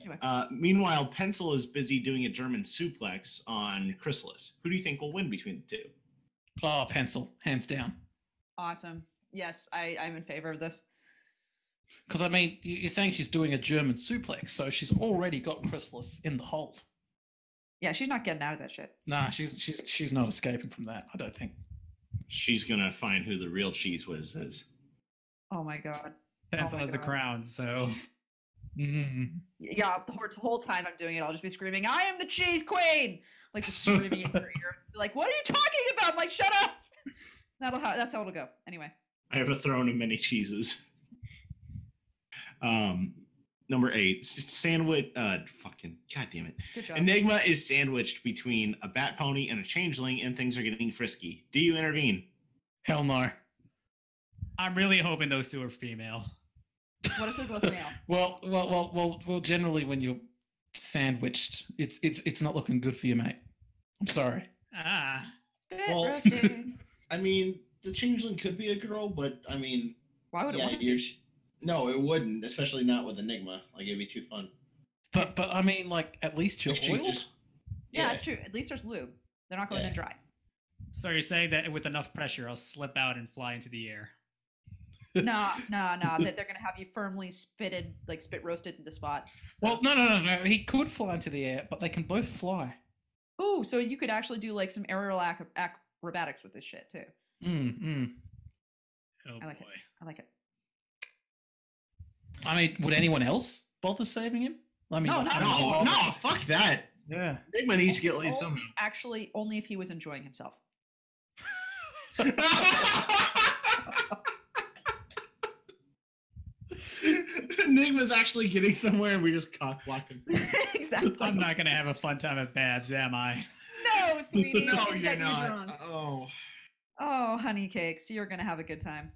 S2: Anyway,
S3: Uh, meanwhile, Pencil is busy doing a German suplex on Chrysalis. Who do you think will win between the two?
S5: Oh, pencil, hands down.
S2: awesome. Yes, I, I'm in favor of this.
S5: Because I mean, you- you're saying she's doing a German suplex, so she's already got Chrysalis in the hold.
S2: Yeah, she's not getting out of that shit.
S5: Nah, she's she's she's not escaping from that. I don't think.
S3: She's gonna find who the real cheese whiz is.
S2: Oh my god. Oh
S4: Pencil
S2: my
S4: has the
S2: God.
S4: crown, so
S5: Mm.
S2: Yeah, the whole, the whole time I'm doing it, I'll just be screaming, "I am the cheese queen!" Like just screaming in her ear. Be Like, what are you talking about? I'm like, shut up. That'll how that's how it'll go. Anyway,
S3: I have a throne of many cheeses. Um, number eight, s- sandwich. Uh, fucking goddamn it.
S2: good job.
S3: Enigma is sandwiched between a bat pony and a changeling, and things are getting frisky. Do you intervene?
S5: Hell no.
S4: I'm really hoping those two are female.
S2: what if they're both male?
S5: Well, well, well, well, well. Generally, when you're sandwiched, it's it's it's not looking good for you, mate. I'm sorry.
S4: Ah,
S2: Good
S3: Well-
S2: roasting.
S3: I mean, the changeling could be a girl, but I mean,
S2: Why would it? want to be?
S3: you're. No, it wouldn't, especially not with Enigma. Like it'd be too fun.
S5: But but I mean, like at least you're
S3: She
S5: oiled.
S3: just-
S2: Yeah, that's true. At least there's lube. They're not going
S3: Yeah.
S2: in dry.
S4: so you're saying that with enough pressure, I'll slip out and fly into the air?
S2: No, no, no. That they're gonna have you firmly spitted, like spit roasted into spot.
S5: Well, no, no, no, no. He could fly into the air, but they can both fly.
S2: Ooh, so you could actually do like some aerial ac- acrobatics with this shit too.
S5: Mm, mm.
S4: Oh
S2: I like it.
S4: boy.
S2: I like it.
S5: I mean, would anyone else bother saving him? I mean,
S2: No,
S5: like,
S2: no,
S5: I mean,
S3: No,
S5: like-
S3: no, fuck that.
S5: Yeah.
S3: Enigma needs to get laid
S2: Only-
S3: somehow.
S2: Actually, only if he was enjoying himself.
S3: Enigma's actually getting somewhere, and we just cock blocking.
S2: exactly.
S4: I'm not gonna have a fun time at Babs, am I?
S2: No, sweetie.
S3: No,
S2: you
S3: you're
S2: got me wrong.
S3: not. Oh,
S2: Oh, honey cakes, you're gonna have a good time.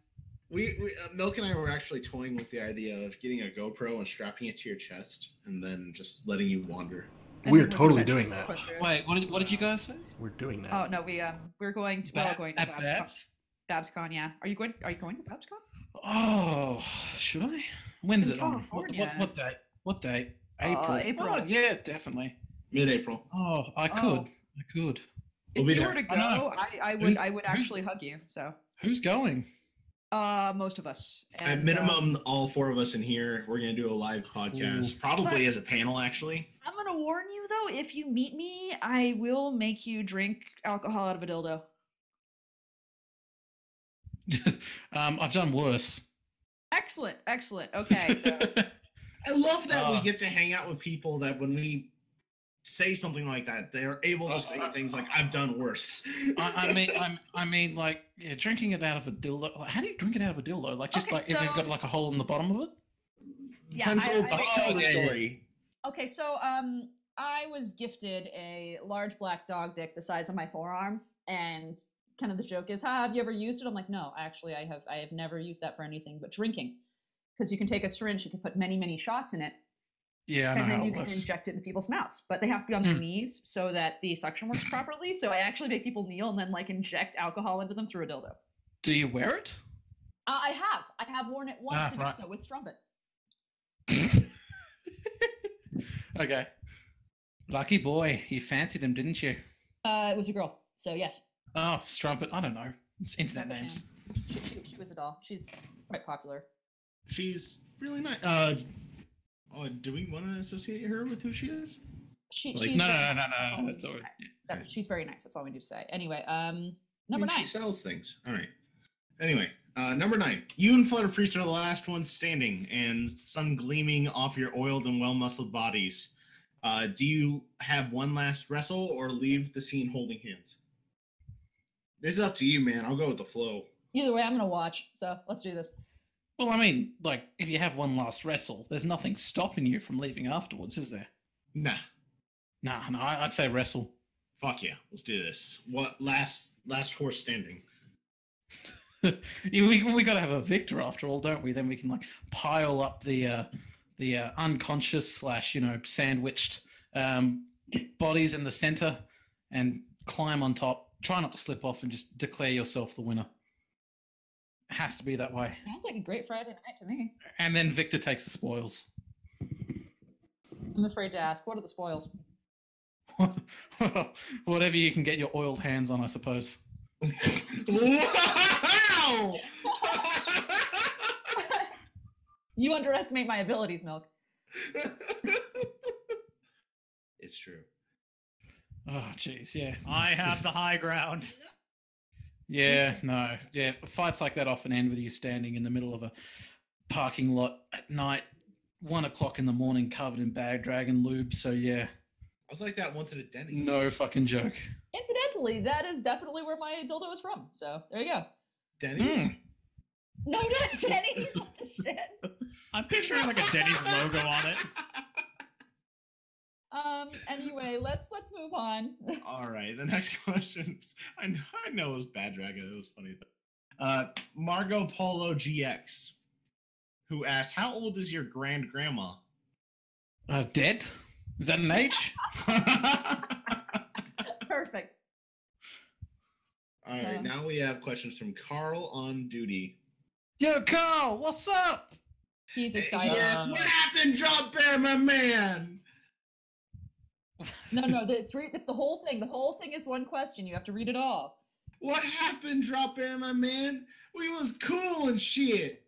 S3: we, we uh, Milk and I were actually toying with the idea of getting a GoPro and strapping it to your chest, and then just letting you wander.
S2: And
S1: We are
S2: then we'll
S1: totally
S2: let
S1: doing
S2: you
S1: that.
S2: put through.
S5: Wait, what did, what did you guys say?
S1: We're doing that.
S2: Oh no, we um, we're going to we're all
S5: Ba-
S2: going to
S5: at
S2: Babscon.
S5: Babs?
S2: Babscon, yeah. Are you going? Are you going to Babscon?
S5: Oh, should I? When's
S2: In
S5: it on? What, what,
S2: California.
S5: what date? What date?
S2: Uh,
S5: April.
S2: April.
S5: Oh, yeah, definitely.
S3: Mid-April.
S5: Oh, I could.
S2: Oh.
S5: I could.
S2: If
S3: We'll be
S2: you
S3: there.
S2: were to go,
S5: I know.
S2: I, I would
S5: Who's-
S2: I would
S5: who's-
S2: actually hug you. So,
S5: Who's going?
S2: uh, most of us. And,
S3: At
S2: uh,
S3: minimum, all four of us in here, we're gonna do a live podcast, probably as a panel, actually.
S2: I'm gonna warn you though. If you meet me, I will make you drink alcohol out of a dildo.
S5: um, I've done worse.
S2: Excellent, excellent. Okay, so
S3: I love that we
S5: Uh.
S3: get to hang out with people that when we say something like that, they're able to say things like, "I've done worse." Uh,
S5: I, I mean, I'm, I mean, like yeah, drinking it out of a dildo. like, How do you drink it out of a dildo? Like just
S2: Okay,
S5: like if you've got
S2: so-
S5: like a hole in the bottom of it.
S2: Yeah,
S3: Pencil,
S2: I- I-
S3: back to
S5: Oh,
S3: the
S5: yeah, yeah.
S3: story.
S2: Okay, so um, I was gifted a large black dog dick the size of my forearm, and kind of the joke is, "Ha, have you ever used it?" I'm like, "No, actually, I have. I have never used that for anything but drinking, because you can take a syringe, you can put many, many shots in it,
S5: Yeah, I know
S2: and
S5: how
S2: then you
S5: it
S2: can
S5: works.
S2: inject it into people's mouths. But they have to be on their
S5: Hmm.
S2: knees so that the suction works properly. So I actually make people kneel and then like inject alcohol into them through a dildo.
S5: Do you wear it?
S2: Uh, I have, I have worn it once
S5: Ah,
S2: to do
S5: right.
S2: so with strumpet.
S5: Okay. Lucky boy, you fancied him, didn't you?
S2: Uh, it was a girl, so yes,
S5: Oh, Strumpet. I don't know. It's internet
S2: Strumpet
S5: names.
S2: Jam. She, she, she was a doll. She's quite popular.
S3: She's really nice. Uh, oh, what do we want to associate her with who she is?
S2: She,
S3: Like,
S2: she's
S5: No, no,
S2: very-
S5: no, no, no, no. It's all right.
S2: that- she's very nice. That's all we need to say. Anyway, um, number
S3: I mean,
S2: nine.
S3: She sells things. All right. Anyway, uh, number nine. You and Flutter Priest are the last ones standing, and sun gleaming off your oiled and well muscled bodies. Uh, do you have one last wrestle or leave the scene holding hands? This is up to you, man. I'll go with the flow.
S2: Either way, I'm gonna watch. So let's do this.
S5: Well, I mean, like, if you have one last wrestle, there's nothing stopping you from leaving afterwards, is there?
S3: Nah,
S5: Nah, no, I- I'd say wrestle.
S3: fuck yeah. Let's do this. What last last horse standing?
S5: Yeah, we we got to have a victor after all, don't we? Then we can like pile up the uh, the uh, unconscious slash you know sandwiched um, bodies in the center and climb on top. Try not to slip off and just declare yourself the winner. Has to be that way.
S2: Sounds like a great Friday night to me.
S5: And then Victor takes the spoils.
S2: I'm afraid to ask. What are the spoils?
S5: Whatever you can get your oiled hands on, I suppose.
S3: wow!
S2: You underestimate my abilities, Milk.
S3: it's true.
S5: Oh, jeez, yeah.
S4: I have the high ground.
S5: Yeah, no. Yeah, fights like that often end with you standing in the middle of a parking lot at night, one o'clock in the morning, covered in bad dragon lube. So yeah,
S3: I was like that once at a Denny.
S5: no fucking joke.
S2: Incidentally, that is definitely where my dildo is from. So there you go.
S3: Denny's.
S5: Mm.
S2: No, not Jenny. Shit.
S4: I'm picturing like a Denny's logo on it.
S2: Um. Anyway, let's let's move on.
S3: All right, the next question. is- I know, I know it was bad dragon. It was funny. though. Uh, Margot Polo GX, who asked, "How old is your grand grandma?"
S5: Uh, dead? Is that an age?
S3: All right,
S2: Perfect. Yeah.
S3: now we have questions from Carl on duty.
S5: Yo, Carl, what's up?
S2: He's excited. Um,
S3: Yes, what happened, Drop Bear, my man?
S2: No, no. The three. It's the whole thing. The whole thing is one question. You have to read it all.
S3: What happened, Drop Bear, my man? We was cool and shit.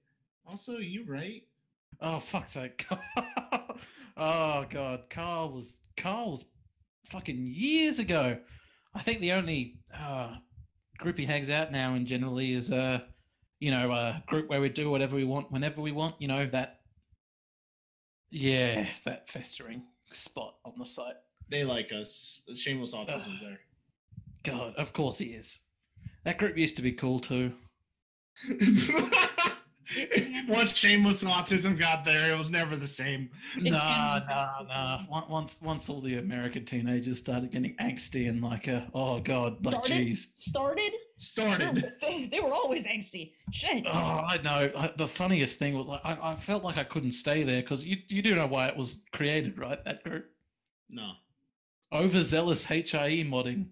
S3: Also, you right?
S5: Oh fuck's sake! oh god, Carl was Carl was fucking years ago. I think the only uh, group he hangs out now and generally is uh, you know, a group where we do whatever we want, whenever we want. You know that. Yeah, that festering spot on the site.
S3: They like us. Shameless autism there.
S5: God, of course he is. That group used to be cool too.
S3: Once shameless autism got there, it was never the same.
S5: Nah,
S2: It's-
S5: nah, nah. Once- Once, once all the American teenagers started getting angsty and like, uh, oh god, like,
S2: Started?
S5: jeez.
S2: Started. No,
S3: Started.
S2: but they, they were always angsty. Shit.
S5: Oh, I know. I, the funniest thing was like I, I felt like I couldn't stay there because you you do know why it was created, right? That group
S3: No.
S5: overzealous HIE modding.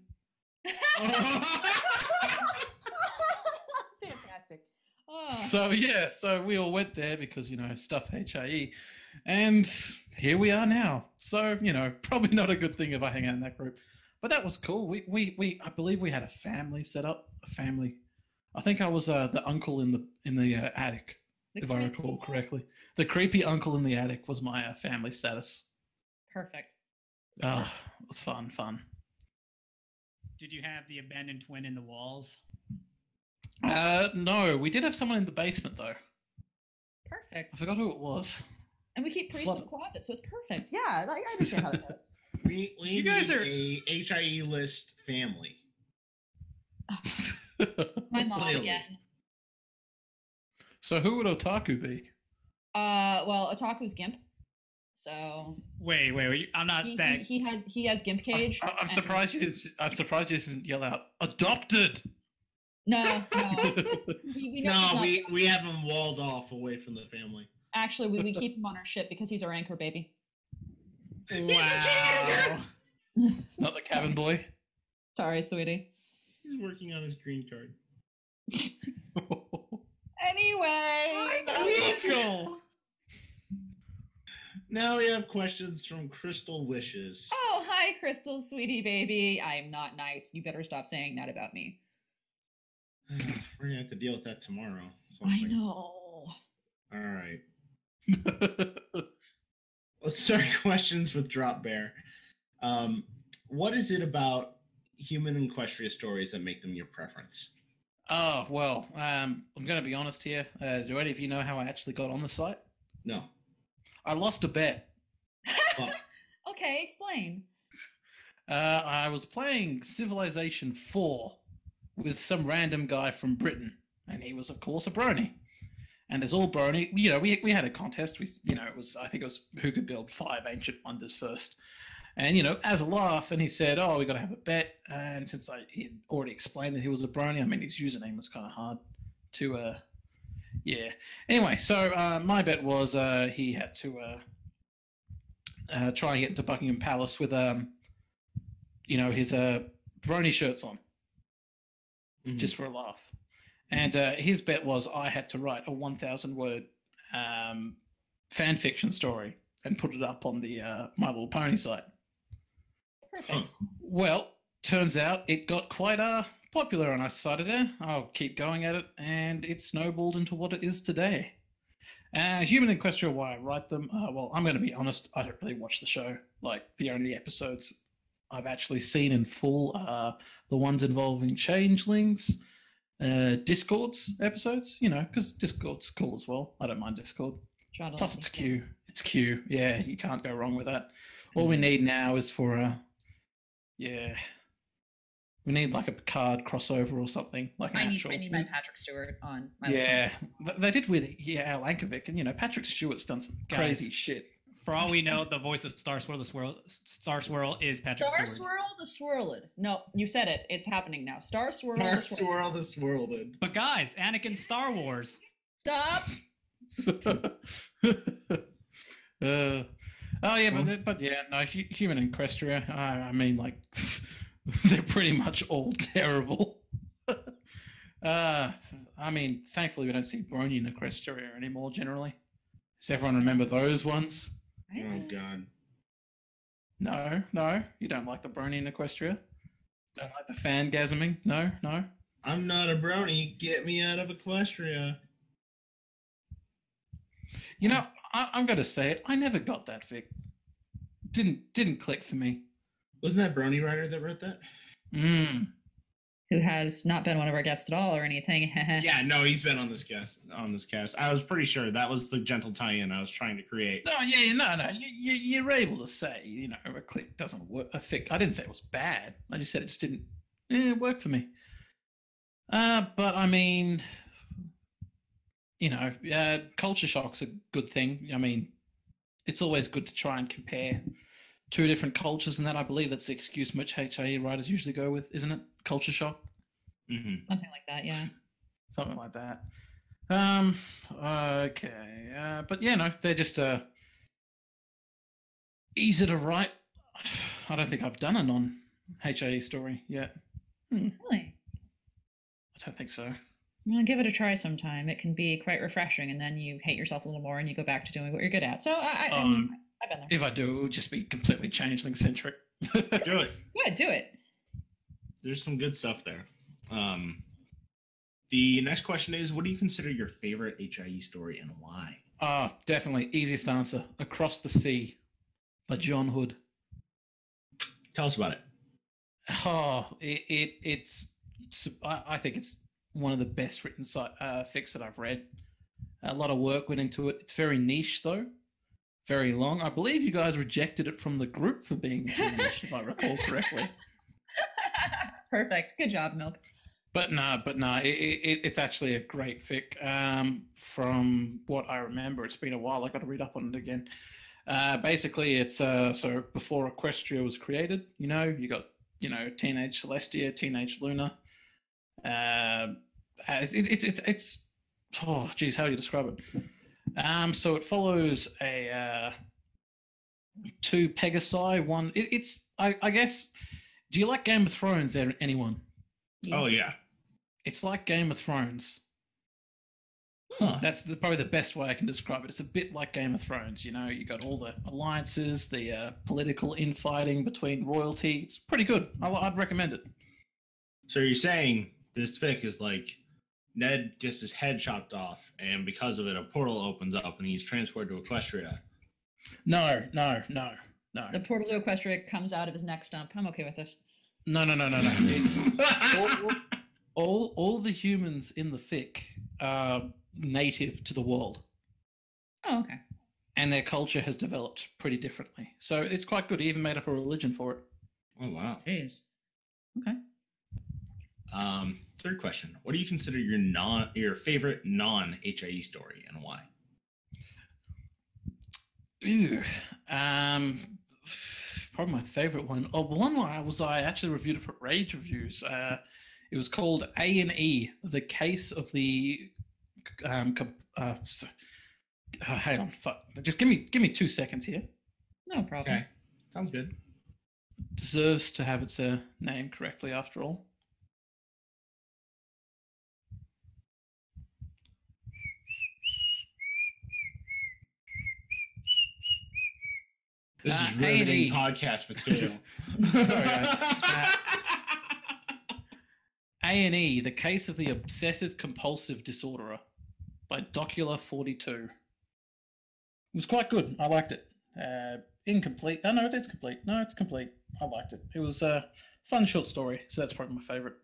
S2: Fantastic. Oh.
S5: So yeah, so we all went there because you know stuff HIE, and here we are now. So you know probably not a good thing if I hang out in that group, but that was cool. We we, we I believe we had a family set up. A family. I think I was uh, the uncle in the in the uh, attic,
S2: The
S5: if I
S2: creep-
S5: recall correctly. The creepy uncle in the attic was my uh, family status.
S2: Perfect.
S5: Ah, it was fun, fun.
S4: Did you have the abandoned twin in the walls?
S5: Uh, no, we did have someone in the basement though.
S2: Perfect.
S5: I forgot who it was.
S2: And we keep priests in
S5: Flood-
S2: the closet, so it's perfect. Yeah, like, I understand how that goes.
S3: we we
S4: You guys
S3: need
S4: are-
S3: a HIE list family.
S2: My mom
S3: Clearly.
S2: again.
S5: so who would Otaku be?
S2: Uh, well, Otaku's gimp, so
S4: Wait, wait, wait. I'm not
S2: he, he,
S4: that.
S2: he has he has gimp
S5: I'm,
S2: cage.
S5: I- I'm
S2: and-
S5: surprised you. didn't- I'm surprised you didn't yell out adopted.
S2: No, no. We, we know he's
S3: No,
S2: not-
S3: we we have him walled off away from the family.
S2: actually we, we keep him on our ship because he's our anchor baby.
S4: Wow.
S5: Not the cabin boy.
S2: Sorry, sweetie.
S3: He's working on his green card.
S2: Anyway,
S3: Now we have questions from Crystal Wishes.
S2: oh hi, Crystal, sweetie baby. I'm not nice. You better stop saying that about me.
S3: We're gonna have to deal with that tomorrow.
S2: I know.
S3: All right. Let's start questions with Drop Bear. Um, what is it about human and equestria stories that make them your preference?
S5: Oh well, um, I'm going to be honest here. Uh, do any of you know how I actually got on the site?
S3: No.
S5: I lost a bet.
S6: Okay, explain.
S5: Uh, I was playing Civilization 4 with some random guy from Britain, and he was, of course, a brony. And as all brony, you know, we, we had a contest. We, you know, it was I think it was who could build five ancient wonders first. And you know, as a laugh, and he said, "Oh, we got to have a bet." And since I he had already explained that he was a brony, I mean, his username was kind of hard to, uh, yeah. Anyway, so uh, my bet was uh, he had to uh, uh, try and get into Buckingham Palace with um, you know, his uh, brony shirts on
S3: Hmm. Mm-hmm.
S5: just for a laugh. And uh, his bet was I had to write a 1,000 word um, fan fiction story and put it up on the uh, My Little Pony site.
S3: Huh.
S5: Well, turns out it got quite uh, popular on our side of there. I'll keep going at it, and it snowballed into what it is today. Uh, Human and Equestria, why I write them? Uh, well, I'm going to be honest, I don't really watch the show. Like, the only episodes I've actually seen in full are the ones involving changelings, uh, Discord's episodes, you know, because Discord's cool as well. I don't mind Discord.
S6: Try to
S5: Plus,
S6: listen
S5: it's
S6: to-
S5: Q. It's Q. Yeah, you can't go wrong with that. All we need now is for a, yeah, we need like a Picard crossover or something like an
S6: I need,
S5: actual.
S6: I need my Patrick Stewart on my
S5: yeah, Th- they did with yeah Al Ankovic, and you know Patrick Stewart's done some
S4: Guys.
S5: crazy shit.
S4: For all we know, the voice of Star Swirl, the Swirl, Star Swirl is Patrick
S6: Star
S4: Stewart.
S6: Swirl the Swirled. No, you said it. It's happening now. Star Swirl the
S3: Dark
S6: Swirled.
S3: swirl this swirled.
S4: But guys, Anakin Star Wars.
S6: Stop.
S5: Uh, oh yeah,
S3: Well-
S5: but the- but yeah, no, hu- human and Crestria. I, I mean, like they're pretty much all terrible. uh, I mean, thankfully we don't see Brony and Crestria anymore. Generally, does everyone remember those ones?
S3: Oh god.
S5: No, no, you don't like the Brony and Equestria. Don't like the fangasming. No, no.
S3: I'm not a brony. Get me out of Equestria.
S5: You know, I, I'm gonna say it. I never got that Vic. Didn't didn't click for me.
S3: Wasn't that Brony Rider that wrote that?
S5: Mm.
S6: Who has not been one of our guests at all or anything?
S3: Yeah, no, he's been on this cast. On this cast, I was pretty sure that was the gentle tie-in I was trying to create.
S5: No, yeah, yeah, no, no. You, you, you're able to say, you know, a click doesn't work. A fic. I didn't say it was bad. I just said it just didn't eh, work for me. Uh, but I mean, you know, uh, culture shock's a good thing. I mean, it's always good to try and compare two different cultures, and that I believe that's the excuse much HIE writers usually go with, isn't it? Culture shock.
S3: hmm
S6: Something like that, yeah.
S5: something like that. Um, okay, uh, but yeah, no, they're just uh, easy to write. I don't think I've done a non HAE story yet.
S6: Really?
S5: I don't think so.
S6: Well, give it a try sometime. It can be quite refreshing, and then you hate yourself a little more and you go back to doing what you're good at. So I, I, I mean,
S5: Um,
S6: I've been there.
S5: If I do, it will just be completely changeling centric.
S3: Do it.
S6: Good, do it.
S3: There's some good stuff there. Um, the next question is: What do you consider your favorite HIE story and why?
S5: Ah, definitely easiest answer: Across the Sea by John Hood.
S3: Tell us about it.
S5: Oh, it, it it's sup- I, I think it's one of the best written sci- uh, fics that I've read. A lot of work went into it. It's very niche though, very long. I believe you guys rejected it from the group for being too niche, if I recall correctly.
S6: Perfect. Good job, Milk.
S5: But no, but no, it, it, it's actually a great fic. Um, from what I remember, it's been a while. I got to read up on it again. Uh, basically, it's uh, so before Equestria was created, you know, you got you know teenage Celestia, teenage Luna. Uh, it's it, it's it's it's oh geez, how do you describe it? Um, so it follows a uh, two Pegasi. One, it, it's I, I guess. Do you like Game of Thrones? a- Anyone?
S3: Oh yeah.
S5: It's like Game of Thrones.
S3: Huh.
S5: That's the, probably the best way I can describe it. It's a bit like Game of Thrones. You know, you got all the alliances, the uh, political infighting between royalty. It's pretty good. I, I'd recommend it.
S3: So you're saying this fic is like Ned gets his head chopped off, and because of it, a portal opens up, and he's transported to Equestria,
S5: No, no, no, no,
S2: The portal to Equestria comes out of his neck stump. I'm okay with this.
S5: no, no, no, no, no. It- all, all, all the humans in the fic are native to the world,
S2: Oh, okay.
S5: and their culture has developed pretty differently. So it's quite good. He even made up a religion for it.
S3: oh wow.
S2: Jeez.
S3: Um, third question: What do you consider your non your favorite non HIE story and why?
S5: Ooh, um, probably my favorite one. Oh, one I was I actually reviewed it for Rage Reviews. Uh, it was called A and E: The Case of the. Um, com- uh, s- uh, hang on, fuck. Just give me give me two seconds here.
S2: No problem.
S3: Okay. Sounds good.
S5: Deserves to have its uh, name correctly after all.
S3: This
S5: Uh,
S3: is riveting
S5: A&E.
S3: podcast material.
S5: Sorry, guys. Uh, A and E: The Case of the Obsessive Compulsive Disorder by Docula Forty Two. It was quite good. I liked it. Uh, incomplete. Oh no, it is complete. No, it's complete. I liked it. It was a fun short story, so that's probably my favorite.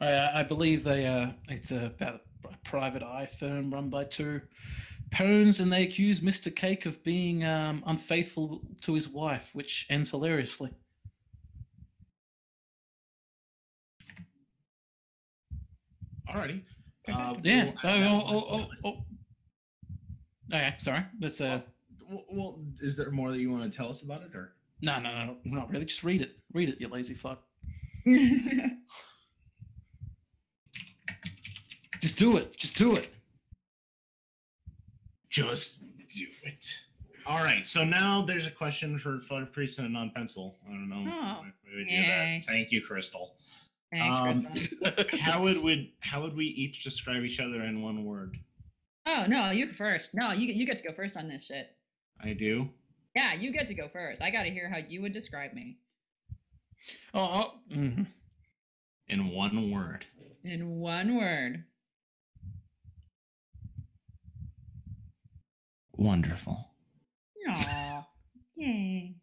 S5: I, I believe they. Uh, it's about a private eye firm run by two Pones and they accuse Mr. Cake of being um, unfaithful to his wife, which ends hilariously.
S3: Alrighty. Uh,
S5: Yeah.
S3: we'll add that
S5: Oh,
S3: one
S5: oh,
S3: to
S5: oh,
S3: the list.
S5: oh, oh. Okay, sorry. That's uh,
S3: Well, well, is there more that you want to tell us about it, or
S5: no, no, no, not really. Just read it. Read it, you lazy fuck. Just do it. Just do it.
S3: just do it? All right. So now there's a question for Flutter Priest and a non-pencil. I don't
S2: Oh,
S3: know. why we would do
S2: yay.
S3: that. Thank you, Crystal.
S2: Thanks,
S3: Um,
S2: Crystal.
S3: How would we how would we each describe each other in one word?
S2: oh no, you first. No, you you get to go first on this shit.
S3: I do.
S2: Yeah, you get to go first. I got to hear how you would describe me
S5: Oh, oh. mhm.
S3: In one word.
S2: in one word.
S3: Wonderful.
S2: Aw, yay.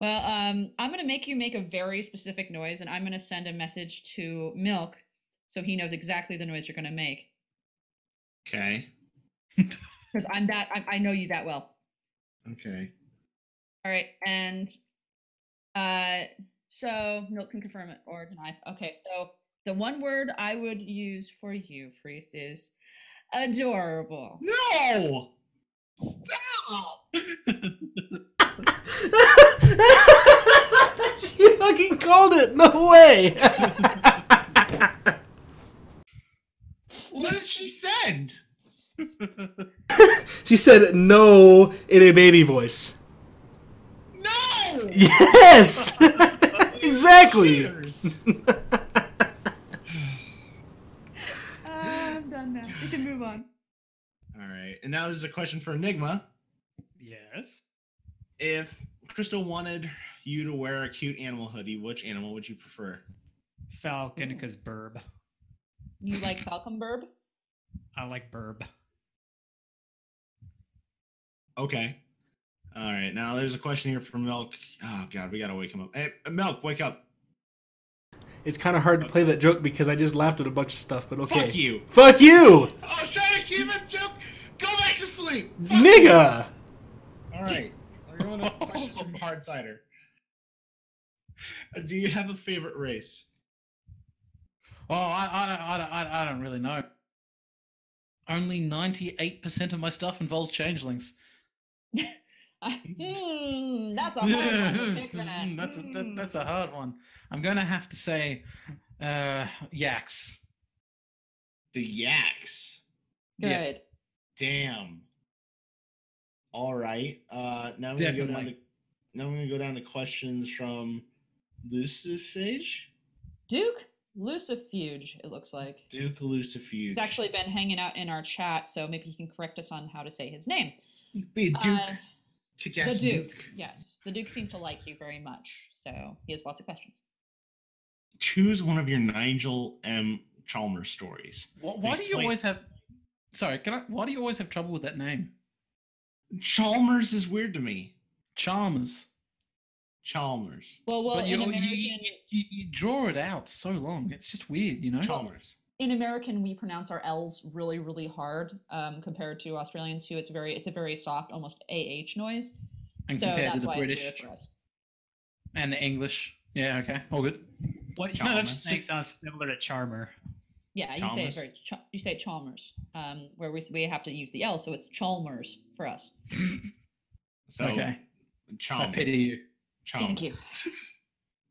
S2: Well, um, I'm gonna make you make a very specific noise, and I'm gonna send a message to Milk so he knows exactly the noise you're gonna make.
S3: Okay.
S2: Because I'm that I, I know you that well.
S3: Okay.
S2: All right, and uh, so Milk can confirm it or deny. Okay, so the one word I would use for you, Priest, is adorable.
S3: No. Stop.
S1: she fucking called it. No way.
S3: What did she said?
S1: she said no in a baby voice.
S3: No.
S1: Yes. exactly.
S3: Cheers.
S7: I'm done now. We can move on.
S3: All right. And now there's a question for Enigma.
S4: Yes.
S3: If Crystal wanted you to wear a cute animal hoodie, which animal would you prefer?
S4: Falcon because burb.
S2: You like Falcon Burb?
S4: I like burb.
S3: Okay. All right. Now there's a question here from Milk. Oh God, we gotta wake him up. Hey, Milk, wake up.
S1: It's kind of hard to play that joke because I just laughed at a bunch of stuff, but okay.
S3: Fuck you. Oh,
S1: Fuck you,
S3: I was trying to keep it joke. Go back to sleep. Fuck you.
S1: nigga.
S3: All right. We're going to questions from Hard Cider. Uh, Do you have a favorite race?
S5: Oh, I, I, I, don't- I, I don't really know. Only ninety-eight percent of my stuff involves changelings.
S2: Hmm, that's a hard one to pick, Hmm. man.
S5: Mm, that's a, that, that's a hard one. I'm gonna have to say, uh, yaks.
S3: The yaks.
S2: Good.
S5: Yeah.
S3: Damn. All right. Uh, now I'm gonna go down to
S5: Definitely.
S3: now I'm gonna go down to questions from Lucifage.
S2: Duke Lucifuge, it looks like.
S3: Duke Lucifuge.
S2: He's actually been hanging out in our chat, so maybe he can correct us on how to say his name.
S3: be a Duke.
S2: Uh, the
S3: Kick-ass
S2: Duke. Yes. The Duke seems to like you very much, so he has lots of questions.
S3: Choose one of your Nigel M. Chalmers stories.
S5: Why, why do
S3: They
S5: you
S3: explain-
S5: always have? Sorry, can I? Why do you always have trouble with that name,
S3: Chalmers is weird to me.
S5: Chalmers?
S3: Chalmers.
S2: Well, well,
S5: but you,
S2: in
S5: you-
S2: American,
S5: you, you, you draw it out so long. It's just weird, you know.
S3: Chalmers.
S2: in American, we pronounce our L's really, really hard um, compared to Australians, who it's very, it's a very soft, almost ah noise.
S5: And
S2: so
S5: compared
S2: that's
S5: to the
S2: why it's weird
S5: British
S2: for us.
S5: and the English. Yeah. Okay. All good.
S4: What
S3: Chalmers.
S4: you just think sounds similar to Charmer.
S2: Yeah, you say
S3: Chalmers?
S2: it very, Ch- you say Chalmers, um, where we we have to use the L, so it's Chalmers for us.
S3: So
S5: okay. I
S3: Chalmers.
S5: pity you.
S3: Chalmers.
S2: Thank you.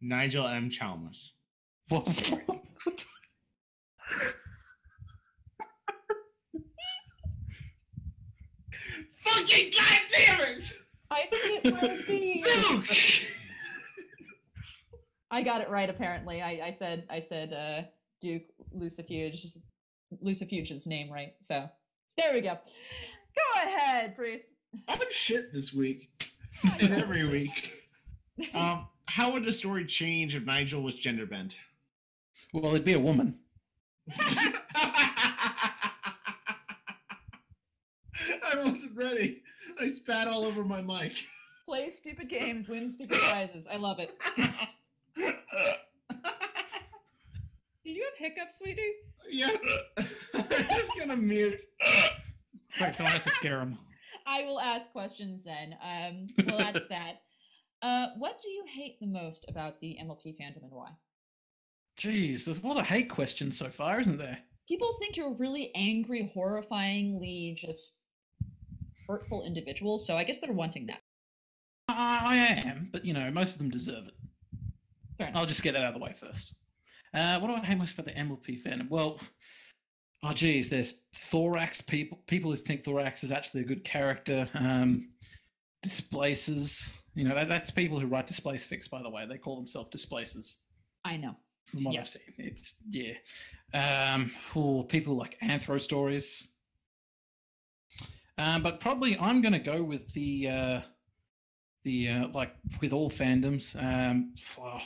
S3: Nigel M. Chalmers.
S5: What?
S3: Fucking goddamn
S2: I think it's where it
S3: it!
S2: be.
S3: Silk!
S2: I got it right. Apparently, I, I said I said uh, Duke Lucifuge, Lucifuge's name right. So there we go. Go ahead, priest.
S3: I'm shit this week. and every week. Um, how would the story change if Nigel was gender bent?
S5: well, it'd be a woman.
S3: I wasn't ready. I spat all over my mic.
S2: Play stupid games, win stupid prizes. I love it. Did you have hiccups, sweetie?
S3: yeah. I'm just gonna mute.
S4: Quick, someone has to scare him.
S2: I will ask questions then. Um, well, that's that. Uh, what do you hate the most about the MLP fandom and why?
S5: Jeez, there's a lot of hate questions so far, isn't there?
S2: People think you're really angry, horrifyingly just hurtful individuals, so I guess they're wanting that.
S5: I, I am, but you know, most of them deserve it.
S2: Fair enough.
S5: I'll just get that out of the way first. Uh, what do I hate most about the MLP fandom? Well, oh geez, there's Thorax people. People who think Thorax is actually a good character. Um, displaces, you know, that, that's people who write displace fix. By the way, they call themselves displaces.
S2: I know.
S5: From what
S2: Yeah.
S5: I've seen, it's yeah. Um, or people like Anthro stories. Um, but probably I'm going to go with the uh, the uh, like with all fandoms. Um, oh,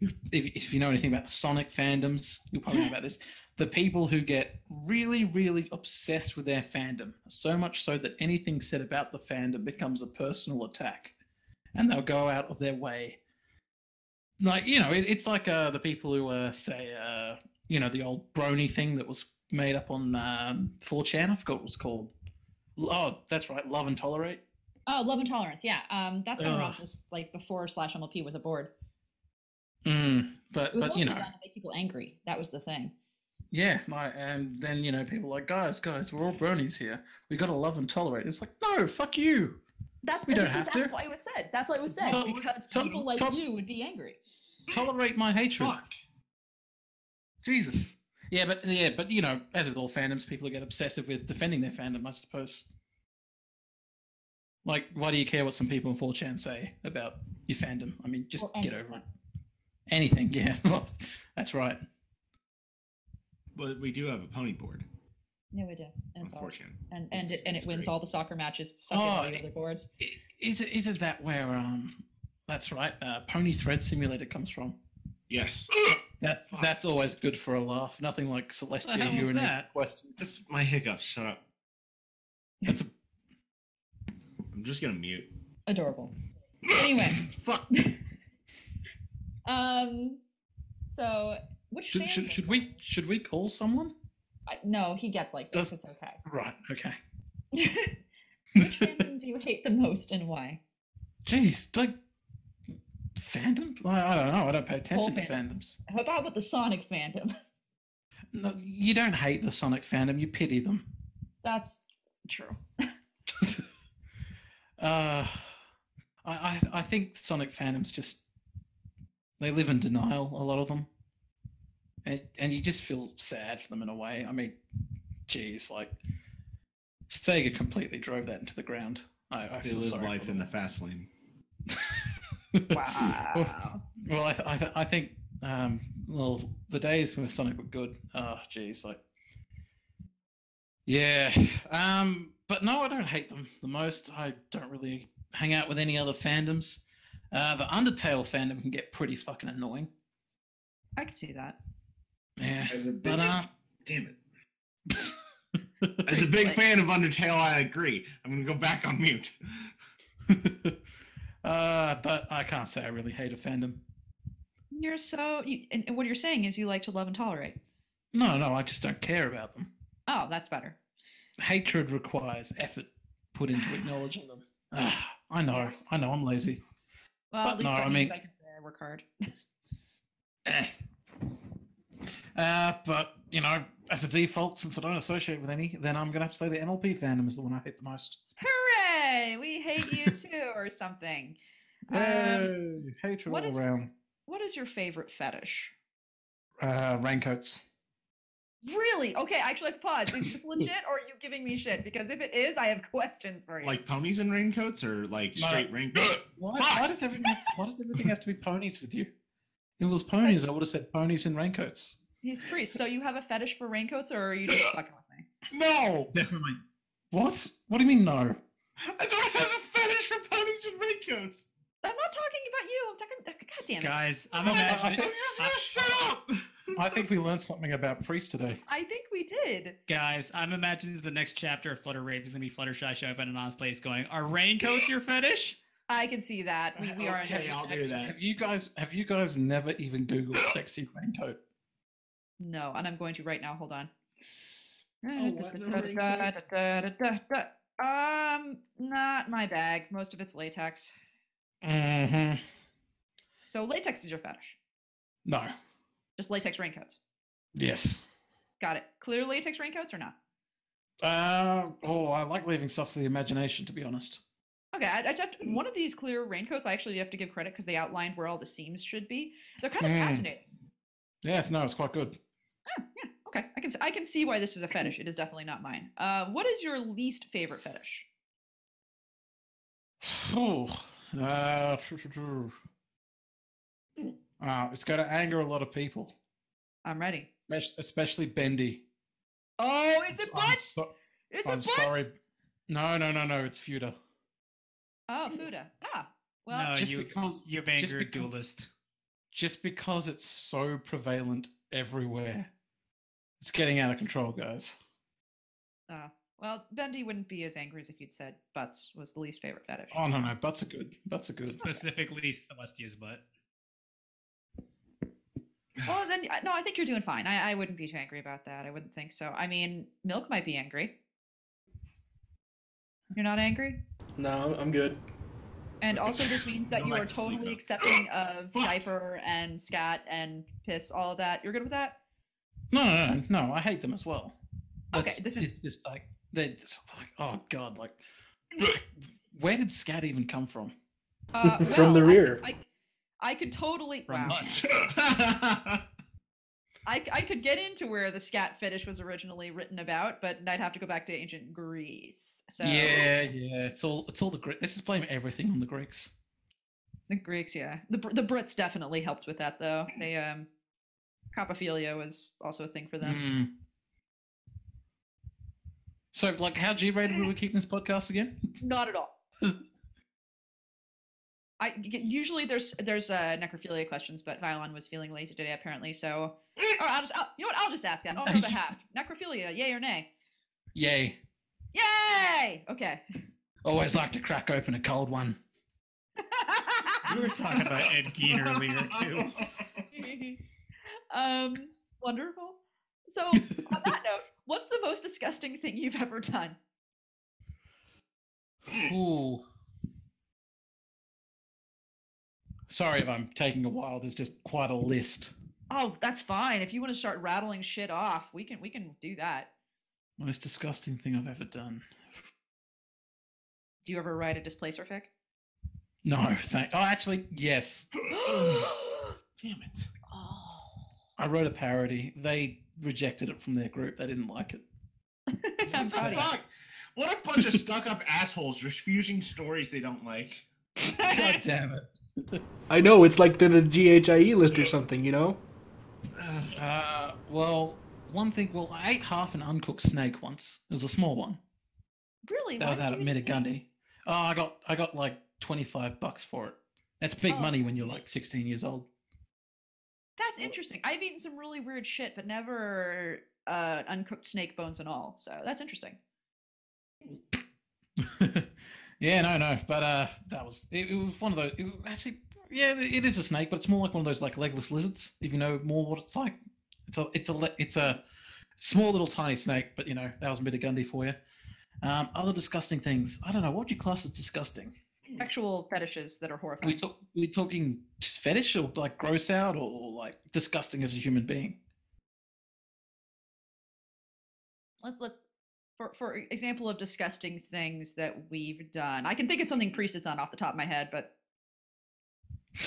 S5: if, if you know anything about the Sonic fandoms, you'll probably know about this. The people who get really, really obsessed with their fandom, so much so that anything said about the fandom becomes a personal attack, and they'll go out of their way. Like you know, it, it's like uh, the people who uh, say uh, you know the old brony thing that was made up on um, 4chan. I forgot what it was called. Oh, that's right. Love and tolerate.
S2: Oh, love and tolerance. Yeah, um, that's when
S5: Ugh.
S2: Ross was like before slash MLP was a board.
S5: Mm,
S2: It
S5: but
S2: was
S5: but you know,
S2: mostly done to make people angry. That was the thing.
S5: yeah. My, and then you know, people are like, guys, guys, we're all bronies here. We gotta love and tolerate. It's like, no, fuck you.
S2: That's
S5: We don't
S2: that's-
S5: have
S2: that's
S5: to.
S2: why it was said. That's why it was said
S5: Well,
S2: because
S5: to-
S2: people like
S5: to-
S2: you would be angry.
S5: Tolerate my hatred.
S3: Fuck.
S5: Jesus. Yeah, but yeah, but you know, as with all fandoms, people get obsessive with defending their fandom. I suppose. Like, why do you care what some people in 4chan say about your fandom? I mean, just
S2: Or
S5: get
S2: anything.
S5: over it. Anything, yeah. That's right.
S3: But we do have a pony board,
S2: No, we do, and it's all,
S3: unfortunately.
S2: and and
S3: It's-
S2: it, and
S3: it's
S2: it wins
S3: great.
S2: all the soccer matches. Suck it,
S5: Oh,
S2: all the
S5: it-
S2: other boards.
S5: I- Is it is it that where um that's right, uh, Pony Thread Simulator comes from.
S3: Yes.
S5: That
S3: Fuck.
S5: that's always good for a laugh. Nothing like Celestia
S4: hell was
S5: urinating
S4: that?
S5: questions.
S3: That's my hiccup. Shut up.
S5: That's a
S3: I'm just gonna mute.
S2: Adorable. Anyway,
S3: Fuck.
S2: um, so which
S5: should, should
S2: fandom-
S5: should we should we call someone?
S2: I, no, he gets like this.
S5: Does-
S2: It's okay.
S5: Right, okay.
S2: which fandom do you hate the most and why?
S5: Jeez, like fandom? I, I don't know. I don't pay attention to
S2: fandom.
S5: fandoms.
S2: How about with the Sonic fandom?
S5: No, you don't hate the Sonic fandom. You pity them.
S2: That's true.
S5: uh, I, I I think Sonic fandoms just they live in denial. A lot of them, and and you just feel sad for them in a way. I mean, geez, like Sega completely drove that into the ground. I, I
S3: They
S5: feel
S3: live
S5: sorry
S3: life
S5: for
S3: in the
S5: them.
S3: fast lane.
S5: Well,
S2: Wow.
S5: Well, I, th- I, th- I think um, well the days when Sonic were good. Oh, geez, like yeah. Um, but no, I don't hate them the most. I don't really hang out with any other fandoms. Uh, the Undertale fandom can get pretty fucking annoying.
S2: I could see that.
S5: Yeah.
S3: As a big,
S5: But uh,
S3: damn it. As a big fan of Undertale, I agree. I'm gonna go back on mute.
S5: uh, but I can't say I really hate a fandom.
S2: You're so. You, and, and what you're saying is you like to love and tolerate.
S5: No, no, I just don't care about them.
S2: Oh, that's better.
S5: Hatred requires effort put into acknowledging them. Ah, I know, I know, I'm lazy.
S2: Well,
S5: But
S2: at least
S5: no,
S2: that
S5: I
S2: means
S5: mean-
S2: I can say I work hard.
S5: Eh. Uh, but you know, as a default, since I don't associate with any, then I'm gonna have to say the MLP fandom is the one I hate the most.
S2: Hooray! We hate you too, or something. Um,
S5: Yay, hatred
S2: what
S5: all
S2: is-
S5: around.
S2: what is your favorite fetish?
S5: Uh, raincoats.
S2: Really? Okay, actually, let's pause. Is this legit, or are you giving me shit? Because if it is, I have questions for you.
S3: Like ponies in raincoats or like
S5: No.
S3: straight raincoats?
S5: Why,
S3: Fuck!
S5: why does everything have to, why does everything have to be ponies with you? If it was ponies, I would have said ponies in raincoats.
S2: He's priest. So you have a fetish for raincoats, or are you just fucking with me?
S3: no!
S5: Definitely. What? What do you mean no?
S3: I don't have a fetish for ponies in raincoats!
S2: I'm not talking about you. I'm talking. God damn it.
S4: Guys, I'm
S5: Oh, I- I
S4: imagining.
S5: think-
S3: just gonna shut up!
S5: I think we learned something about priests today.
S2: I think we did.
S4: Guys, I'm imagining the next chapter of Flutter Rave is gonna be Fluttershy show up at an honest place going, Are raincoats your fetish?
S2: I can see that. We, we are. in-
S3: Okay, I'll do that.
S5: Have you guys have you guys never even Googled sexy raincoat?
S2: No, and I'm going to right now. Hold on.
S5: Oh,
S3: what? No raincoat?
S2: Um, not my bag. Most of it's latex.
S5: Mm-hmm.
S2: So latex is your fetish.
S5: No.
S2: Just latex raincoats.
S5: Yes.
S2: Got it. Clear latex raincoats or not?
S5: Uh, oh, I like leaving stuff to the imagination, to be honest.
S2: Okay, I, I just,
S5: Mm.
S2: one of these clear raincoats, I actually have to give credit because they outlined where all the seams should be. They're kind of
S5: Mm.
S2: fascinating.
S5: Yes, no, it's quite good.
S2: Okay, I can s- I can see why this is a fetish. It is definitely not mine. Uh, what is your least favorite fetish?
S5: Oh, uh, uh, it's going to anger a lot of people,
S2: I'm ready.
S5: espec- especially Bendy.
S2: Oh, is it
S5: I'm,
S2: butt?
S5: so-
S2: Is it
S5: I'm
S2: butt?
S5: sorry. No, no, no, no. It's Feuda.
S2: Oh, Fuda. Ah, well,
S4: no,
S5: just
S4: you,
S5: because-
S4: you've angered
S5: because-
S4: duelist.
S5: Just because it's so prevalent everywhere, it's getting out of control, guys.
S2: well, Bendy wouldn't be as angry as if you'd said butts was the least favorite fetish.
S5: Oh no, no, butts are good. Butts are good.
S4: Specifically Celestia's butt.
S2: Well, then I- no, I think you're doing fine. I, I wouldn't be too angry about that. I wouldn't think so. I mean, Milk might be angry. You're not angry,
S1: No, I'm good.
S2: and also this means that
S3: No,
S2: you
S3: I
S2: are
S3: can sleep
S2: totally
S3: now.
S2: accepting of
S3: Fuck.
S2: diaper and scat and piss, all of that. You're good with that?
S5: No, no, no, no. I hate them as well.
S2: Hmm. Okay,
S5: It's-
S2: this is-
S5: it's just like they're just like oh god, like where did scat even come from?
S2: Uh,
S1: From the
S2: I-
S1: rear.
S2: I, I could totally
S4: From
S2: wow.
S4: us.
S2: I, I could get into where the scat fetish was originally written about, but I'd have to go back to ancient Greece. So
S5: Yeah, yeah. It's all it's all the Greeks. Let's just blame everything on the Greeks.
S2: the Greeks, yeah, the Br- the Brits definitely helped with that though. They um, coprophilia was also a thing for them.
S5: Hmm. So, like, how G-rated were we keeping this podcast again?
S4: Mm.
S2: Not at all. I y- usually there's there's uh, necrophilia questions, but Violon was feeling lazy today apparently. So, or I'll just I'll, you know what I'll just ask that on her behalf. Necrophilia, yay or nay?
S5: Yay!
S2: Yay! Okay.
S5: Always like to crack open a cold one.
S4: We were talking about Ed Gein earlier too.
S2: um, wonderful. So, on that note, what's the most disgusting thing you've ever done?
S5: Ooh. Sorry if I'm taking a while. There's just quite a list.
S2: Oh, that's fine. If you want to start rattling shit off, we can we can do that.
S5: Most disgusting thing I've ever done.
S2: Do you ever write a displacer fic?
S5: No, thank. Oh, actually, yes.
S3: Damn it.
S2: oh.
S5: I wrote a parody. They rejected it from their group. They didn't like it.
S2: I'm
S3: What the
S2: proud of you.
S3: fuck? What a bunch of stuck up assholes refusing stories they don't like.
S5: God damn it.
S1: I know it's like they're the GHIE E list or something, you know.
S3: Ugh.
S5: Uh, well, one thing. Well, I ate half an uncooked snake once. It was a small one.
S2: Really?
S5: That
S2: why
S5: was
S2: did
S5: out at
S2: you do that?
S5: Metagundy. Oh, I got I got like twenty five bucks for it. That's big
S2: Oh.
S5: money when you're like sixteen years old.
S2: That's interesting. I've eaten some really weird shit, but never uh, uncooked snake bones and all. So that's interesting.
S5: yeah, no, no, but uh, that was it, it was one of those. It, was actually, yeah, it is a snake, but it's more like one of those like legless lizards. If you know more what it's like, it's a it's a le- it's a small little tiny snake. But you know, that was a bit of Gundy for you. Um, other disgusting things. I don't know. What would you class as disgusting?
S2: Sexual fetishes that are
S5: Are we
S2: horrifying.
S5: talk, we talking just fetish or like gross out or, like disgusting as a human being?
S2: Let's let's for for example of disgusting things that we've done. I can think of something priest has done off the top of my head, but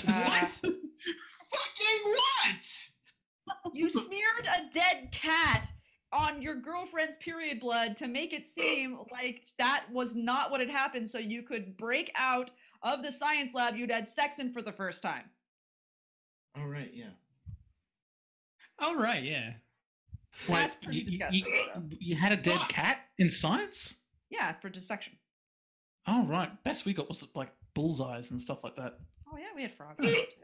S2: Uh,
S3: what? Fucking what?
S2: you smeared a dead cat on your girlfriend's period blood to make it seem like that was not what had happened, so you could break out of the science lab you'd had sex in for the first time.
S3: All right, yeah.
S4: All right, yeah.
S2: That's pretty
S5: you, you-
S2: disgusting. though.
S5: you- you had a dead
S3: Fuck.
S5: cat in science?
S2: Yeah, for dissection.
S5: Oh right, best we got was like bullseyes and stuff like that.
S2: Oh yeah, we had frogs. on it, too.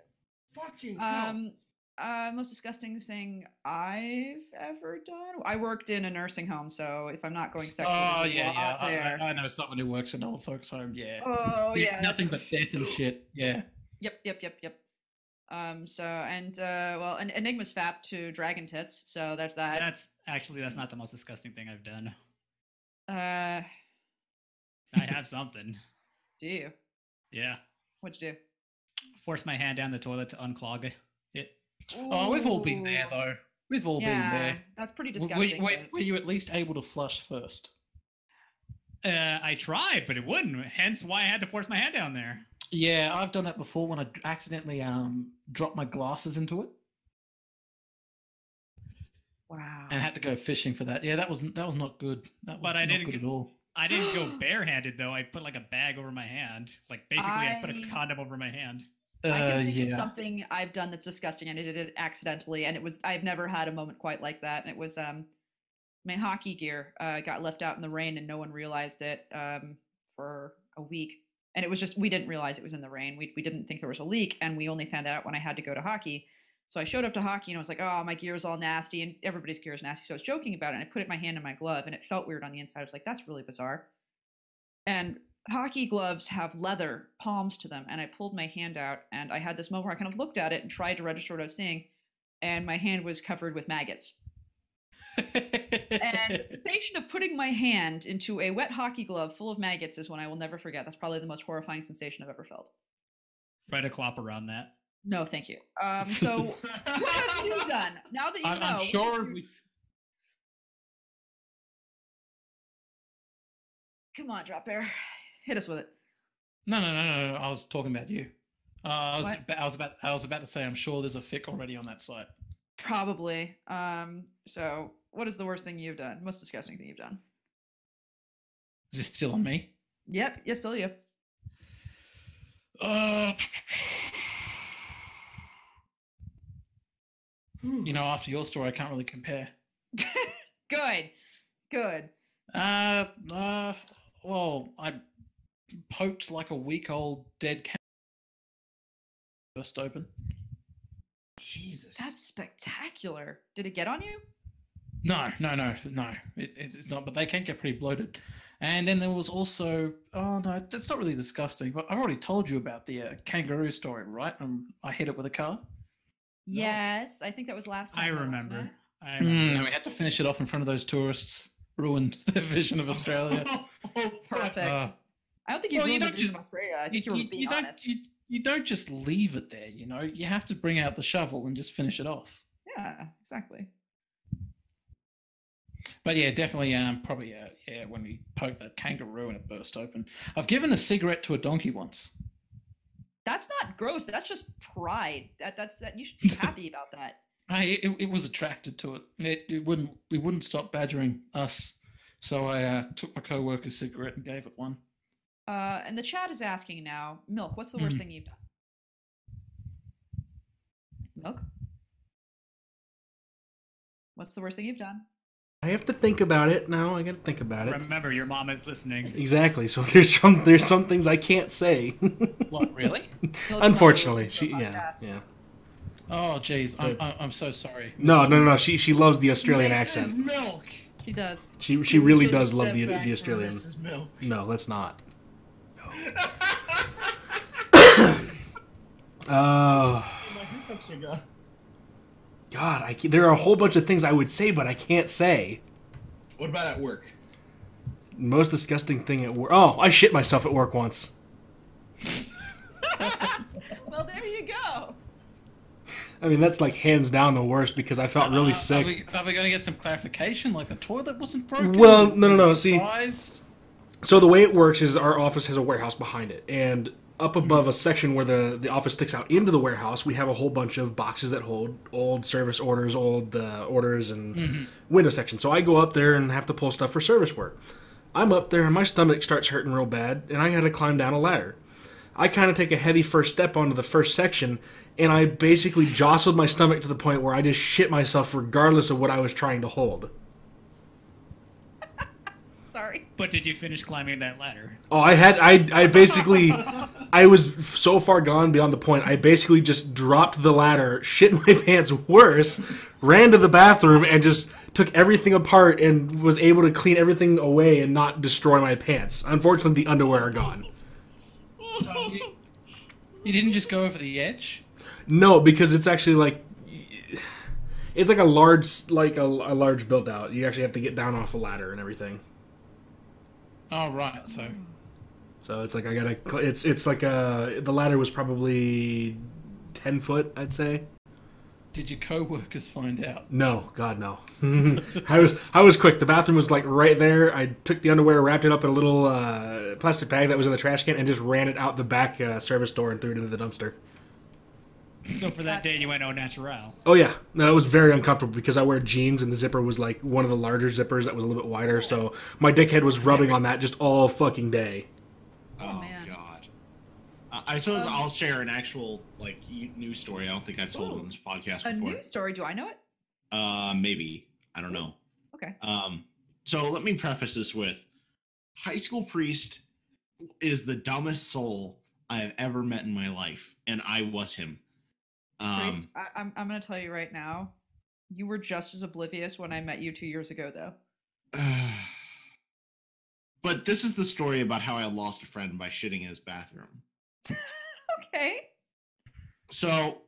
S3: Fucking hell.
S2: um, uh, most disgusting thing I've ever done. I worked in a nursing home, so if I'm not going sexually,
S5: Oh
S2: there's a
S5: yeah, yeah.
S2: lot
S5: I,
S2: there.
S5: I- I know someone who works in an old folks' home. Yeah.
S2: oh
S5: Dude,
S2: yeah.
S5: Nothing but death and shit. Yeah.
S2: Yep, yep, yep, yep. Um, so and uh, well, an Enigma's fap to dragon tits, so that's that.
S4: That's actually that's not the most disgusting thing I've done.
S2: Uh,
S4: I have something.
S2: do you?
S4: Yeah.
S2: What'd you do?
S4: Force my hand down the toilet to unclog it.
S5: Oh, we've all been there
S2: Ooh.
S5: though. We've all
S2: yeah,
S5: been there.
S2: that's pretty
S5: W-
S2: disgusting.
S5: Were, were,
S2: but-
S5: were you at least able to flush first?
S4: Uh, I tried, but it wouldn't. Hence why I had to force my hand down there.
S5: Yeah, I've done that before when I d- accidentally um dropped my glasses into it
S2: wow.
S5: and had to go fishing for that. Yeah, that was that was not good. That was
S4: But I
S5: not
S4: didn't
S5: good
S4: get-
S5: at all.
S4: I didn't go barehanded though. I put like a bag over my hand. Like basically, I, put a
S2: I-
S4: condom over my hand.
S5: Uh,
S2: I can think of
S5: yeah.
S2: something I've done that's disgusting, and I did it accidentally, and it was I've never had a moment quite like that. And it was um, my hockey gear uh, got left out in the rain, and no one realized it um, for a week. And it was just we didn't realize it was in the rain. We we didn't think there was a leak, and we only found out when I had to go to hockey. So I showed up to hockey, and I was like, "Oh, my gear's all nasty, and everybody's gear is nasty." So I was joking about it, and I put it my hand in my glove, and it felt weird on the inside. I was like, "That's really bizarre." and hockey gloves have leather palms to them and i pulled my hand out and i had this moment where i kind of looked at it and tried to register what i was seeing and my hand was covered with maggots and the sensation of putting my hand into a wet hockey glove full of maggots is one i will never forget that's probably the most horrifying sensation i've ever felt
S4: Try to clop around that.
S2: no thank you um, so what have you done now that you
S5: I'm,
S2: know
S5: I'm
S2: what
S5: sure
S2: have you-
S5: we.
S2: come on drop bear hit us with it
S5: No, no, no, no, no. I was talking about you. Uh, I was,
S2: What?
S5: about, I was about, I was about to say, I'm sure there's a fic already on that site.
S2: probably um, so what is the worst thing you've done most disgusting thing you've done
S5: Is this still on me?
S2: yep yes still you
S5: Uh, you know, after your story, I can't really compare.
S2: good good
S5: Uh, uh, well, I poked like a week old dead cat. First open.
S3: Jesus.
S2: That's spectacular. Did it get on you?
S5: No, no, no, no. It, it's, it's not. But they can get pretty bloated. And then there was also. Oh no, that's not really disgusting. But I've already told you about the uh, kangaroo story, right? Um, I hit it with a car.
S3: No.
S2: Yes, I think that was last time.
S4: I
S2: though, wasn't
S4: remember.
S2: it?
S4: I
S5: Mm,
S4: remember.
S5: and we had to finish it off in front of those tourists. Ruined their vision of Australia.
S3: oh,
S2: Perfect.
S5: Uh,
S2: I don't think you
S5: Well, you
S2: ruined the
S5: don't
S2: vision
S5: just-
S2: of Australia. I
S5: you,
S2: think you were
S5: you-
S2: being
S5: you don't,
S2: honest.
S5: you, you don't just leave it there, you know. You have to bring out the shovel and just finish it off.
S2: Yeah, exactly.
S5: But yeah, definitely, um, probably, uh, yeah, when we poked that kangaroo and it burst open. I've given a cigarette to a donkey once.
S2: That's not gross. That's just pride. That that's that. You should be happy about that.
S5: I it, it was attracted to it. It, it wouldn't it wouldn't stop badgering us. So I uh, took my co-worker's cigarette and gave it one.
S2: Uh, and the chat is asking now, milk. What's the
S5: Hmm.
S2: worst thing you've done? Milk. What's the worst thing you've done?
S1: I have to think about it now. I got to think about it.
S4: Remember, your mom is listening.
S1: Exactly. So there's some there's some things I can't say.
S5: What really?
S2: Milk's not really
S1: Unfortunately,
S2: listening
S1: she
S2: to a
S1: yeah
S2: podcast.
S1: yeah.
S5: Oh, jeez, I'm, I'm, I'm so sorry.
S1: No, no, no, no. She she loves the Australian
S3: Mrs.
S1: accent.
S3: Milk.
S2: She does.
S1: She she really
S3: Take a
S1: does love
S3: step
S1: the
S3: back
S1: the
S3: for
S1: Australian.
S3: Mrs. Milk.
S1: No, let's not. Uh,
S3: My hiccups are gone.
S1: God, I ca- there are a whole bunch of things I would say, but I can't say.
S3: What about at work?
S1: Most disgusting thing at work. Oh, I shit myself at work once.
S2: Well, there you go.
S1: I mean, that's like hands down the worst because I felt really
S5: Uh, Are
S1: sick.
S5: we, are we going to get some clarification? Like the toilet wasn't broken?
S1: Well, no, no, no, see-
S5: Surprise?
S1: So the way it works is our office has a warehouse behind it, and up above a section where the the office sticks out into the warehouse, we have a whole bunch of boxes that hold old service orders, old uh, orders, and window section. So I go up there and have to pull stuff for service work. I'm up there and my stomach starts hurting real bad, and I had to climb down a ladder. I kind of take a heavy first step onto the first section, and I basically jostled my stomach to the point where I just shit myself, regardless of what I was trying to hold.
S2: Sorry.
S4: But did you finish climbing that ladder?
S1: Oh, I had I I basically I was so far gone beyond the point. I basically just dropped the ladder, shit my pants worse, ran to the bathroom and just took everything apart and was able to clean everything away and not destroy my pants. Unfortunately, the underwear are gone.
S5: So Um, you, you didn't just go over the edge?
S1: No, because it's actually like it's like a large like a, a large build out. You actually have to get down off a ladder and everything.
S5: Oh, right, so.
S1: So it's like I gotta. cl- It's it's like a the ladder was probably ten foot, I'd say.
S5: Did your co workers find out?
S1: No, God, no. I was I was quick. The bathroom was like right there. I took the underwear, wrapped it up in a little uh, plastic bag that was in the trash can, and just ran it out the back uh, service door and threw it into the dumpster.
S4: So for that day, you went au natural.
S1: Oh yeah, no, it was very uncomfortable because I wear jeans and the zipper was like one of the larger zippers that was a little bit wider. So my dickhead was rubbing on that just all fucking day.
S3: Oh,
S2: man. Um,
S3: God. Uh, I suppose I'll share an actual like y- news story. I don't think I've told
S2: Ooh.
S3: on this podcast
S2: A
S3: before.
S2: news story. Do I know it?
S3: Uh, maybe I don't know.
S2: Okay.
S3: Um, so let me preface this with: High School Priest is the dumbest soul I have ever met in my life, and I was him. Um,
S2: Grace, I, I'm, I'm going to tell you right now. You were just as oblivious when I met you two years ago, though.
S3: but this is the story about how I lost a friend by shitting in his bathroom.
S2: Okay.
S3: So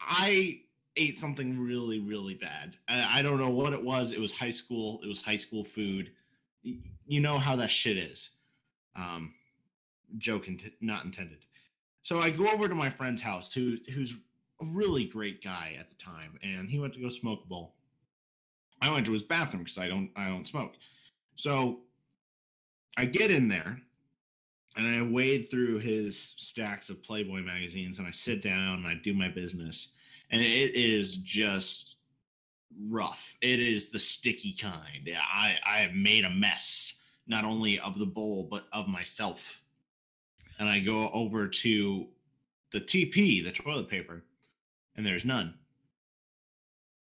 S3: I ate something really, really bad. I, I don't know what it was. It was high school. It was high school food. Y- You know how that shit is. Um, joke int- not intended. So I go over to my friend's house, who who's a really great guy at the time, and he went to go smoke a bowl. I went to his bathroom because I don't I don't smoke. So I get in there and I wade through his stacks of Playboy magazines and I sit down and I do my business. And it is just rough. It is the sticky kind. Yeah, I, I have made a mess, not only of the bowl, but of myself. And I go over to the TP, the toilet paper, and there's none.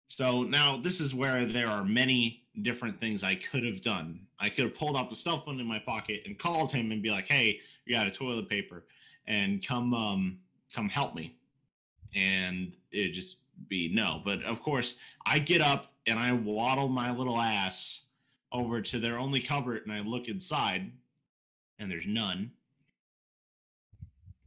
S3: So now this is where there are many different things I could have done. I could have pulled out the cell phone in my pocket and called him and be like, "Hey, you got a toilet paper, and come um come help me," and it'd just be no. But of course, I get up and I waddle my little ass over to their only cupboard and I look inside, and there's none.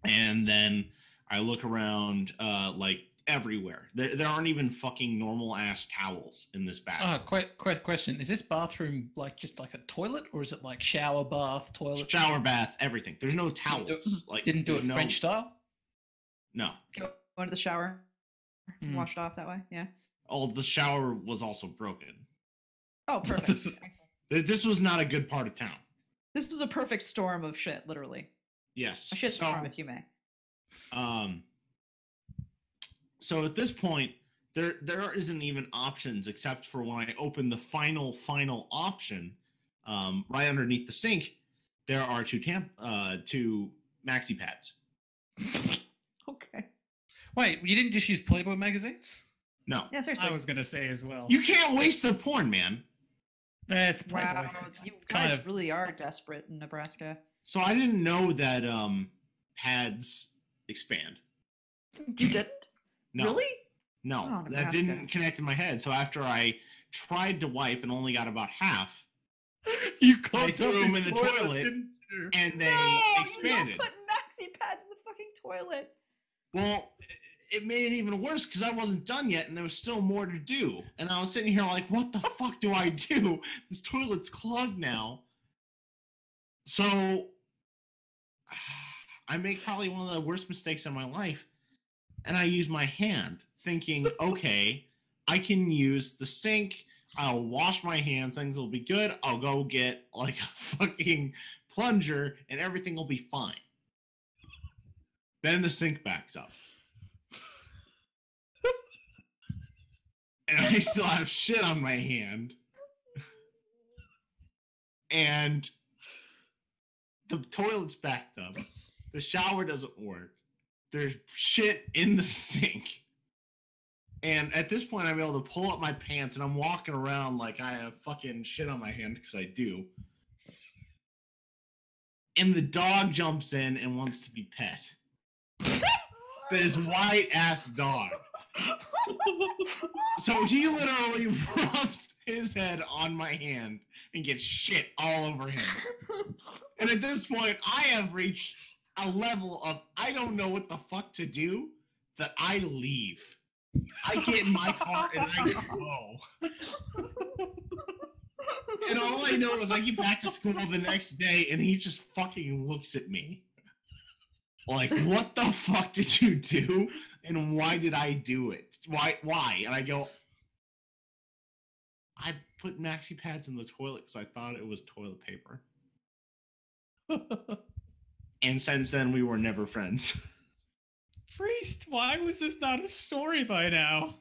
S3: And then I look around, uh, like everywhere. There, there aren't even fucking normal ass towels in this bathroom.
S5: Ah, quick, quick question. Is this bathroom like just like a toilet or is it like shower, bath, toilet?
S3: shower bath, everything. There's no
S5: Didn't
S3: towels.
S5: do-
S3: like
S5: Didn't do
S3: there's
S5: it
S3: no-
S5: French style?
S3: No.
S2: Go go into the shower.
S5: Mm.
S2: Wash it off that way. Yeah.
S3: Oh, the shower was also broken.
S2: Oh, perfect. Excellent.
S3: Th- This was not a good part of town.
S2: this was a perfect storm of shit, literally.
S3: Yes.
S2: A shit
S3: So-
S2: storm, if you may.
S3: Um, so at this point, there there isn't even options except for when I open the final final option, um, right underneath the sink, there are two tamp uh, two maxi pads.
S2: Okay.
S5: Wait, you didn't just use Playboy magazines?
S3: No,
S2: Yeah, seriously.
S4: I was gonna say as well.
S3: you can't waste the porn, man.
S5: That's
S2: Wow,
S5: Playboy.
S2: you
S5: Kind
S2: guys
S5: of-
S2: really are desperate in Nebraska.
S3: So I didn't know that um, pads expand.
S2: You didn't?
S3: No,
S2: Really?
S3: No,
S6: Oh,
S3: that
S6: Nebraska.
S3: didn't connect in my head. So after I tried to wipe and only got about half,
S5: You
S3: I
S5: clogged
S3: threw
S5: up
S3: him
S5: his
S3: in the
S5: toilet,
S3: toilet.
S5: didn't you?
S3: and they expanded.
S6: put maxi pads in the fucking toilet.
S3: Well, it made it even worse because I wasn't done yet, and there was still more to do. And I was sitting here like, "What the fuck do I do? This toilet's clogged now." So, I make probably one of the worst mistakes in my life, and I use my hand, thinking, "Okay, I can use the sink. I'll wash my hands. Things will be good. I'll go get like a fucking plunger, and everything will be fine." Then the sink backs up. and I still have shit on my hand. And the toilet's backed up. The shower doesn't work. There's shit in the sink. And at this point, I'm able to pull up my pants and I'm walking around like I have fucking shit on my hand because I do. And the dog jumps in and wants to be pet this white ass dog. So he literally rubs his head on my hand and gets shit all over him. And at this point, I have reached a level of I don't know what the fuck to do that I leave. I get in my car and I go. And all I know is I get back to school the next day and he just fucking looks at me. Like, what the fuck did you do? And why did I do it? Why why? And I go I put maxi pads in the toilet because I thought it was toilet paper. and since then we were never friends.
S4: Priest, why was this not a story by now?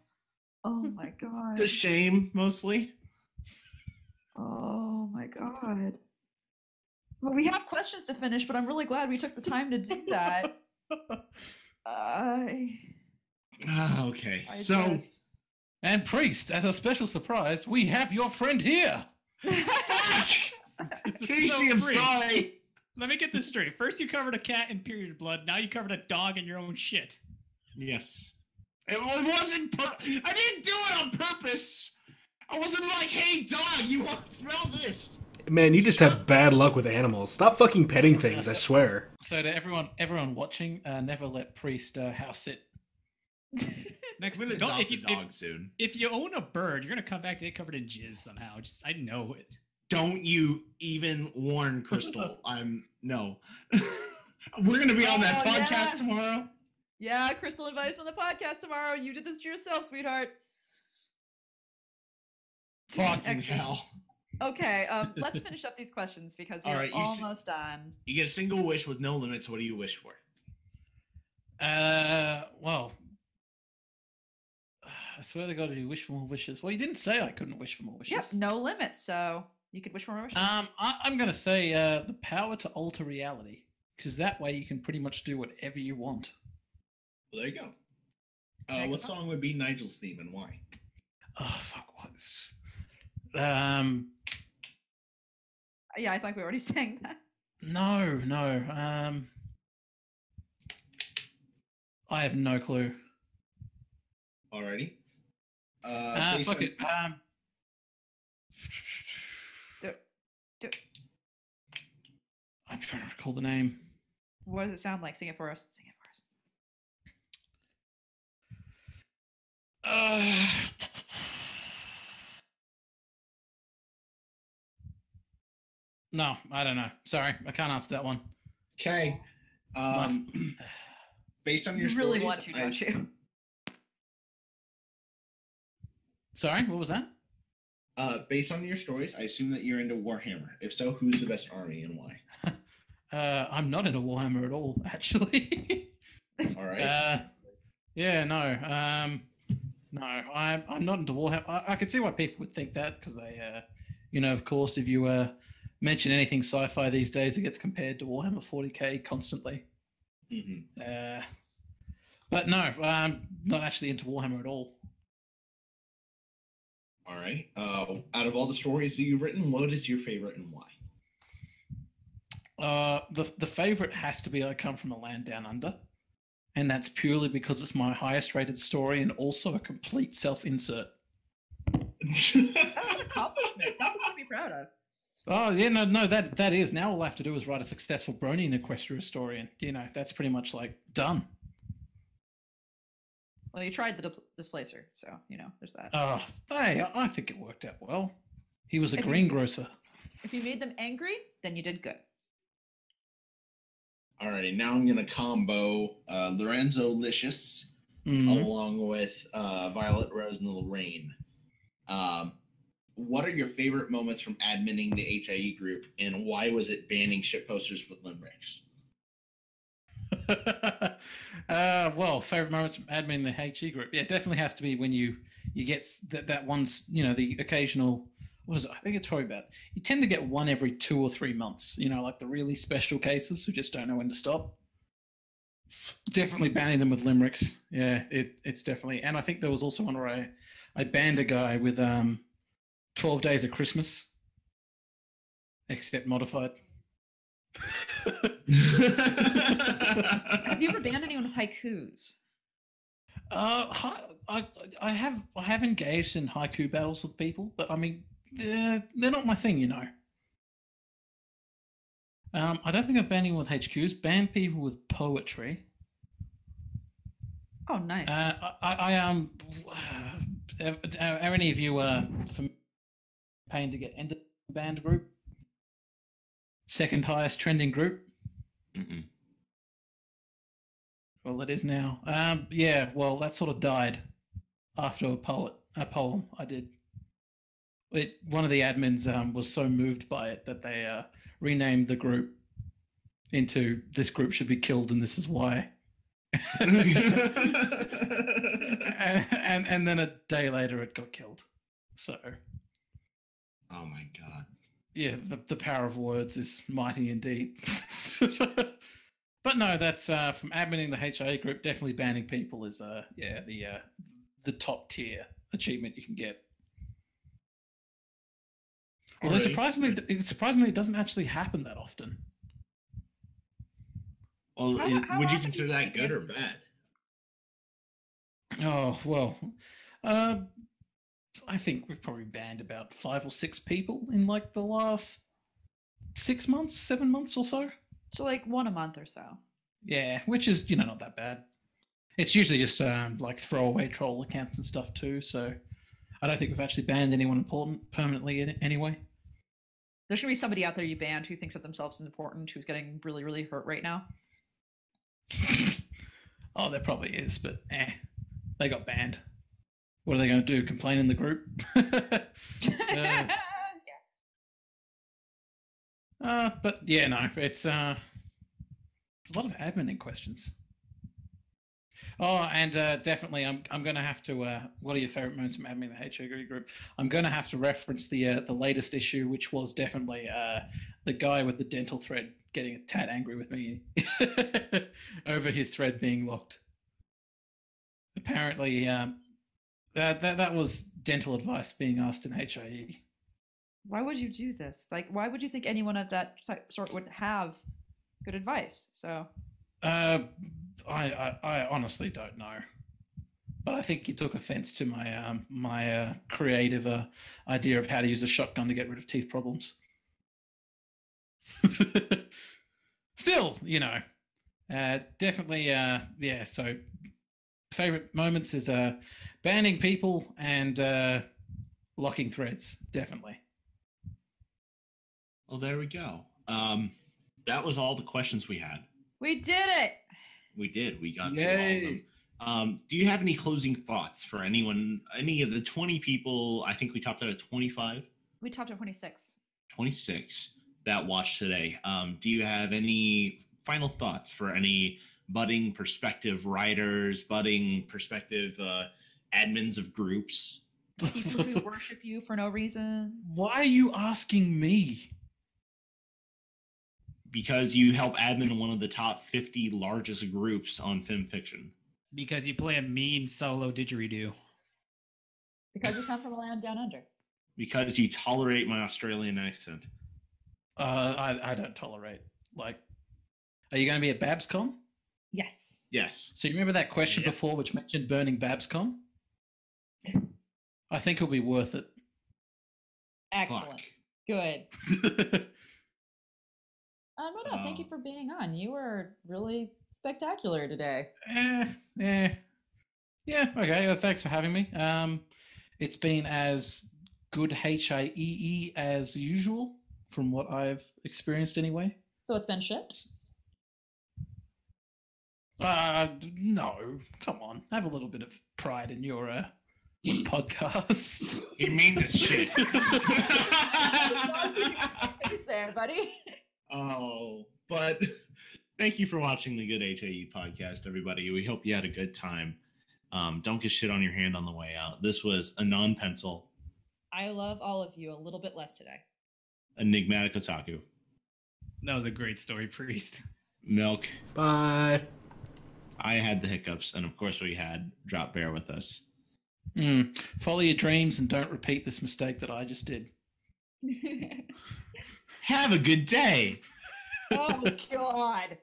S6: Oh my god.
S3: The shame mostly.
S6: Oh my god.
S2: Well, we have questions to finish, but I'm really glad we took the time to do that.
S6: I
S3: Ah, okay.
S2: I
S3: so
S2: just-
S5: And priest, as a special surprise, we have your friend here.
S3: Casey, I'm
S4: free.
S3: sorry.
S4: Let me get this straight. First, you covered a cat in period blood. Now you covered a dog in your own shit.
S3: Yes. It wa- it wasn't. Per- I didn't do it on purpose. I wasn't like, "Hey, dog, you want to smell this?"
S1: Man, you just have bad luck with animals. Stop fucking petting things, I swear.
S5: So to everyone, everyone watching, uh, never let priest uh, house sit.
S4: Next,
S3: I'm gonna
S4: don't-
S3: adopt
S4: if,
S3: a
S4: you, if-
S3: dog soon.
S4: if you own a bird, you're gonna come back to it covered in jizz somehow. Just I know it.
S3: Don't you even warn Crystal? I'm no. We're gonna be on that
S2: Oh,
S3: podcast
S2: yeah.
S3: tomorrow.
S2: yeah, Crystal invites on the podcast tomorrow. You did this to yourself, sweetheart.
S3: Fucking
S2: Excellent.
S3: hell!
S2: Okay, um, let's finish up these questions because
S3: All
S2: we're
S3: right, you s-
S2: almost done.
S3: You get a single wish with no limits. What do you wish for?
S5: Uh, well, I swear to God, you wish for more wishes. Well, you didn't say I couldn't wish for more wishes.
S2: Yep, no limits, so you could wish for more wishes.
S5: Um, I, I'm gonna say uh, the power to alter reality, because that way you can pretty much do whatever you want.
S3: Well, there you go. Uh, what
S2: Excellent.
S3: song would be Nigel's theme and why?
S5: Oh fuck, what's um.
S2: yeah, I think we already sang that.
S5: No, no. Um, I have no clue.
S3: Alrighty. Uh,
S5: Ah,
S3: based
S5: fuck
S3: on-
S5: it. Um,
S2: Do- do-
S5: I'm trying to recall the name.
S2: What does it sound like? Sing it for us. Sing it for us.
S5: Uh, no, I don't know. Sorry, I can't answer that one.
S3: Okay.
S5: My-
S3: Um, based on your
S2: You really
S3: stories,
S2: want to,
S3: I
S2: don't you?
S5: Sorry, what was that?
S3: Uh, based on your stories, I assume that you're into Warhammer. If so, who's the best army and why?
S5: Uh, I'm not into Warhammer at all, actually.
S3: All right.
S5: Uh, yeah, no, um, no, I'm I'm not into Warhammer. I, I can see why people would think that because they, uh, you know, of course, if you uh, mention anything sci-fi these days, it gets compared to Warhammer 40k constantly.
S3: Mhm.
S5: Uh, but no, I'm not actually into Warhammer at all.
S3: All right. Uh, out of all the stories that you've written, what is your favorite and why?
S5: Uh, the the favorite has to be I come from a land down under. and that's purely because it's my highest rated story and also a complete self insert.
S6: That's an accomplishment. That's something to be proud of.
S5: Oh yeah, no, no, that that is. Now all I have to do is write a successful Brony and Equestria story, and you know that's pretty much like done.
S6: Well, you tried the dipl- displacer, so you know there's that.
S5: Oh, hey, I- I think it worked out well. He was a
S6: If you-
S5: greengrocer.
S6: if you made them angry, then you did good.
S3: Alrighty, now I'm gonna combo uh, Lorenzo Licious
S5: Mhm.
S3: along with uh, Violet Rose and Lorraine. Um, what are your favorite moments from adminning the HIE group, and why was it banning ship posters with limericks?
S5: uh, well, favorite moments from admin the HE group. Yeah, it definitely has to be when you you get s- that that one's you know the occasional. What is it? I think it's probably about. You tend to get one every two or three months. You know, like the really special cases who just don't know when to stop. Definitely banning them with limericks. Yeah, it it's definitely. And I think there was also one where I I banned a guy with um, twelve days of Christmas, except modified.
S6: Have you ever banned anyone with haikus?
S5: Uh, hi- I, I have I have engaged in haiku battles with people, but I mean they're they're not my thing, you know. Um, I don't think I've banned anyone with HQs. Banned people with poetry.
S6: Oh, nice.
S5: Uh, I, I um, are, are any of you uh fam- paying to get into the banned group? Second highest trending group.
S3: Mm-mm.
S5: Well, it is now. Um, yeah. Well, that sort of died after a poet a poem I did. It one of the admins um, was so moved by it that they uh, renamed the group into "This group should be killed and this is why." and, and and then a day later, it got killed. So
S3: oh my god.
S5: yeah, the, the power of words is mighty indeed. but no, that's uh, from admining the HIA group. Definitely banning people is uh, yeah the uh, the top tier achievement you can get. Although
S3: Alrighty.
S5: surprisingly, it- surprisingly, it doesn't actually happen that often.
S3: Well,
S6: How-
S3: is-
S6: how
S3: would you
S6: often do
S3: consider
S6: you
S3: that
S6: think
S3: good
S6: it-
S3: or bad?
S5: Oh well, uh, I think we've probably banned about five or six people in like the last six months, seven months or so.
S6: so like one a month or so.
S5: Yeah, which is you know not that bad. It's usually just um, like throwaway troll accounts and stuff too. So I don't think we've actually banned anyone important permanently in, anyway.
S6: There's gonna be somebody out there you banned who thinks of themselves as important, who's getting really, really hurt right now.
S5: oh, there probably is, but eh, they got banned. What are they going to do? Complain in the group? Yeah. uh, but yeah, no, it's uh, it's a lot of admin questions. Oh, and uh, definitely, I'm I'm going to have to. Uh, what are your favorite moments from admin the HOG group? I'm going to have to reference the uh, the latest issue, which was definitely uh, the guy with the dental thread getting a tad angry with me over his thread being locked. Apparently, um, that, that that was dental advice being asked in E. HIE.
S6: Why would you do this? Like, why would you think anyone of that si- sort would have good advice? So
S5: Uh, I, I I honestly don't know, but I think he took offence to my um, my uh, creative uh, idea of how to use a shotgun to get rid of teeth problems. Still, you know, uh, definitely, uh, yeah. So, favorite moments is uh, banning people and uh, locking threads. Definitely.
S3: Well, there we go. Um, that was all the questions we had.
S6: we did it.
S3: We did. We got through all of them.
S5: Yay.
S3: Um, do you have any closing thoughts for anyone, any of the 20 people? I think we topped out at 25,
S6: We topped at 26.
S3: 26 that watched today. Um, do you have any final thoughts for any budding prospective writers, budding prospective uh, admins of groups?
S6: People who worship you for no reason.
S5: Why are you asking me?
S3: Because you help admin one of the top 50 largest groups on FemFiction.
S4: because you play a mean solo didgeridoo.
S6: Because we come from a land down under.
S3: Because you tolerate my Australian accent.
S5: Uh, I I don't tolerate. Like, are you going to be at BabsCon?
S6: Yes.
S3: Yes.
S5: So you remember that question
S3: Yeah.
S5: before, which mentioned burning Babscom? I think it'll be worth it.
S2: Excellent.
S3: Fuck.
S2: Good. Um, no, no, thank you
S3: Um,
S2: for being on. You were really spectacular today.
S5: Eh, eh. Yeah, okay. well, thanks for having me. Um, it's been as good HIEE E as usual, from what I've experienced anyway.
S2: So it's been shit.
S5: Uh, no, come on. Have a little bit of pride in your uh, podcast.
S3: He means it shit.
S2: Thanks there, buddy.
S3: oh, but thank you for watching the Good HAE podcast, everybody. We hope you had a good time. Um, don't get shit on your hand on the way out. This was a non pencil,
S2: I love all of you a little bit less today.
S3: enigmatic otaku,
S4: That was a great story, priest.
S3: milk.
S1: Bye.
S3: I had the hiccups, and of course, we had Drop Bear with us.
S5: Mm. Follow your dreams and don't repeat this mistake that I just did.
S3: Have a good day.
S2: oh, God.